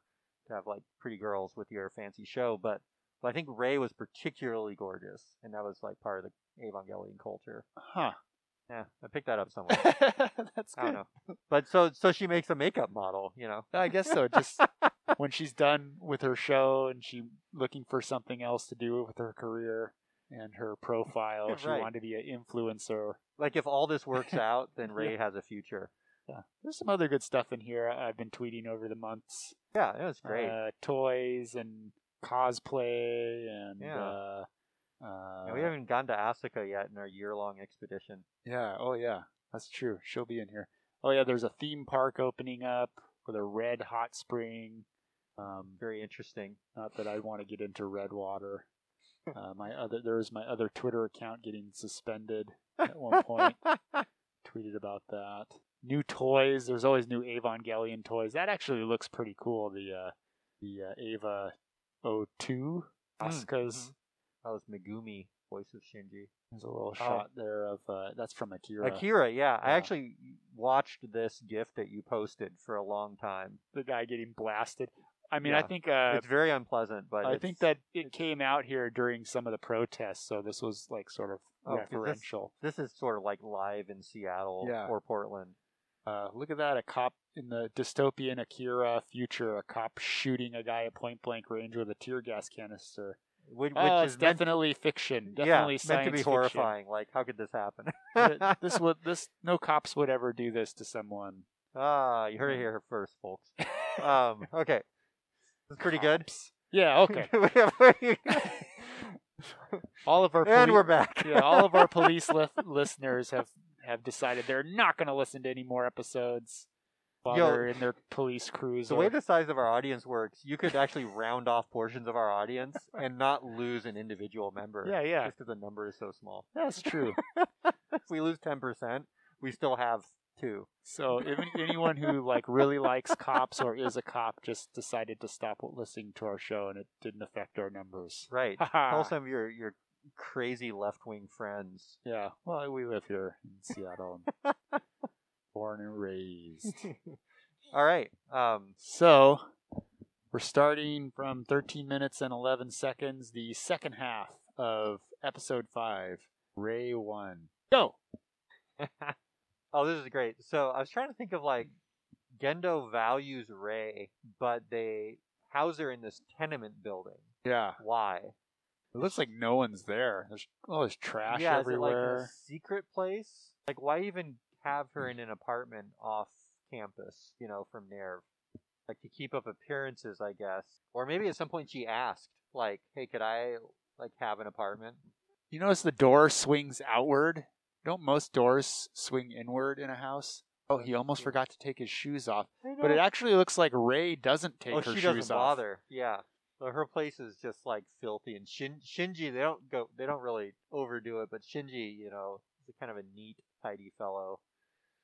S2: to have like pretty girls with your fancy show, but but I think Ray was particularly gorgeous, and that was like part of the Evangelion culture.
S1: Huh.
S2: Yeah, I picked that up somewhere.
S1: That's
S2: I don't
S1: good.
S2: know, but so so she makes a makeup model, you know.
S1: I, guess so. Just when she's done with her show and she looking for something else to do with her career and her profile, she
S2: Right.
S1: wanted to be an influencer.
S2: Like if all this works out, then Ray has a future.
S1: Yeah. There's some other good stuff in here I- I've been tweeting over the months.
S2: Yeah, it was great.
S1: Uh, toys and cosplay and
S2: Yeah.
S1: uh, uh,
S2: And we haven't gone to Asuka yet in our year-long expedition.
S1: yeah, oh yeah, that's true. She'll be in here. Oh yeah, there's a theme park opening up with a red hot spring. Um,
S2: Very interesting.
S1: not that I want to get into red water. Uh, my other there was my other Twitter account getting suspended at one point. tweeted about that. New toys. There's always new Evangelion toys. That actually looks pretty cool. The uh, the uh, Ava 02
S2: Mm, mm-hmm.
S1: Asuka's.
S2: That was Megumi, voice of Shinji.
S1: There's a little shot there of uh, that's from Akira.
S2: Oh. Akira, yeah. I
S1: Yeah.
S2: actually watched this GIF that you posted for a long time.
S1: The guy getting blasted. I mean, I
S2: Yeah.
S1: think uh,
S2: it's very unpleasant, but
S1: I
S2: it's-
S1: think that it came out here during some of the protests, so this was like sort of
S2: Oh, 'cause this-
S1: referential.
S2: this is sort of like live in Seattle
S1: Yeah.
S2: or Portland.
S1: Uh, look at that! A cop in the dystopian Akira future, a cop shooting a guy at point blank range with a tear gas canister.
S2: Which, which
S1: oh,
S2: is
S1: it's
S2: Uh, meant-
S1: definitely fiction.
S2: yeah,
S1: Definitely
S2: meant
S1: science
S2: to be
S1: fiction.
S2: horrifying. Like, how could this happen?
S1: Th- this would this no cops would ever do this to someone.
S2: ah, you heard it here first, folks. Um, okay. This is pretty good.
S1: Cops. Yeah. Okay. All of our
S2: and
S1: poli-
S2: we're back.
S1: yeah, all of our police lif- listeners have have decided they're not going to listen to any more episodes while
S2: Yo,
S1: they're in their police cruise.
S2: The
S1: or-
S2: way the size of our audience works, you could actually round off portions of our audience and not lose an individual member.
S1: yeah, yeah,
S2: Just because the number is so small.
S1: that's true.
S2: If we lose 10%, we still have two.
S1: So if anyone who like really likes cops or is a cop just decided to stop listening to our show and it didn't affect our numbers.
S2: Right. Tell
S1: Haha.
S2: some of your, your crazy left wing friends.
S1: Yeah. Well, we live here in Seattle. and born and raised.
S2: All right. Um,
S1: So we're starting from 13 minutes and 11 seconds, the second half of episode five, Ray One. Go.
S2: oh, this is great. So I was trying to think of like Gendo values Ray, but they house her in this tenement building.
S1: Yeah.
S2: Why?
S1: It looks like no one's there. There's all this trash
S2: yeah, is it like
S1: everywhere.
S2: a secret place? Like, why even have her in an apartment off campus? You know, from Nerve, like to keep up appearances, I guess. Or maybe at some point she asked, like, "Hey, could I like have an apartment?"
S1: you notice the door swings outward. Don't most doors swing inward in a house? Oh, he almost forgot to take his shoes off. But it actually looks like Ray doesn't take
S2: oh,
S1: her
S2: she
S1: shoes
S2: doesn't
S1: off.
S2: bother. Yeah, so her place is just like filthy. And Shin- Shinji, they don't go, they don't really overdo it. But Shinji, you know, is kind of a neat, tidy fellow.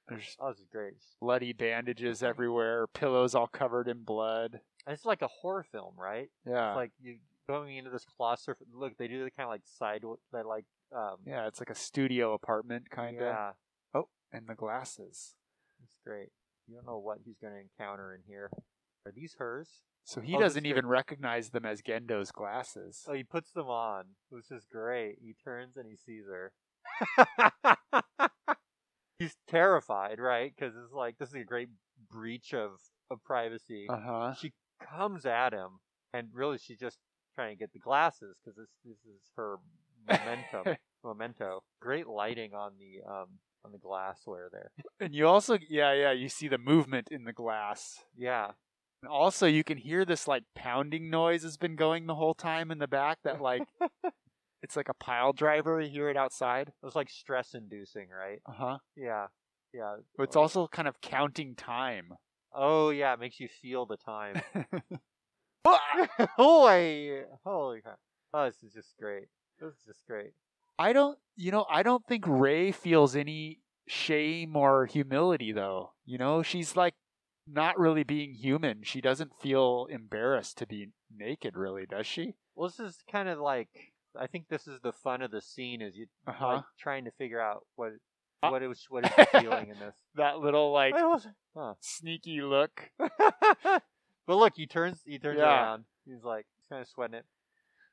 S1: There's
S2: Oh, this is great.
S1: bloody bandages everywhere, pillows all covered in blood.
S2: And it's like a horror film, right?
S1: Yeah.
S2: It's like you going into this claustroph. Look, they do the kind of like side that like um
S1: yeah, it's like a studio apartment kind of.
S2: yeah,
S1: And the glasses.
S2: it's great. You don't know what he's going to encounter in here. Are these hers?
S1: So he
S2: Oh, that's
S1: doesn't even recognize them as Gendo's glasses.
S2: Oh, he puts them on. This is great. He turns and he sees her. he's terrified, right? Because it's like this is a great breach of of privacy.
S1: Uh-huh.
S2: She comes at him, and really, she's just trying to get the glasses because this this is her momentum memento. Great lighting on the um on the glassware there.
S1: And you also yeah, yeah, you see the movement in the glass.
S2: Yeah,
S1: And also you can hear this like pounding noise has been going the whole time in the back that like it's like a pile driver, you hear it outside.
S2: it was like stress inducing, right?
S1: Uh-huh.
S2: Yeah, yeah.
S1: But it's also kind of counting time.
S2: Oh yeah, it makes you feel the time. Holy, holy crap! Oh, this is just great. This is just great.
S1: I don't, you know, I don't think Ray feels any shame or humility though. You know, she's like not really being human. She doesn't feel embarrassed to be naked, really, does she?
S2: Well, this is kind of like I think this is the fun of the scene is you
S1: Uh
S2: like trying to figure out what
S1: Uh.
S2: what it was what is she feeling in this.
S1: That little like
S2: I was- huh.
S1: sneaky look.
S2: but look, he turns he turns
S1: Yeah.
S2: around. He's like he's kind of sweating it.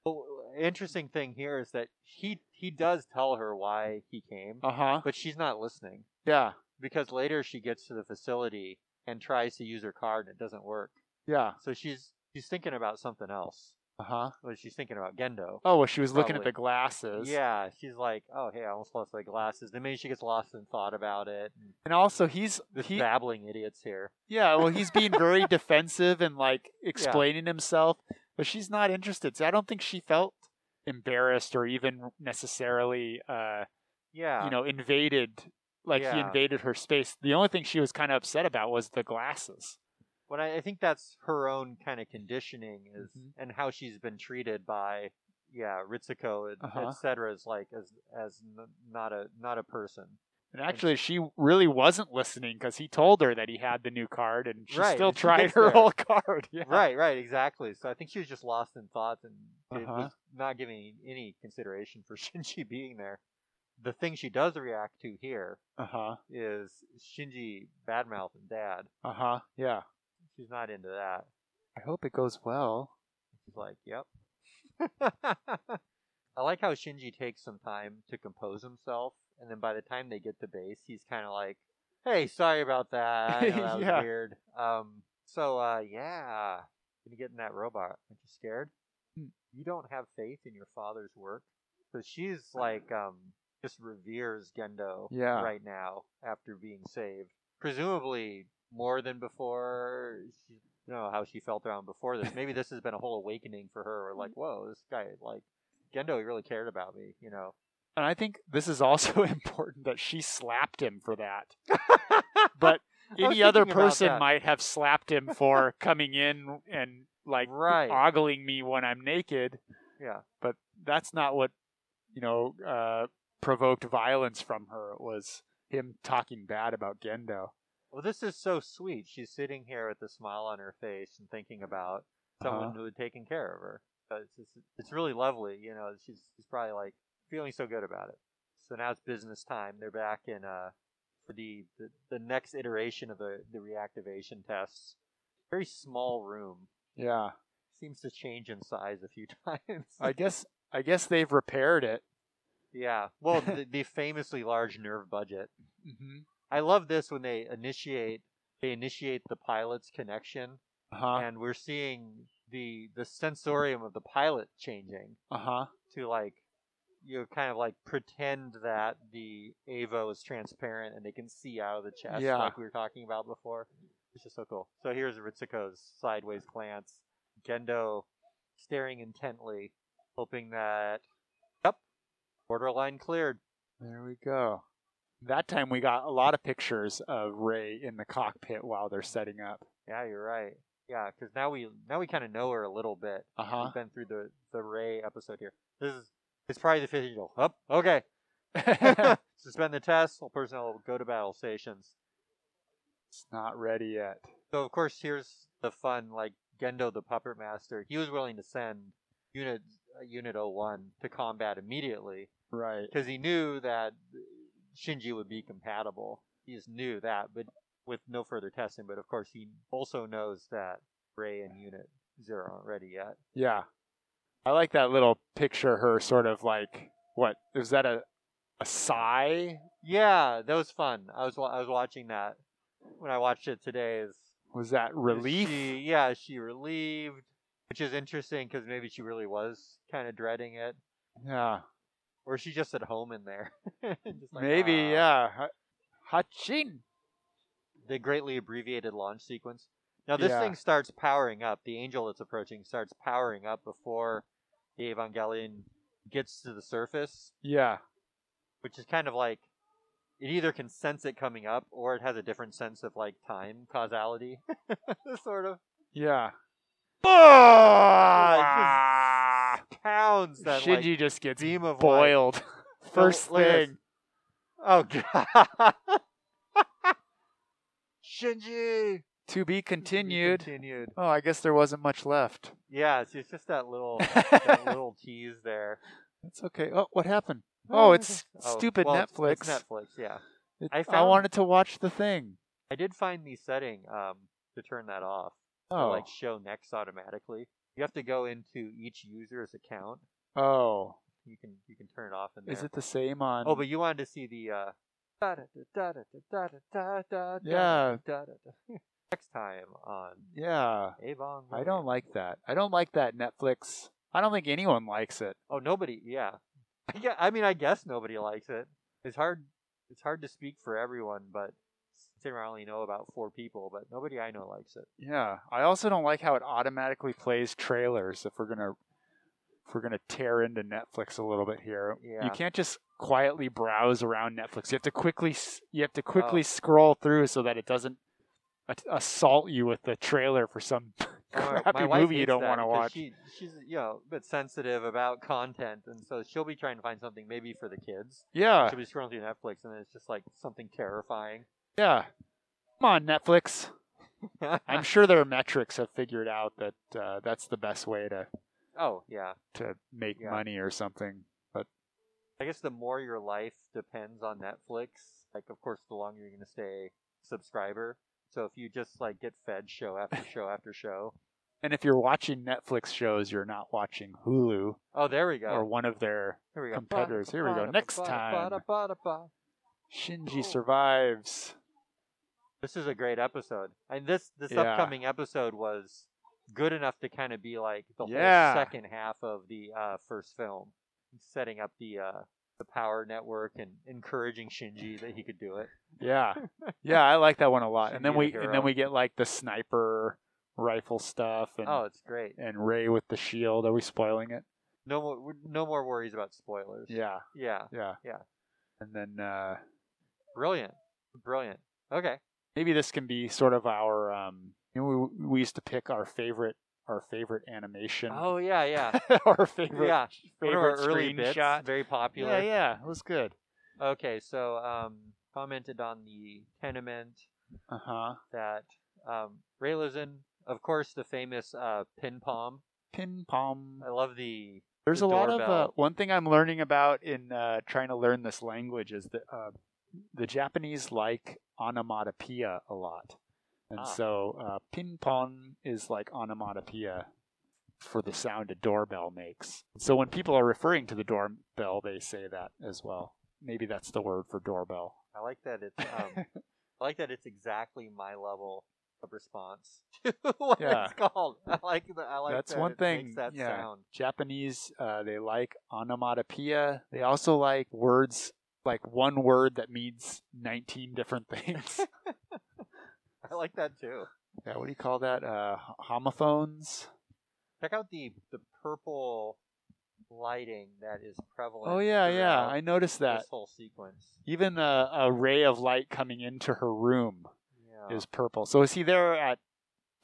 S2: But w- interesting thing here is that he he does tell her why he came,
S1: Uh huh.
S2: but she's not listening
S1: Yeah.
S2: because later she gets to the facility and tries to use her card and it doesn't work.
S1: Yeah.
S2: So she's she's thinking about something else.
S1: Uh huh.
S2: Well, she's thinking about Gendo.
S1: Oh well, she was looking at
S2: Probably.
S1: the glasses.
S2: Yeah, she's like, oh hey, I almost lost my glasses. Then maybe she gets lost in thought about it. And
S1: And also, he's
S2: this
S1: he.
S2: babbling idiot's here.
S1: Yeah. Well, he's being very defensive and like explaining himself, but she's not interested. So I don't think she felt embarrassed or even necessarily. uh
S2: Yeah,
S1: you know, invaded like he
S2: Yeah.
S1: invaded her space. The only thing she was kind of upset about was the glasses.
S2: But I, I think that's her own kind of conditioning is
S1: Mhm.
S2: and how she's been treated by yeah Ritsuko and
S1: Uh-huh.
S2: et cetera is like as as n- not a not a person.
S1: And actually, she really wasn't listening because he told her that he had the new card, and she
S2: Right,
S1: still
S2: and she
S1: tried
S2: gets
S1: her
S2: there.
S1: whole card. Yeah.
S2: Right, right, exactly. So I think she was just lost in thought and it
S1: Uh-huh.
S2: was not giving any consideration for Shinji being there. The thing she does react to here
S1: Uh huh.
S2: is Shinji badmouth and dad.
S1: Uh huh. Yeah.
S2: She's not into that.
S1: I hope it goes well.
S2: She's like, yep. I like how Shinji takes some time to compose himself, and then by the time they get to base, he's kind of like, "Hey, sorry about that. I know that
S1: Yeah.
S2: was weird. Um, so uh, yeah, gonna get in that robot. Aren't you scared?
S1: Hmm.
S2: You don't have faith in your father's work." So she's like, um, just reveres Gendo
S1: Yeah.
S2: right now after being saved, presumably more than before. She, you know how she felt around before this. Maybe this has been a whole awakening for her. Or like, whoa, this guy like Gendo he really cared about me. You know.
S1: And I think this is also important that she slapped him for that. But
S2: was
S1: any other
S2: thinking about
S1: person
S2: that.
S1: might have slapped him for coming in and like
S2: Right.
S1: ogling me when I'm naked.
S2: yeah.
S1: but that's not what you know uh, provoked violence from her. It was him talking bad about Gendo.
S2: Well, this is so sweet. She's sitting here with a smile on her face and thinking about someone
S1: Uh-huh.
S2: who had taken care of her. So It's, just, it's really lovely, you know. She's, she's probably like, feeling so good about it. So now it's business time. They're back in uh, for the, the the next iteration of the the reactivation tests. Very small room.
S1: Yeah.
S2: Seems to change in size a few times.
S1: I guess I guess they've repaired it.
S2: yeah. Well, the, the famously large nerve budget.
S1: Mm-hmm.
S2: I love this when they initiate they initiate the pilot's connection,
S1: Uh huh.
S2: and we're seeing the the sensorium of the pilot changing.
S1: Uh huh.
S2: to like you know, kind of like pretend that the Avo is transparent and they can see out of the chest
S1: Yeah.
S2: like we were talking about before. It's just so cool. So here's Ritsuko's sideways glance. Gendo staring intently, hoping that Yep. Borderline cleared.
S1: There we go. That time we got a lot of pictures of Ray in the cockpit while they're setting up.
S2: Yeah, you're right. Yeah, because now we now we kind of know her a little bit.
S1: Uh huh.
S2: We've been through the the Ray episode here. This is it's probably the fifth. Up. Okay. Suspend the test. All personnel will go to battle stations.
S1: it's not ready yet.
S2: So of course, here's the fun. Like Gendo, the puppet master, he was willing to send unit uh, Unit 01 to combat immediately
S1: Right.
S2: because he knew that Shinji would be compatible. He just knew that, but with no further testing. But of course, he also knows that Ray and Unit Zero aren't ready yet.
S1: Yeah. I like that little picture of her sort of like what is that a a sigh?
S2: Yeah, that was fun. I was wa- I was watching that when I watched it today. Is
S1: Was that relief?
S2: She, yeah, she relieved, which is interesting because maybe she really was kind of dreading it.
S1: yeah.
S2: Or is she just at home in there? Just like,
S1: Maybe, yeah.
S2: "Ah."
S1: Ha- Hachin.
S2: The greatly abbreviated launch sequence. Now this
S1: Yeah.
S2: thing starts powering up. The angel that's approaching starts powering up before the Evangelion gets to the surface,
S1: Yeah.
S2: which is kind of like it either can sense it coming up or it has a different sense of like time causality, sort of.
S1: Yeah.
S2: Ah, it just pounds that like,
S1: Shinji just gets
S2: beam of light.
S1: boiled. First
S2: look at this.
S1: thing.
S2: Oh god. Shinji.
S1: To be continued.
S2: Continued.
S1: Oh, I guess there wasn't much left.
S2: Yeah, it's, it's just that little that
S1: That's
S2: little tease there.
S1: okay. Oh, what happened? Oh, it's
S2: Oh,
S1: stupid
S2: well, it's-
S1: Netflix.
S2: It's Netflix, yeah.
S1: It-
S2: I
S1: I,
S2: found-
S1: wanted to watch the thing.
S2: I did find the setting um to turn that off. to,
S1: Oh.
S2: like show next automatically. You have to go into each user's account.
S1: oh.
S2: You can you can turn it off in there.
S1: Is it the same on
S2: Oh, but you wanted to see the uh da-da-da-da-da-da-da-da-da-da-da-da-da.
S1: Yeah.
S2: next time on
S1: Yeah.
S2: Avon.
S1: I don't like that. I don't like that Netflix. I don't think anyone likes it.
S2: Oh, nobody. Yeah. Yeah. I mean, I guess nobody likes it. It's hard. It's hard to speak for everyone, but since I only know about four people, but nobody I know likes it.
S1: Yeah. I also don't like how it automatically plays trailers if we're going to if we're going to tear into Netflix a little bit here.
S2: Yeah.
S1: You can't just quietly browse around Netflix. You have to quickly s- you have to quickly
S2: Oh.
S1: scroll through so that it doesn't at- assault you with the trailer for some
S2: My-
S1: crappy
S2: my wife
S1: movie you
S2: hates
S1: don't
S2: that
S1: want to
S2: because
S1: watch.
S2: She, she's you know a bit sensitive about content, and so she'll be trying to find something maybe for the kids.
S1: Yeah.
S2: She'll be scrolling through Netflix, and it's just like something terrifying.
S1: Yeah. Come on Netflix.
S2: Ah.
S1: I'm sure their metrics have figured out that uh, that's the best way to
S2: oh yeah.
S1: to make
S2: Yeah.
S1: money or something. But
S2: I guess the more your life depends on Netflix, like of course the longer you're gonna stay subscriber. So if you just like get fed show after show after show.
S1: and if you're watching Netflix shows, you're not watching Hulu
S2: Oh there we go.
S1: or one of their
S2: Here we go.
S1: competitors. Here we go. Next time.
S2: Ba-da-ba-da-ba-da-ba.
S1: Shinji survives.
S2: This is a great episode. And this this
S1: Yeah.
S2: upcoming episode was good enough to kind of be like the
S1: Yeah.
S2: whole second half of the uh, first film, setting up the uh, the power network and encouraging Shinji that he could do it.
S1: Yeah, yeah, I like that one a lot. And then
S2: Shinji
S1: we
S2: the
S1: and
S2: hero.
S1: then we get like the sniper rifle stuff and
S2: Oh, it's great.
S1: and Ray with the shield. Are we spoiling it?
S2: No more no more worries about spoilers.
S1: Yeah,
S2: Yeah.
S1: yeah,
S2: Yeah.
S1: And then uh,
S2: Brilliant. Brilliant. Okay.
S1: maybe this can be sort of our um, you know, we we used to pick our favorite our favorite animation.
S2: Oh yeah, yeah.
S1: our favorite
S2: yeah. One of our
S1: favorite
S2: early bits,
S1: screenshot.
S2: very popular.
S1: Yeah, yeah, it was good.
S2: Okay, so um commented on the tenement
S1: Uh huh.
S2: Uh-huh. that um Ray lives in. Of course the famous uh pin palm.
S1: Pin pom.
S2: I love the
S1: There's
S2: the
S1: a lot of uh,
S2: doorbell.
S1: one thing I'm learning about in uh, trying to learn this language is that uh, the Japanese like onomatopoeia a lot, and
S2: Ah.
S1: so uh, ping pong is like onomatopoeia for the sound a doorbell makes. So when people are referring to the doorbell, they say that as well. Maybe that's the word for doorbell.
S2: I like that it's um, I like that it's exactly my level of response to what
S1: Yeah.
S2: it's called. I like that. I like
S1: That's
S2: that
S1: one
S2: it
S1: thing,
S2: Makes that
S1: yeah.
S2: sound.
S1: Japanese, uh, they like onomatopoeia. They also like words like one word that means 19 different things.
S2: I like that too.
S1: Yeah, what do you call that? Uh, h- homophones.
S2: Check out the the purple lighting that is prevalent.
S1: Oh yeah, yeah.
S2: throughout
S1: I noticed that.
S2: this whole sequence.
S1: Even a, a ray of light coming into her room
S2: Yeah.
S1: is purple. So is he there at?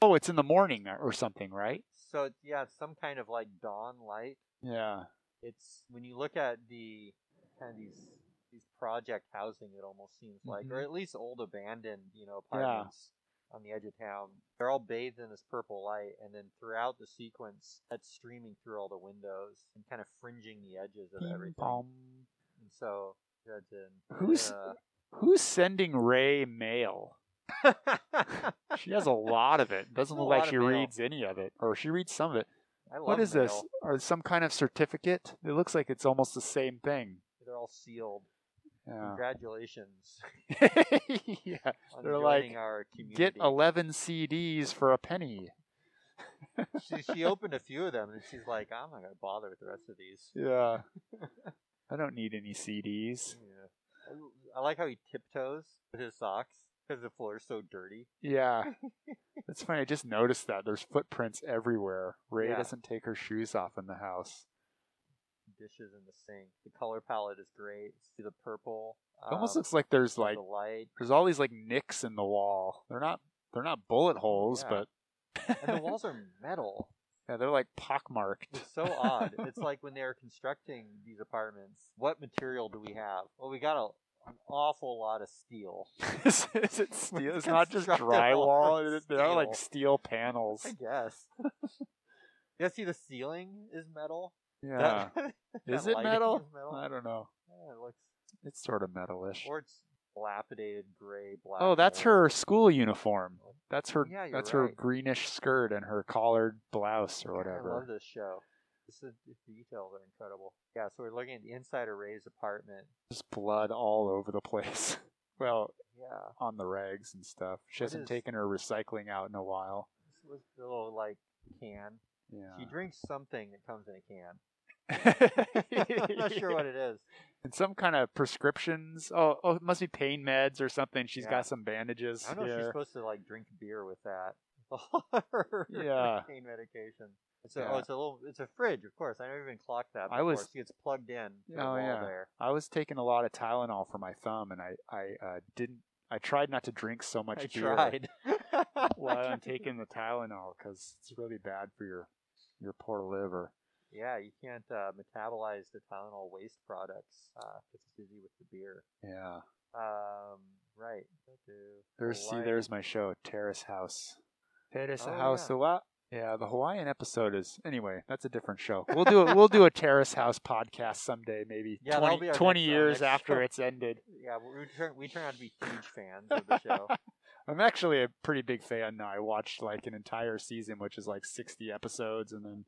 S1: Oh, it's in the morning or something, right?
S2: So yeah, it's some kind of like dawn light.
S1: Yeah.
S2: It's when you look at the kind of these these project housing, it almost seems like, or
S1: Mhm.
S2: at least old abandoned, you know,
S1: Yeah.
S2: apartments on the edge of town. They're all bathed in this purple light, and then throughout the sequence, that's streaming through all the windows and kind of fringing the edges of
S1: Ping
S2: everything.
S1: pong.
S2: And so that's in.
S1: Who's who's sending Ray mail?
S2: yeah.
S1: She has a lot of it. Doesn't
S2: A
S1: look
S2: lot
S1: like
S2: of
S1: she
S2: mail.
S1: reads any of it, or she reads some of it.
S2: I love
S1: What is this?
S2: mail.
S1: Or some kind of certificate? It looks like it's almost the same thing.
S2: They're all sealed.
S1: Yeah.
S2: Congratulations
S1: yeah.
S2: on
S1: They're
S2: joining
S1: like,
S2: our community.
S1: Get 11 CDs for a penny.
S2: she, she opened a few of them and she's like, I'm not gonna bother with the rest of these.
S1: Yeah. I don't need any CDs.
S2: Yeah. I, I like how he tiptoes with his socks because the floor's so dirty.
S1: Yeah. That's funny. I just noticed that there's footprints everywhere. Ray
S2: Yeah.
S1: doesn't take her shoes off in the house.
S2: Dishes in the sink. The color palette is great. See the purple.
S1: It almost
S2: um,
S1: looks like there's
S2: see
S1: like
S2: the light
S1: there's all these like nicks in the wall. They're not they're not bullet holes,
S2: Yeah.
S1: but
S2: and the walls are metal.
S1: yeah, they're like pockmarked.
S2: It's so odd. It's like when they were constructing these apartments. What material do we have? Well, we got a, an awful lot of steel.
S1: is, is it steel? It's
S2: It's
S1: not just
S2: constructed all
S1: drywall.
S2: from
S1: It- They're all, like steel
S2: steel.
S1: panels.
S2: I guess. yeah. See the ceiling is metal.
S1: Yeah.
S2: That-
S1: Is
S2: that
S1: it
S2: lighting
S1: metal?
S2: is metal.
S1: I don't know.
S2: Yeah, it looks
S1: It's sort of metalish.
S2: or it's dilapidated gray black.
S1: Oh, that's
S2: mold.
S1: her school uniform. That's her.
S2: Yeah, you're
S1: that's her
S2: right.
S1: greenish skirt and her collared blouse or
S2: I love
S1: whatever.
S2: this show. This is, the details are incredible. Yeah, so we're looking at the inside of Ray's apartment.
S1: There's blood all over the place. well,
S2: Yeah,
S1: on the rags and stuff. She
S2: What
S1: hasn't
S2: is-
S1: taken her recycling out in a while.
S2: this was a little like can. She
S1: Yeah.
S2: drinks something that comes in a can. I'm not sure what it is.
S1: And some kind of prescriptions. Oh, oh, it must be pain meds or something. She's
S2: Yeah.
S1: got some bandages
S2: I don't know if she's
S1: here.
S2: supposed to like drink beer with that. All her
S1: Yeah.
S2: pain medication. It's a,
S1: Yeah.
S2: Oh, it's a little. It's a fridge, of course. I never even clocked that.
S1: I
S2: Before.
S1: was-
S2: She gets plugged in. To the
S1: Oh,
S2: wall
S1: yeah.
S2: There.
S1: I was taking a lot of Tylenol for my thumb, and I I uh, didn't. I tried not to drink so much
S2: I
S1: beer
S2: tried.
S1: while I'm taking the Tylenol because it's really bad for your your poor liver.
S2: Yeah, you can't uh, metabolize the Tylenol waste products because it's busy with the beer.
S1: Yeah.
S2: Um, right. Do-
S1: There's see,
S2: Hawaii.
S1: there's my show, Terrace House. Terrace
S2: Oh,
S1: House.
S2: yeah.
S1: Yeah. yeah, the Hawaiian episode is anyway. That's a different show. We'll do a, we'll do a Terrace House podcast someday, maybe
S2: Yeah, that'll
S1: 20,
S2: be our
S1: 20
S2: next- our
S1: years
S2: next
S1: after
S2: show.
S1: it's ended.
S2: Yeah, we we turn we turn out to be huge fans of the show.
S1: I'm actually a pretty big fan now. I watched like an entire season, which is like 60 episodes, and then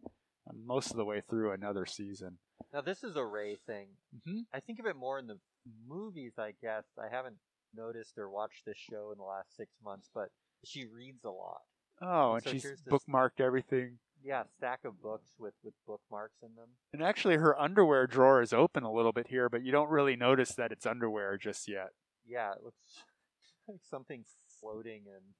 S1: I'm most of the way through another season.
S2: now this is a Ray thing.
S1: hmm
S2: I think of it more in the movies. I guess I haven't noticed or watched this show in the last six months, but she reads a lot.
S1: Oh, and
S2: So
S1: she's
S2: here's this-
S1: bookmarked everything.
S2: Yeah, stack of books with with bookmarks in them.
S1: And actually, her underwear drawer is open a little bit here, but you don't really notice that it's underwear just yet.
S2: yeah, it looks like something floating in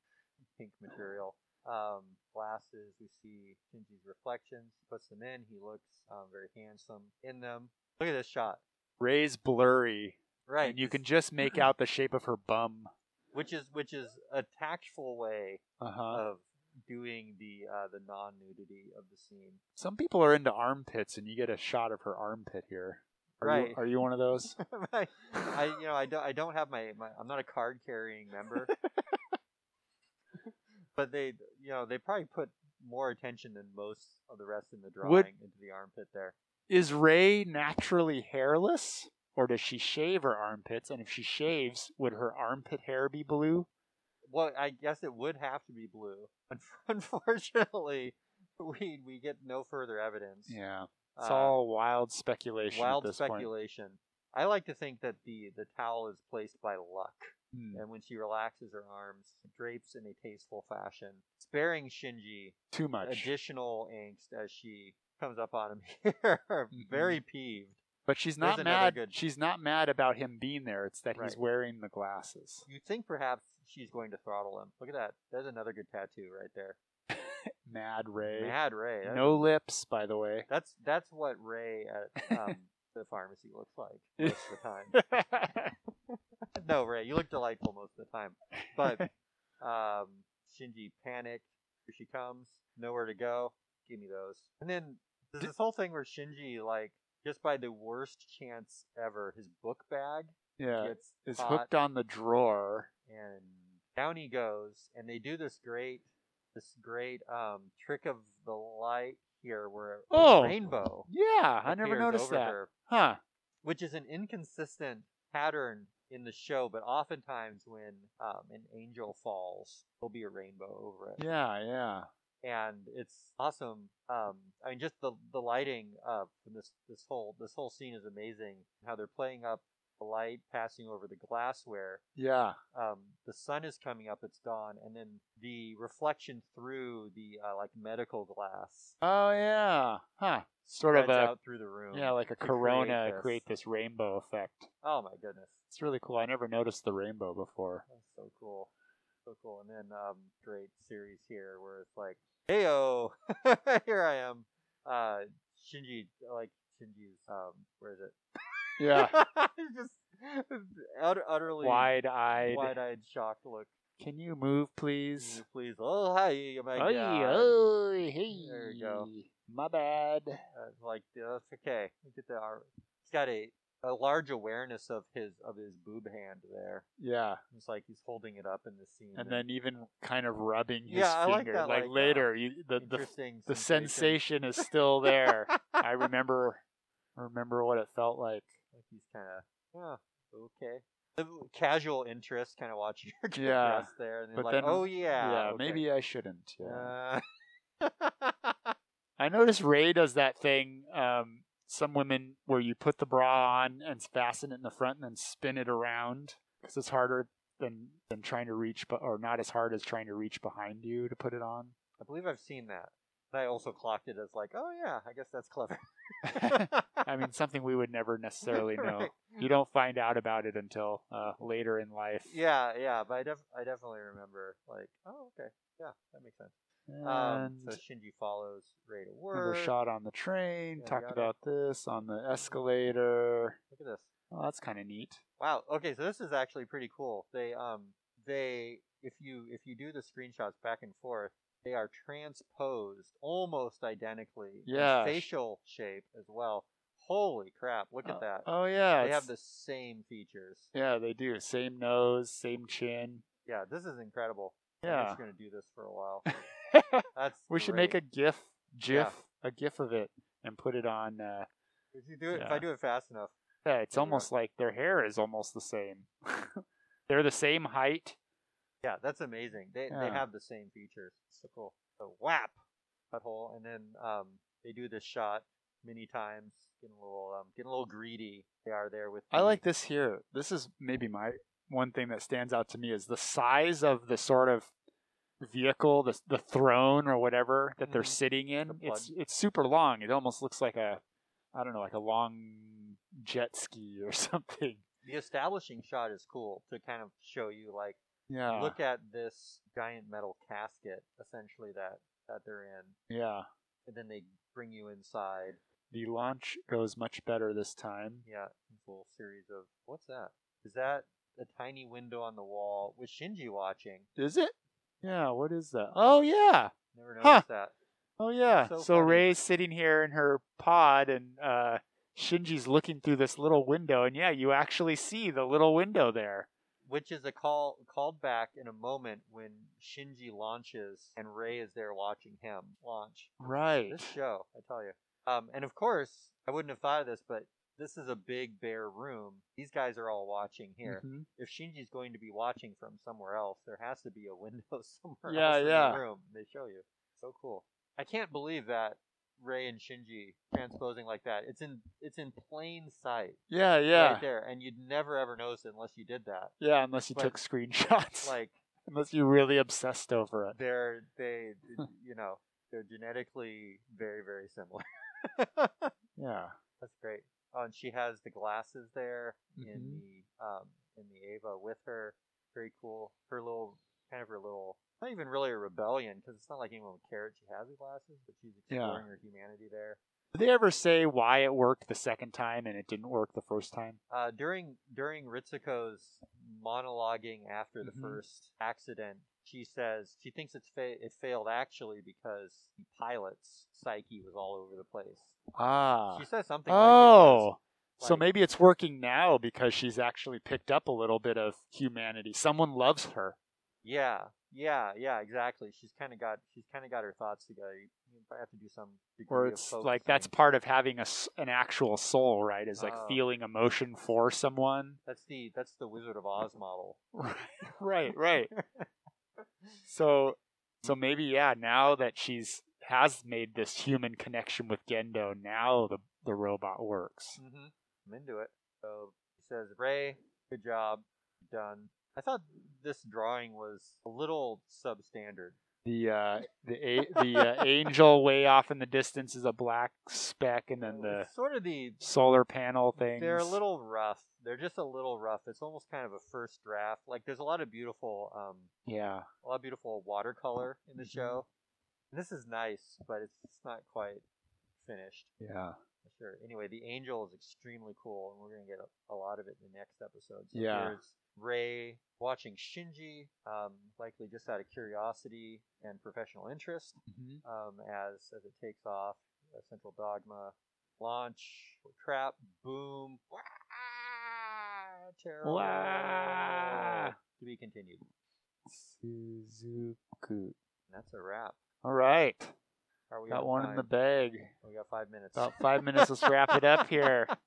S2: pink material. Um, glasses, we see Shinji's reflections. He puts them in. He looks um, very handsome in them. Look at this shot.
S1: Ray's blurry,
S2: Right.
S1: and you
S2: this-
S1: can just
S2: Mm-hmm.
S1: make out the shape of her bum.
S2: which is which is a tactful way
S1: Uh huh.
S2: of doing the uh, the non nudity of the scene.
S1: Some people are into armpits, and you get a shot of her armpit here. Are You,
S2: Right.
S1: are you one of those?
S2: I, I you know I don't I don't have my, my I'm not a card carrying member. but they you know they probably put more attention than most of the rest in the drawing
S1: Would-
S2: into the armpit there.
S1: Is Ray naturally hairless, or does she shave her armpits? And if she shaves, would her armpit hair be blue?
S2: Well, I guess it would have to be blue. Unf- Unfortunately, we we get no further evidence.
S1: Yeah, it's
S2: Uh,
S1: all wild speculation.
S2: wild
S1: at this Point.
S2: speculation. I like to think that the the towel is placed by luck,
S1: Hmm.
S2: and when she relaxes her arms, drapes in a tasteful fashion, sparing Shinji
S1: Too much.
S2: additional angst as she comes up on him here,
S1: Mm-hmm.
S2: very peeved.
S1: But she's not
S2: There's another
S1: mad.
S2: good-
S1: She's not mad about him being there. It's that he's
S2: Right.
S1: wearing the glasses.
S2: You think perhaps she's going to throttle him? Look at that. There's another good tattoo right there.
S1: Mad Ray.
S2: Mad Ray. That's,
S1: no lips, by the way.
S2: that's that's what Ray at um, the pharmacy looks like most of the time. no, Ray, you look delightful most of the time. But um, Shinji panicked. Here she comes. Nowhere to go. Give me those. And then there's this whole thing where Shinji, like, just by the worst chance ever, his book bag
S1: yeah,
S2: gets
S1: is
S2: caught,
S1: hooked on the drawer.
S2: and down he goes. And they do this great, this great um, trick of the light here, where a
S1: Oh.
S2: rainbow.
S1: Yeah, I never
S2: appears
S1: noticed
S2: over
S1: that.
S2: her
S1: Huh?
S2: which is an inconsistent pattern in the show, but oftentimes when um, an angel falls, there'll be a rainbow over it.
S1: Yeah, yeah.
S2: And it's awesome. Um, I mean, just the, the lighting uh, from this, this whole this whole scene is amazing. How they're playing up the light passing over the glassware.
S1: Yeah.
S2: Um, the sun is coming up; it's dawn, and then the reflection through the uh, like medical glass
S1: Oh yeah. Huh. Sort
S2: spreads
S1: of a
S2: out through the room.
S1: yeah, like a
S2: to
S1: corona
S2: this.
S1: create this rainbow effect.
S2: Oh my goodness.
S1: It's really cool. I never noticed the rainbow before.
S2: That's so cool. So cool. And then um great series here where it's like, Heyo here I am. Uh Shinji I like Shinji's um where is it?
S1: Yeah.
S2: He's just ut- utterly
S1: Wide eyed.
S2: wide eyed shocked look.
S1: Can you move,
S2: Can
S1: please?
S2: you please oh hi oh my
S1: Oy,
S2: God.
S1: oy, hey.
S2: There you go.
S1: My bad.
S2: Uh, like that's okay. Look at the ar- he's got a a large awareness of his of his boob hand there.
S1: Yeah.
S2: It's like he's holding it up in the scene.
S1: And then even kind of rubbing his
S2: Yeah, I like
S1: finger.
S2: that, like, uh,
S1: later, you, the, the
S2: interesting
S1: the sensation is still there. I remember remember what it felt like.
S2: Like he's kind of, oh, okay. The Casual interest, kind of watching her get
S1: Yeah,
S2: dressed there, and then
S1: but
S2: like,
S1: then-
S2: oh yeah,
S1: Yeah,
S2: okay.
S1: maybe I shouldn't. Yeah.
S2: Uh,
S1: I noticed Ray does that thing. Um, some women where you put the bra on and fasten it in the front and then spin it around because it's harder than than trying to reach, but or not as hard as trying to reach behind you to put it on.
S2: I believe I've seen that. And I also clocked it as like, oh yeah, I guess that's clever.
S1: I mean, something we would never necessarily know.
S2: Right.
S1: You don't find out about it until uh, later in life.
S2: Yeah, yeah, but I, def- I definitely remember like, oh okay, yeah, that makes sense. Um,
S1: And
S2: so Shinji follows Ray to
S1: another
S2: work.
S1: shot on the train.
S2: Yeah,
S1: talked
S2: yada.
S1: about this on the escalator.
S2: Look at this.
S1: Oh, that's kind of neat.
S2: Wow. Okay, so this is actually pretty cool. They um they if you if you do the screenshots back and forth, they are transposed almost identically. in
S1: Yeah.
S2: Facial shape as well. Holy crap! Look at that.
S1: Oh yeah,
S2: they have
S1: it's-
S2: the same features.
S1: Yeah, they do. Same nose, same chin.
S2: Yeah, this is incredible. I'm
S1: Yeah.
S2: just gonna do this for a while. That's.
S1: we should make a
S2: great.
S1: GIF, GIF,
S2: Yeah.
S1: a GIF of it, and put it on. Uh,
S2: If you do it, if
S1: yeah.
S2: I do it fast enough.
S1: yeah, it's
S2: Yeah.
S1: almost like their hair is almost the same. They're the same height.
S2: Yeah, that's amazing. They they
S1: Yeah.
S2: have the same features. So cool. So whap, hole, and then um they do this shot many times, getting a little um getting a little greedy. They are there with.
S1: I
S2: the-
S1: like this here. This is maybe my one thing that stands out to me is the size of the sort of vehicle, the the throne or whatever that they're
S2: Mhm.
S1: sitting in.
S2: The plug.
S1: it's it's super long. It almost looks like a, I don't know, like a long jet ski or something.
S2: the establishing shot is cool to kind of show you like
S1: Yeah.
S2: look at this giant metal casket essentially that that they're in,
S1: yeah.
S2: and then they bring you inside.
S1: The launch goes much better this time.
S2: Yeah, this little series of what's that? Is that a tiny window on the wall with Shinji watching?
S1: Is it? Yeah, what is that? Oh yeah.
S2: Never
S1: Huh.
S2: noticed that.
S1: Oh yeah.
S2: So
S1: So,
S2: funny.
S1: Ray's sitting here in her pod and uh Shinji's looking through this little window and yeah, you actually see the little window there.
S2: which is a call called back in a moment when Shinji launches and Ray is there watching him launch.
S1: Right.
S2: This show, I tell you. Um, and of course, I wouldn't have thought of this, but this is a big bare room. These guys are all watching here.
S1: Mhm.
S2: If Shinji's going to be watching from somewhere else, there has to be a window somewhere
S1: Yeah,
S2: else in
S1: yeah.
S2: the room. They show you. So cool. I can't believe that Ray and Shinji transposing like that. It's in it's in plain sight
S1: Yeah, yeah,
S2: right there, and you'd never ever notice it unless you did that.
S1: yeah. Unless you
S2: But-
S1: took screenshots,
S2: Like
S1: unless you really obsessed over it.
S2: they're they you know they're genetically very very similar.
S1: Yeah,
S2: That's great. Oh, and she has the glasses there in
S1: Mhm.
S2: the um, in the Ava with her. Very cool. Her little kind of her little not even really a rebellion because it's not like anyone would care that she has the glasses, but she's
S1: Yeah.
S2: exploring her humanity there.
S1: did they ever say why it worked the second time and it didn't work the first time?
S2: Uh, during during Ritsuko's monologuing after the
S1: Mhm.
S2: first accident, she says she thinks it's fa- it failed actually because the pilot's psyche was all over the place.
S1: Ah,
S2: She says something. like it was,
S1: oh. So
S2: like-
S1: maybe it's working now because she's actually picked up a little bit of humanity. Someone loves her.
S2: Yeah, yeah, yeah, exactly. She's kind of got she's kind of got her thoughts together. You you probably have to do some degree
S1: Or
S2: of
S1: it's like
S2: focusing.
S1: that's part of having a s an actual soul, right? Is like
S2: Oh.
S1: feeling emotion for someone.
S2: that's the that's the Wizard of Oz model.
S1: right, right. so, so maybe yeah. Now that she's has made this human connection with Gendo, now the the robot works.
S2: Mm-hmm. I'm into it. So he says, "Ray, good job, done." I thought this drawing was a little substandard.
S1: The uh, the a- the uh, angel way off in the distance is a black speck, and then the
S2: It's sort of the
S1: solar panel things.
S2: they're a little rough. They're just a little rough. It's almost kind of a first draft. Like there's a lot of beautiful um,
S1: yeah.
S2: a lot of beautiful watercolor in the
S1: Mhm.
S2: show. This is nice, but it's, it's not quite finished.
S1: Yeah.
S2: for Sure. Anyway, the angel is extremely cool, and we're gonna get a, a lot of it in the next episode. So
S1: Yeah.
S2: There's Ray watching Shinji, um, likely just out of curiosity and professional interest,
S1: Mhm.
S2: um, as as it takes off. A central dogma, launch, trap, boom, wah, terrible.
S1: Wah.
S2: To be continued.
S1: Suzuku.
S2: And that's a wrap.
S1: All right.
S2: Are we
S1: Got
S2: on
S1: one
S2: time?
S1: in the bag.
S2: We got five minutes.
S1: About five minutes. Let's wrap it up here.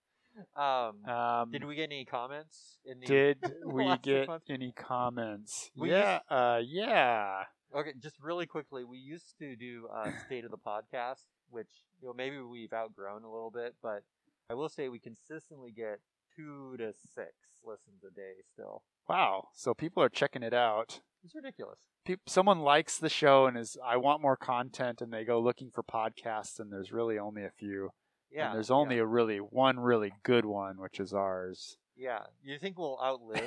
S2: Um,
S1: Um,
S2: did we get any comments? In the,
S1: did we
S2: last
S1: get
S2: month?
S1: any comments?
S2: We
S1: yeah. uh, yeah.
S2: Okay, just really quickly, we used to do uh, state of the podcast, which you know maybe we've outgrown a little bit, but I will say we consistently get two to six listens a day. Still,
S1: Wow. So people are checking it out.
S2: it's ridiculous.
S1: Peop someone likes the show and is I want more content, and they go looking for podcasts, and there's really only a few.
S2: Yeah,
S1: And there's only
S2: yeah,
S1: a really one really good one, which is ours.
S2: yeah. You think we'll outlive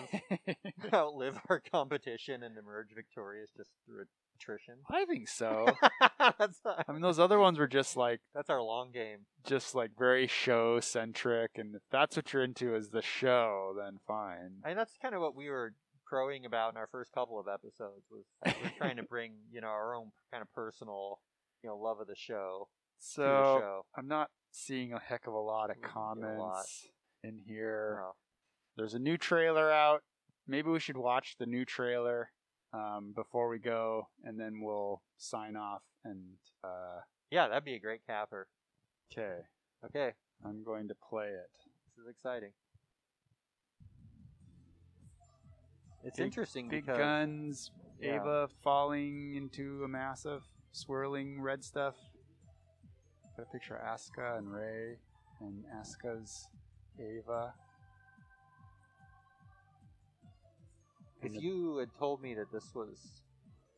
S2: outlive our competition and emerge victorious just through attrition?
S1: I think so.
S2: that's our,
S1: I mean, those other ones were just like
S2: that's our long game.
S1: just like very show centric, and if that's what you're into is the show, then fine.
S2: I mean, that's kind of what we were crowing about in our first couple of episodes was we're trying to bring you know our own kind of personal you know love of the show to the
S1: So
S2: show.
S1: I'm not seeing a heck of a lot of
S2: We didn't get a lot.
S1: comments in here.
S2: No.
S1: There's a new trailer out. Maybe we should watch the new trailer um, before we go, and then we'll sign off. And uh,
S2: Yeah, that'd be a great capper.
S1: okay,
S2: Okay,
S1: I'm going to play it.
S2: this is exciting. It's
S1: Big-
S2: interesting
S1: Big
S2: because
S1: guns,
S2: Yeah.
S1: Ava falling into a mass of swirling red stuff. Got a picture of Asuka and Ray, and Asuka's Ava.
S2: if
S1: and the-
S2: you had told me that this was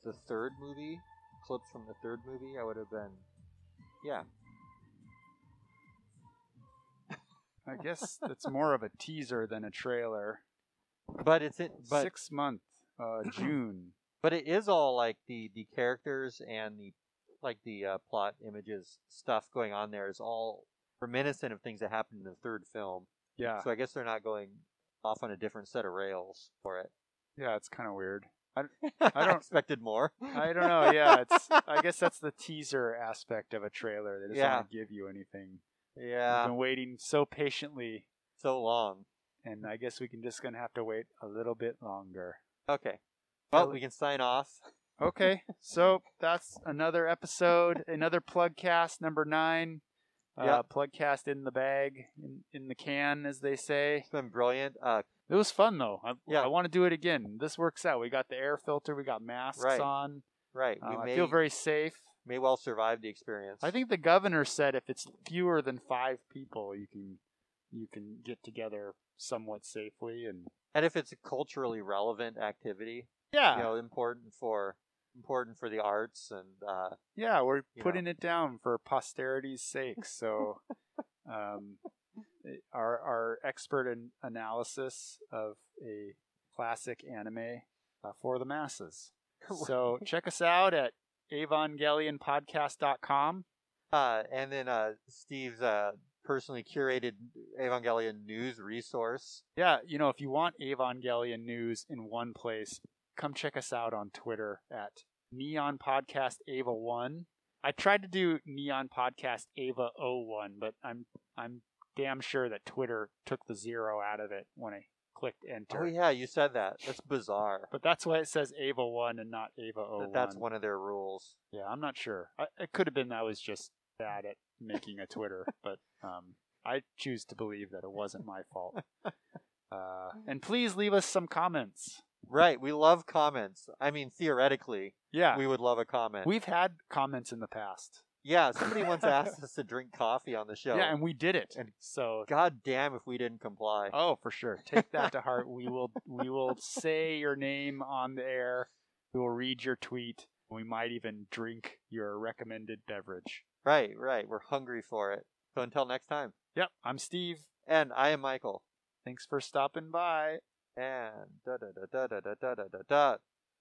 S2: the third movie, clips from the third movie, I would have been, yeah,
S1: I guess that's more of a teaser than a trailer.
S2: but it's it, but
S1: Six month, uh, June.
S2: but it is all like the the characters and the like the uh, plot images stuff going on there is all reminiscent of things that happened in the third film.
S1: Yeah,
S2: So I guess they're not going off on a different set of rails for it.
S1: yeah, it's kind of weird.
S2: I
S1: don't-
S2: expected more.
S1: I don't know. Yeah, it's. I guess that's the teaser aspect of a trailer. They just
S2: Yeah.
S1: don't give you anything. I've
S2: yeah,
S1: been waiting so patiently,
S2: so long.
S1: and I guess we can just gonna have to wait a little bit longer.
S2: Okay. Well,
S1: Ellie-
S2: we can sign off.
S1: Okay, so that's another episode, another plugcast number nine. Uh,
S2: Yep.
S1: Plugcast in the bag, in, in the can, as they say.
S2: It's been brilliant. Uh,
S1: It was fun though. I,
S2: Yeah.
S1: I want to do it again. This works out. We got the air filter. We got masks
S2: Right.
S1: on.
S2: right.
S1: Um,
S2: we may,
S1: I feel very safe.
S2: may well survive the experience.
S1: I think the governor said if it's fewer than five people, you can you can get together somewhat safely. And
S2: and if it's a culturally relevant activity,
S1: yeah,
S2: you know, important for important for the arts and uh,
S1: yeah, we're
S2: you
S1: putting it down for posterity's sake. So, um, our our expert an analysis of a classic anime uh, for the masses. So check us out at avangellionpodcast.com.
S2: Uh, and then uh, Steve's uh, personally curated Evangelion news resource.
S1: Yeah, you know, if you want Evangelion news in one place, come check us out on Twitter at Neon Podcast Ava One. I tried to do Neon Podcast Ava 01, but I'm I'm damn sure that Twitter took the zero out of it when I clicked enter.
S2: Oh yeah, you said that. That's bizarre.
S1: But that's why it says Ava One and not Ava 01.
S2: That that's one of their rules.
S1: Yeah, I'm not sure. I, it could have been I was just bad at making a Twitter, but um, I choose to believe that it wasn't my fault. Uh, and please leave us some comments.
S2: Right. We love comments. I mean, theoretically,
S1: Yeah,
S2: we would love a comment.
S1: we, have had comments in the past.
S2: yeah. Somebody once asked us to drink coffee on the show.
S1: Yeah, and we did it.
S2: And-
S1: so,
S2: God damn, if we didn't comply.
S1: oh, for sure, take that to heart. We will we will say your name on the air. We will read your tweet. We might even drink your recommended beverage.
S2: Right. Right. We're hungry for it. So until next time.
S1: Yep, I'm Steve.
S2: And I am Michael.
S1: Thanks for stopping by.
S2: And da da da da da da da da da.